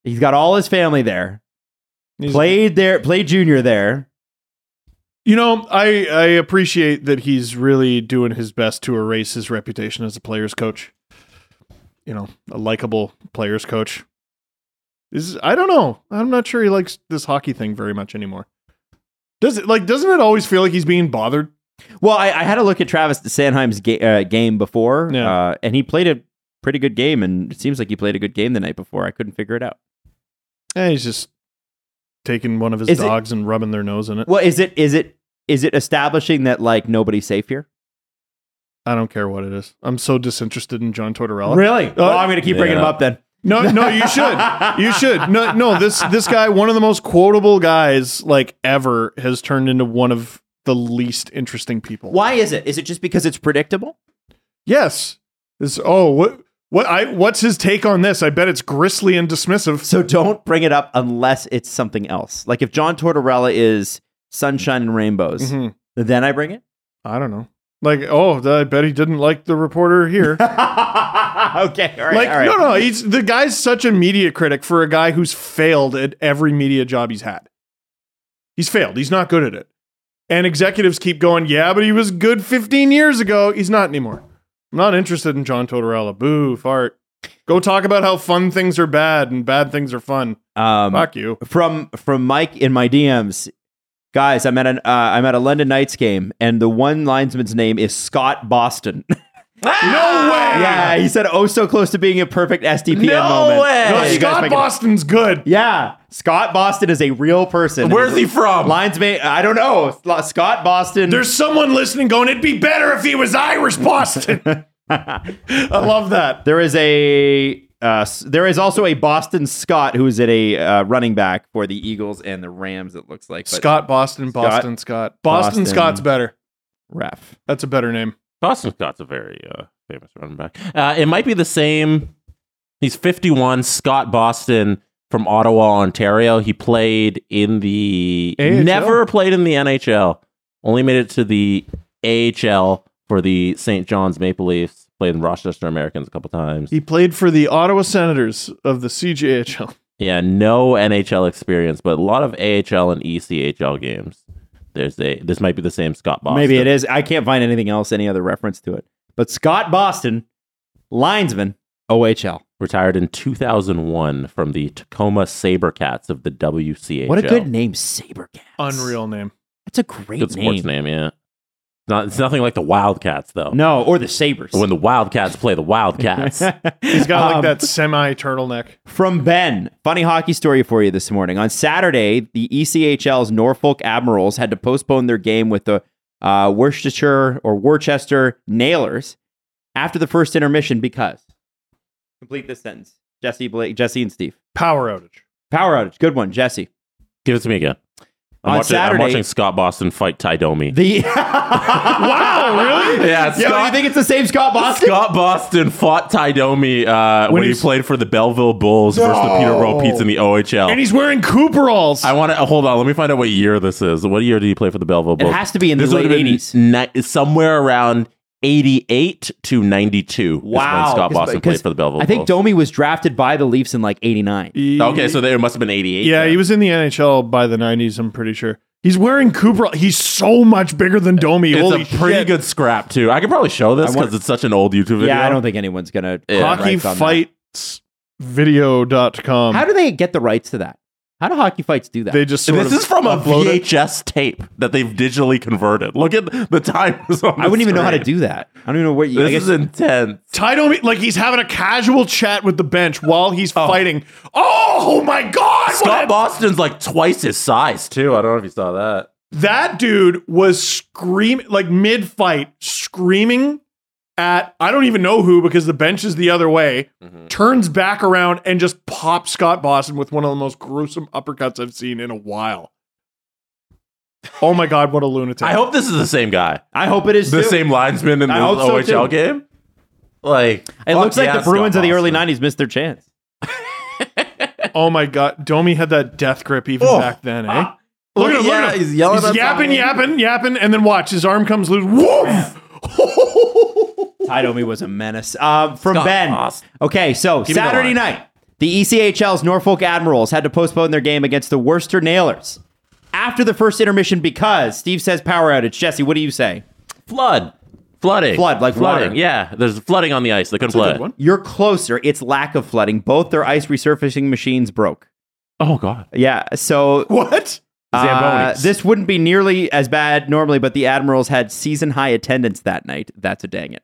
he's got all his family there. played there, played junior there.
You know, I I appreciate that he's really doing his best to erase his reputation as a player's coach. You know, a likable player's coach. This is I don't know. I'm not sure he likes this hockey thing very much anymore. Does it like doesn't it always feel like he's being bothered?
Well, I, I had a look at Travis Sanheim's ga- uh, game before, uh, and he played a pretty good game, and it seems like he played a good game the night before. I couldn't figure it out.
Eh, he's just taking one of his
Is it-
dogs and rubbing their nose in it.
Well, is it is it is it establishing that like nobody's safe here?
I don't care what it is. I'm so disinterested in John Tortorella.
Really?
Oh,
Well, I'm gonna keep bringing him up then.
No, no, you should. You should. No, no. This this guy, one of the most quotable guys like ever, has turned into one of the least interesting people.
Why is it? Is it just because it's predictable?
Yes. This. Oh, what what I what's his take on this? I bet it's gristly and dismissive.
So don't bring it up unless it's something else. Like if John Tortorella is sunshine and rainbows,
Mhm.
then I bring it.
I don't know. Like, oh, I bet he didn't like the reporter here.
okay, all right,
like,
all right.
no, no, he's the guy's such a media critic for a guy who's failed at every media job he's had. He's failed. He's not good at it. And executives keep going, yeah, but he was good 15 years ago. He's not anymore. I'm not interested in John Tortorella. Boo, fart. Go talk about how fun things are bad and bad things are fun.
Um,
Fuck you.
From from Mike in my DMs, guys. I'm at an uh, I'm at a London Knights game, and the one linesman's name is Scott Boston.
No way.
yeah, he said, "Oh, so close to being a perfect SDPN moment."
No,
Yeah, you guys
Scott
make it-
Boston's good.
Yeah, Scott Boston is a real person.
Where's he
from?
Linesman. I don't know. Scott Boston.
There's someone listening going, it'd be better if he was Irish Boston. I love that.
There is a uh, s- there is also a Boston Scott who is at a uh, running back for the Eagles and the Rams. It looks like but
Scott Boston, Boston Scott. Boston, Scott's better.
Ref.
That's a better name.
Boston Scott's a very uh, famous running back. Uh, it might be the same. He's 51. Scott Boston from Ottawa, Ontario. He played in the
AHL?
never played in the NHL. Only made it to the AHL
for the St. John's Maple Leafs. Played in Rochester Americans a couple times.
He played for the Ottawa Senators of the CJHL.
Yeah, no NHL experience, but a lot of AHL and E ECHL games. There's a this might be the same Scott Boston.
Maybe it is. I can't find anything else, any other reference to it. But Scott Boston, linesman, OHL.
Retired in 2001 from the Tacoma Sabercats of the WCHL.
What a good name, Sabercat.
Unreal name.
That's a great
Good sports name, yeah. Not, it's nothing like the Wildcats, though.
No, or the Sabres.
When the Wildcats play the Wildcats.
He's got like that semi turtleneck.
From Ben, funny hockey story for you this morning. On Saturday, the E ECHL's Norfolk Admirals had to postpone their game with the uh, Worcestershire or Worcester Nailers after the first intermission because complete this sentence. Jesse, Blake, Jesse, and Steve.
Power outage.
Power outage. Good one, Jesse.
Give it to me again. I'm,
On
watching,
Saturday-
I'm watching Scott Boston fight Ty Domi.
The
wow, really?
Yeah,
Yo,
Scott-
you think it's the same Scott Boston?
Scott Boston fought Ty Domi uh, when,
When
he
he's-
played for the Belleville Bulls versus the Peter Rowe Pete's in the OHL.
And he's wearing Cooperalls.
I want to hold on. Let me find out what year this is. What year did he play for the Belleville Bulls?
has to be in the
this would
late
have been ni- somewhere around eighty-eight to ninety-two. is
Wow.
when Scott
'Cause-
Boston
'cause
played for the Belleville.
I think
Bulls.
Domi was drafted by the Leafs in like '89.
Okay, so there must have been eighty-eight.
Yeah, he was in the NHL by the 90s, I'm pretty sure. He's wearing Cooperall. He's so much bigger than Domi.
It's
Holy
a pretty
shit.
good scrap too. I could probably show this
I want-
because it's such an old YouTube video.
Yeah, I don't think anyone's gonna
Hockey
rights on that.
fights video.com.
How do they get the rights to that? How do hockey fights Um, do that?
They just sort
this
of
is from a
upload it.
VHS tape that they've digitally converted. Look at the times. On
I wouldn't
the
even know how to
screen.
do that. I don't even know what you.
This
I guess
is intense.
Ty Domi, like he's having a casual chat with the bench while he's fighting. Oh my God! what
Scott
a-
Boston's like twice his size too. I don't know if you saw that.
that dude was screaming, like mid fight, screaming at I don't even know who because the bench is the other way, turns back around and just pops Scott Boston with one of the most gruesome uppercuts I've seen in a while. Oh my God, what a lunatic.
I hope this is the same guy.
I hope it is
the
too.
same linesman in the
I hope
oh,
so, too.
OHL game. Like
It
fuck
looks like
yeah,
the Bruins
Scott
of the early
Boston.
'90s missed their chance.
Oh my God, Domi had that death grip even
Oh.
back then, eh? Look, at him, look
yeah,
at him.
he's yelling at
yapping,
something.
yapping, yapping, and then watch his arm comes loose. Woof!
Ty Domi was a menace. Um, from
Scott
Ben.
Boston.
Okay, so
Give me the
Saturday
line.
night, the E ECHL's Norfolk Admirals had to postpone their game against the Worcester Nailers after the first intermission because Steve says power outage. Jesse, what do you say?
Flood. Flooding.
Flood, like
flooding.
water.
Yeah. There's flooding on the ice. They couldn't flood. it.
You're closer. It's lack of flooding. Both their ice resurfacing machines broke.
Oh god.
Yeah, so
What?
Uh,
Zambonis.
this wouldn't be nearly as bad normally, but the Admirals had season high attendance that night. That's a dang it.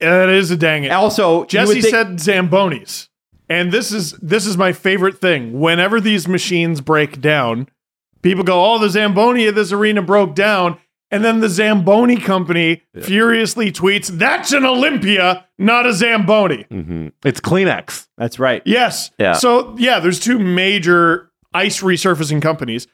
That is a dang it.
Also, you
Jesse
would think-
said Zambonis. And this is this is my favorite thing. Whenever these machines break down, people go, "Oh, the Zamboni of this arena broke down." And then the Zamboni company furiously tweets, "That's an Olympia, not a Zamboni."
Mhm. It's Kleenex.
That's right.
Yes.
Yeah.
So, yeah, there's two major ice resurfacing companies,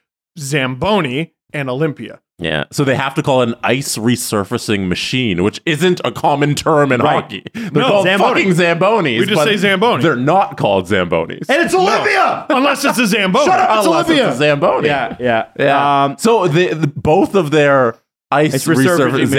Zamboni and Olympia.
Yeah. So they have to call an ice resurfacing machine, which isn't a common term in
Right.
hockey. They're
No,
called
Zamboni.
fucking Zambonis.
We just
but
say Zamboni.
They're not called Zambonis.
And it's Olympia!
Unless it's a Zamboni.
Shut up, Unless it's a Zamboni.
Yeah, yeah.
Yeah.
Um,
so the, the- both of their ice
It's
resurfacing
resurfacing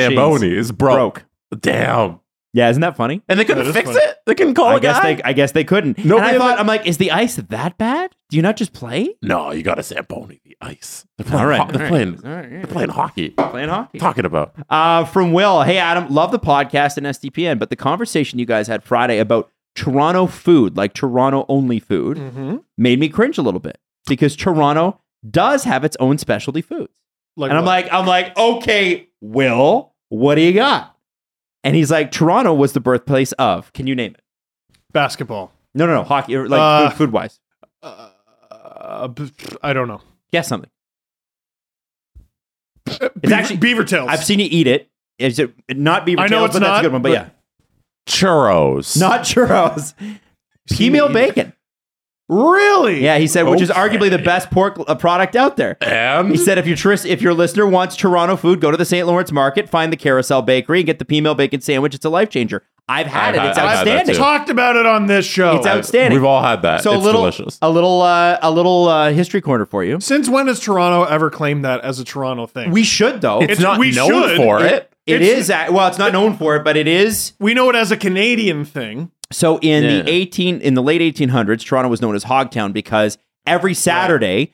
machines.
Zambonis broke. Damn.
yeah, isn't that funny?
And they couldn't
is
fix
funny.
it? They couldn't call
I
a
guess
guy?
they I guess they couldn't.
No,
No, and I
they-
thought I'm like, is the ice that bad? Do you not just play?
No, you got to Zamboni the ice. They're playing,
All right,
ho- they're
all right.
playing,
All right, yeah.
they're playing hockey.
Playing hockey.
Talking about
Uh, from Will, hey Adam, love the podcast and SDPN, but the conversation you guys had Friday about Toronto food, like Toronto only food,
Mm-hmm.
made me cringe a little bit because Toronto does have its own specialty foods.
Like
and I'm
what?
like, I'm like, okay, Will, what do you got? And he's like, Toronto was the birthplace of. Can you name it?
basketball.
No, no, no, hockey, or like
Uh,
food wise.
Uh, b- I don't know.
Guess something.
Beaver,
actually-
Beaver Tails.
I've seen you eat it. Is it not beaver
I know
tails,
it's
but that's
not,
a good one. But,
but-
yeah,
churros.
not churros.
seen me
Female
eat it.
bacon.
Really?
Yeah, he said, which is
Okay.
arguably the best pork uh, product out there.
And
He said, if your tris- if your listener wants Toronto food, go to the St. Lawrence Market, find the Carousel Bakery, and get the female bacon sandwich. It's a life changer. I've had
I've
it. It's
had- I've had that
outstanding.
too.
Talked about it on this show.
It's outstanding.
We've all had that.
so
Uh, it's
a little,
delicious.
a little, uh, a little uh, history corner for you.
Since when has Toronto ever claimed that as a Toronto thing?
We should though.
It's, not
we
known
should.
for it.
It
It's-
is a- well, it's not known for it, but it is.
We know it as a Canadian thing.
So in
Yeah.
the 18 in the late 1800s, Toronto was known as Hogtown because every Saturday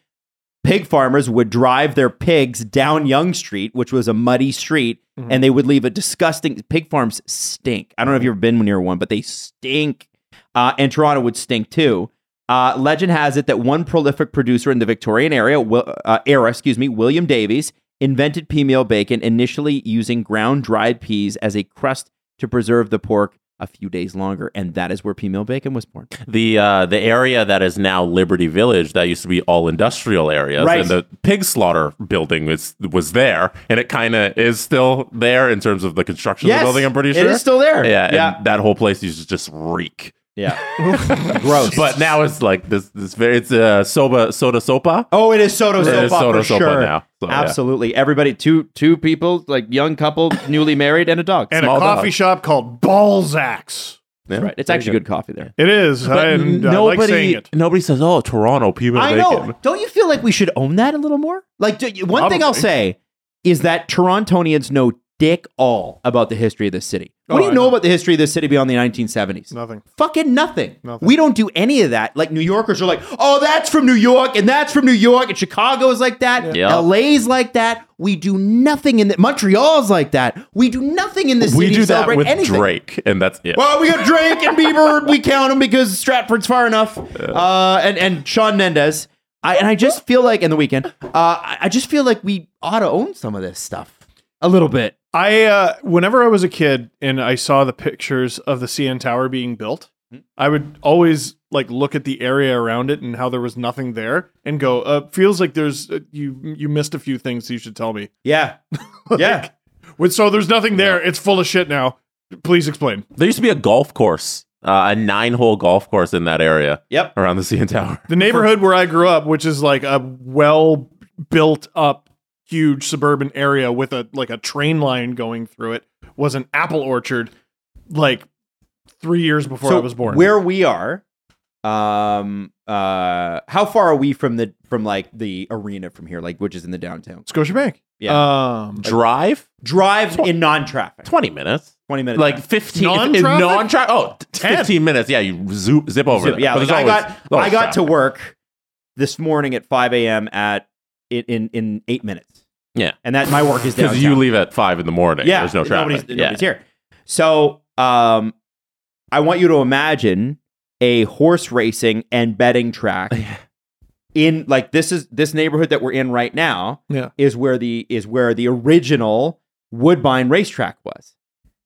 pig farmers would drive their pigs down Young Street, which was a muddy street, and they would leave a disgusting pig farms stink. I don't know if you've ever been near one, but they stink. Uh, and Toronto would stink too. Uh, legend has it that one prolific producer in the Victorian area, Wil- uh, era, excuse me, William Davies, invented pea meal bacon, initially using ground dried peas as a crust to preserve the pork a few days longer, and that is where pea meal bacon was born.
the uh, the area that is now Liberty Village that used to be all industrial areas
Right.
and the pig slaughter building was was there and it kind of is still there in terms of the construction
Yes,
of the building I'm pretty
it
sure
is still there.
yeah and
Yeah.
that whole place used to just reek
Yeah, gross
but now it's like this this very it's uh, soba soda sopa
Oh, it is soda
It
sopa
is soda
for
sopa
sure.
now, so, yeah.
Absolutely, everybody, two two people, like young couple, newly married, and a dog,
And
Small
a coffee
dog.
shop called Balzac's.
That's right. It's actually good coffee there.
It is.
But
I,
n-
and I like saying it.
nobody says oh Toronto people
I
bacon.
know. Don't you feel like we should own that a little more? Like, do, one thing I'll
Probably.
say is that Torontonians know dick all about the history of this city. What
Oh,
do you
I
know, about the history of this city beyond the 1970s?
Nothing.
Fucking nothing.
Nothing.
We don't do any of that. Like New Yorkers are like, oh, that's from New York, and that's from New York, and Chicago is like that.
Yeah.
LA's like that. We do nothing in that. Montreal's like that. We do nothing in this
we
city
do
to
that
celebrate
with
anything.
Drake and that's it
Well, we got Drake and Bieber. We count them because Stratford's far enough. Uh, and and Sean Mendez. I and I just feel like in the weekend. Uh, I I just feel like we ought to own some of this stuff a little bit.
I uh, whenever I was a kid and I saw the pictures of the CN Tower being built, I would always like look at the area around it and how there was nothing there and go, uh, "Feels like there's uh, you you missed a few things. You should tell me."
Yeah, yeah.
With so there's nothing there. It's full of shit now. Please explain.
there used to be a golf course uh, a nine hole golf course in that area
yep
around the CN Tower
The neighborhood where I grew up, which is like a well built up huge suburban area with a like a train line going through it, was an apple orchard like three years before I was born.
Where we are. Um. Uh. How far are we from the from like the arena from here? Like which is in the downtown?
Scotiabank.
Yeah.
Um,
drive.
Drive in non traffic.
Twenty minutes.
Uh, Twenty minutes.
like 15
Non-traffic?
non traffic oh t-
10.
15 minutes yeah you zoop, zip over
Zip-
there.
Yeah,
But
like
there's
I
always-
got
always
I got to
traffic.
work this morning at 5 a.m. at in in, in eight minutes.
yeah
and that my work is
because
downtown.
you leave at five in the morning
Yeah,
there's no traffic
Nobody's, nobody's here. So um, I want you to imagine a horse racing and betting track in like this is this neighborhood that we're in right now
Yeah.
is where the is where the original Woodbine racetrack was.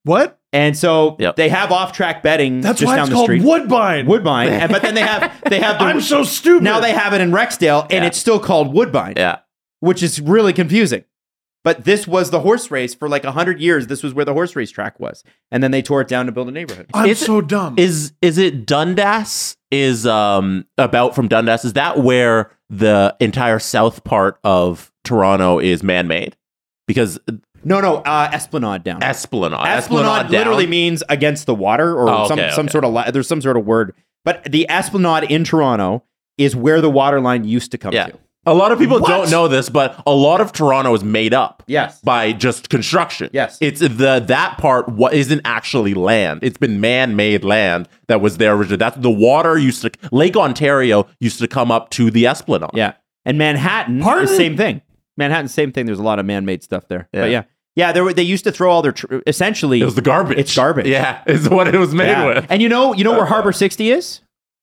What?
And so they have off track betting
That's
just
why
down
it's
the
called
street.
Woodbine.
Woodbine. and, but then they have they have the,
I'm so stupid.
Now they have it in Rexdale and it's still called Woodbine.
Yeah.
Which is really confusing. But this was the horse race for like 100 years. This was where the horse race track was. And then they tore it down to build a neighborhood.
I'm
Is it-
so
Um,
dumb.
is is it Dundas is um about from Dundas is that where the entire south part of Toronto is man made because
No, no, uh, Esplanade down.
Esplanade
Esplanade,
down-
literally means against the water or
Oh, okay,
some, some
okay.
sort of la- there's some sort of word. But the Esplanade in Toronto is where the water line used to come
yeah
to.
a lot of people
What?
don't know this but a lot of Toronto is made up
Yes.
by just construction
Yes.
it's the that part what isn't actually land it's been man made land that was there originally that's the water used to Lake Ontario used to come up to the Esplanade
Yeah. And Manhattan, the same thing. Manhattan, same thing. There's a lot of man-made stuff there.
Yeah.
But yeah. Yeah, there were, they used to throw all their tr- essentially
it was the garbage
It's garbage.
yeah is what it was made
Yeah.
with Uh,
And you know, you know where Harbor 60 is?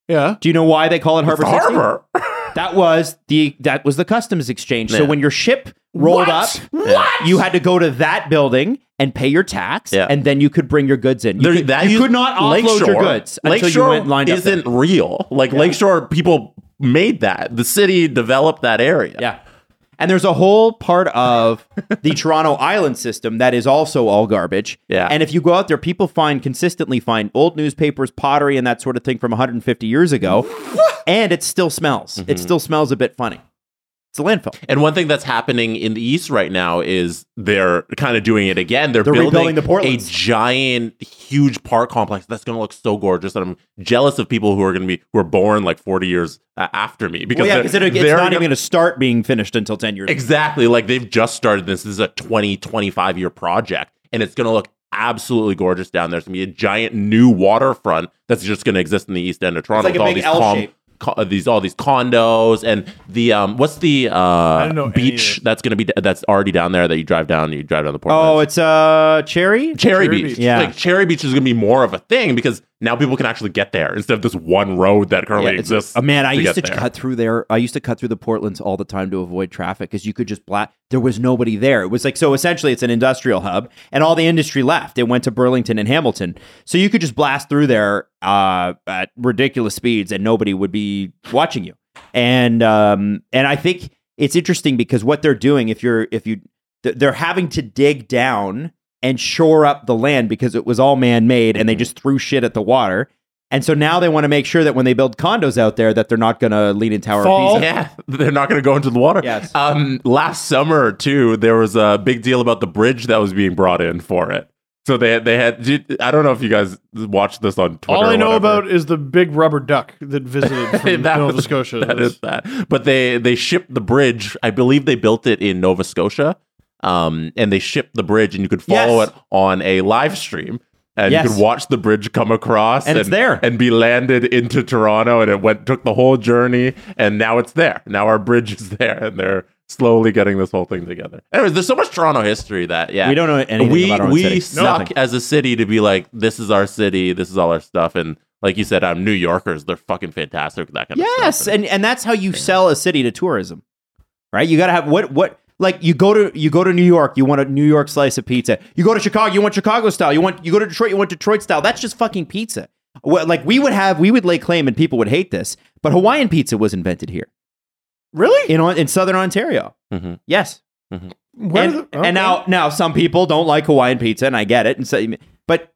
Yeah.
Do you know why they call it Harbor 60?
harbor.
That was the that was the customs exchange. So
Yeah.
when your ship rolled
What?
up, you had to go to that building and pay your tax,
Yeah.
and then you could bring your goods in. You,
There-
could, you
used-
could not offload your goods until you went lined up. there.
isn't real. Like Lakeshore people made that. The city developed that area.
Yeah. And there's a whole part of the Toronto Island system that is also all garbage.
Yeah.
And if you go out there, people find consistently find old newspapers, pottery, and that sort of thing from 150 years ago. And it still smells. It still smells a bit funny. It's a landfill.
And one thing that's happening in the east right now is they're kind of doing it again. They're,
They're rebuilding
building,
the
a
Portlands.
giant, huge park complex that's going to look so gorgeous. And I'm jealous of people who are going to be who are born like 40 years uh, after me because
Well, yeah,
they're-
because it, it's
they're
not
gonna-
even going to start being finished until 10 years.
Exactly. Like they've just started this. This is a 20, 25 year project.
and it's going to look absolutely gorgeous down there. It's going to be a giant new waterfront that's just going to exist in the East End of Toronto
like a
with all
big
these
L
calm.
shape.
co- uh, These all these condos and the um what's the uh beach that's gonna be that's already down there that you drive down you drive down the port
Oh, it's uh cherry?
Cherry Beach.
Yeah.
Like Cherry Beach is going to be more of a thing because now people can actually get there instead of this one road that currently
Yeah, it's-
exists.
Oh, man, I used
get
to
there.
cut through there. I used to cut through the Portlands all the time to avoid traffic because you could just blat. There was nobody there. It was like so. Essentially, it's an industrial hub, and all the industry left. It went to Burlington and Hamilton, so you could just blast through there uh, at ridiculous speeds, and nobody would be watching you. And um, and I think it's interesting because what they're doing, if you're if you, th- they're having to dig down and shore up the land because it was all man made, and they just threw shit at the water. And so now they want to make sure that when they build condos out there, that they're not going to lean in Tower of Pisa.
Yeah, they're not going to go into the water. Yes. Um, last summer too, there was a big deal about the bridge that was being brought in for it. So they they had. did- I don't know if you guys watched this on Twitter.
All I
or
know
whatever.
about is the big rubber duck that visited from
That
Nova
was-
Scotia.
That is that. But they they shipped the bridge. I believe they built it in Nova Scotia. Um, and they shipped the bridge, and you could follow it on a live stream. And
Yes.
you could watch the bridge come across,
And it's there.
and be landed into Toronto. And it went took the whole journey, and now it's there. Now our bridge is there, and they're slowly getting this whole thing together. Anyways, there's so much Toronto history that yeah,
We don't know anything
We
about our own
we
city.
suck
Nothing.
as a city to be like, this is our city, this is all our stuff, and like you said, I'm New Yorkers. They're fucking fantastic. That kind of
Yes, and and that's how you sell a city to tourism, right? You got to have what what like you go to you go to New York, you want a New York slice of pizza. You go to Chicago, you want Chicago style. You want you go to Detroit, you want Detroit style. That's just fucking pizza. Well, like we would have we would lay claim and people would hate this, but Hawaiian pizza was invented here.
Really?
In on- in southern Ontario.
Mhm.
Yes.
Where
and,
the-
and now now some people don't like Hawaiian pizza, and I get it. And so, but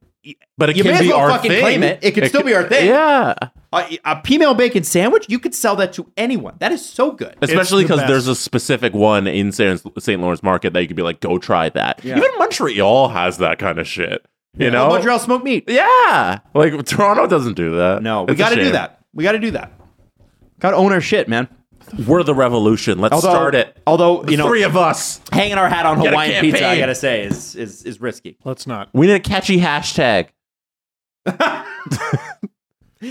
But it
you
can
may as
be
well
our
fucking
thing.
claim it. It could
It
still
can-
be our thing.
Yeah.
A, a female bacon sandwich, you could sell that to anyone. That is so good.
Especially because there's a specific one in San- St. Lawrence Market that you could be like, go try that.
Yeah.
Even Montreal has that kind of shit. You know,
Montreal smoked meat.
Yeah, like Toronto doesn't do that.
No, we got to do that. We got to do that. Got to own our shit, man.
We're the revolution. Let's
Although-
start it.
Although
The
you know,
three of us
hanging our hat on
Get a
Hawaiian pizza, I
campaign.
gotta say, is is is risky.
Let's not.
We need a catchy hashtag.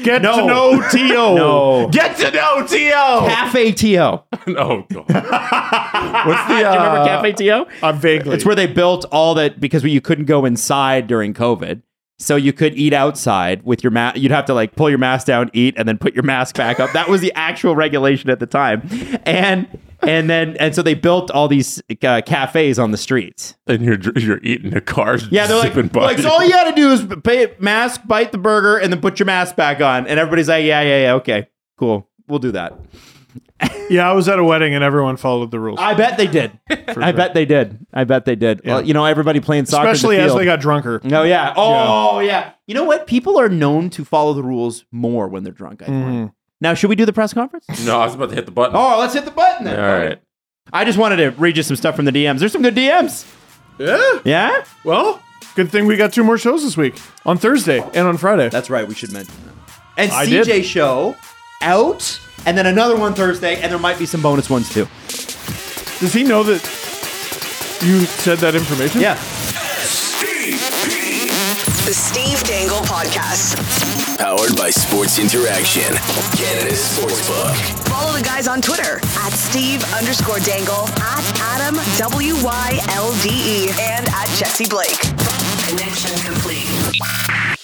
Get to know T.O.
no.
Get to know T.O.
Cafe T.O.
oh, God. What's
the, Do you remember
uh,
Cafe T.O.?
Uh, vaguely.
It's where they built all that because you couldn't go inside during COVID. So you could eat outside with your mask. You'd have to like pull your mask down, eat, and then put your mask back up. That was the actual regulation at the time, and and then and so they built all these uh, cafes on the streets.
And you're you're eating a car.
Yeah, they're like,
zipping by.
like so all you got to do is pay mask, bite the burger, and then put your mask back on. And everybody's like, yeah, yeah, yeah, okay, cool, we'll do that.
Yeah, I was at a wedding and everyone followed the rules.
I bet they did. I bet they did. I bet they did. Well, you know, everybody playing soccer, in the
Especially as
field.
they got drunker.
No, yeah. Oh, yeah. You know what? People are known to follow the rules more when they're drunk. I think. Now, should we do the press conference?
No, I was about to hit the button.
Mm-hmm. Oh, let's hit the button
All
then.
right.
I just wanted to read you some stuff from the DMs. There's some good DMs.
Yeah.
Yeah.
Well, good thing we got two more shows this week on Thursday and on Friday.
That's right. We should mention that. And
I
CJ
did.
show out, and then another one Thursday, and there might be some bonus ones too.
Does he know that you said that information?
Yeah.
The Steve Dangle Podcast.
Powered by Sports Interaction, Canada's sportsbook.
Follow the guys on Twitter at Steve underscore Dangle, at Adam W Y L D E, and at Jesse Blake. Connection complete.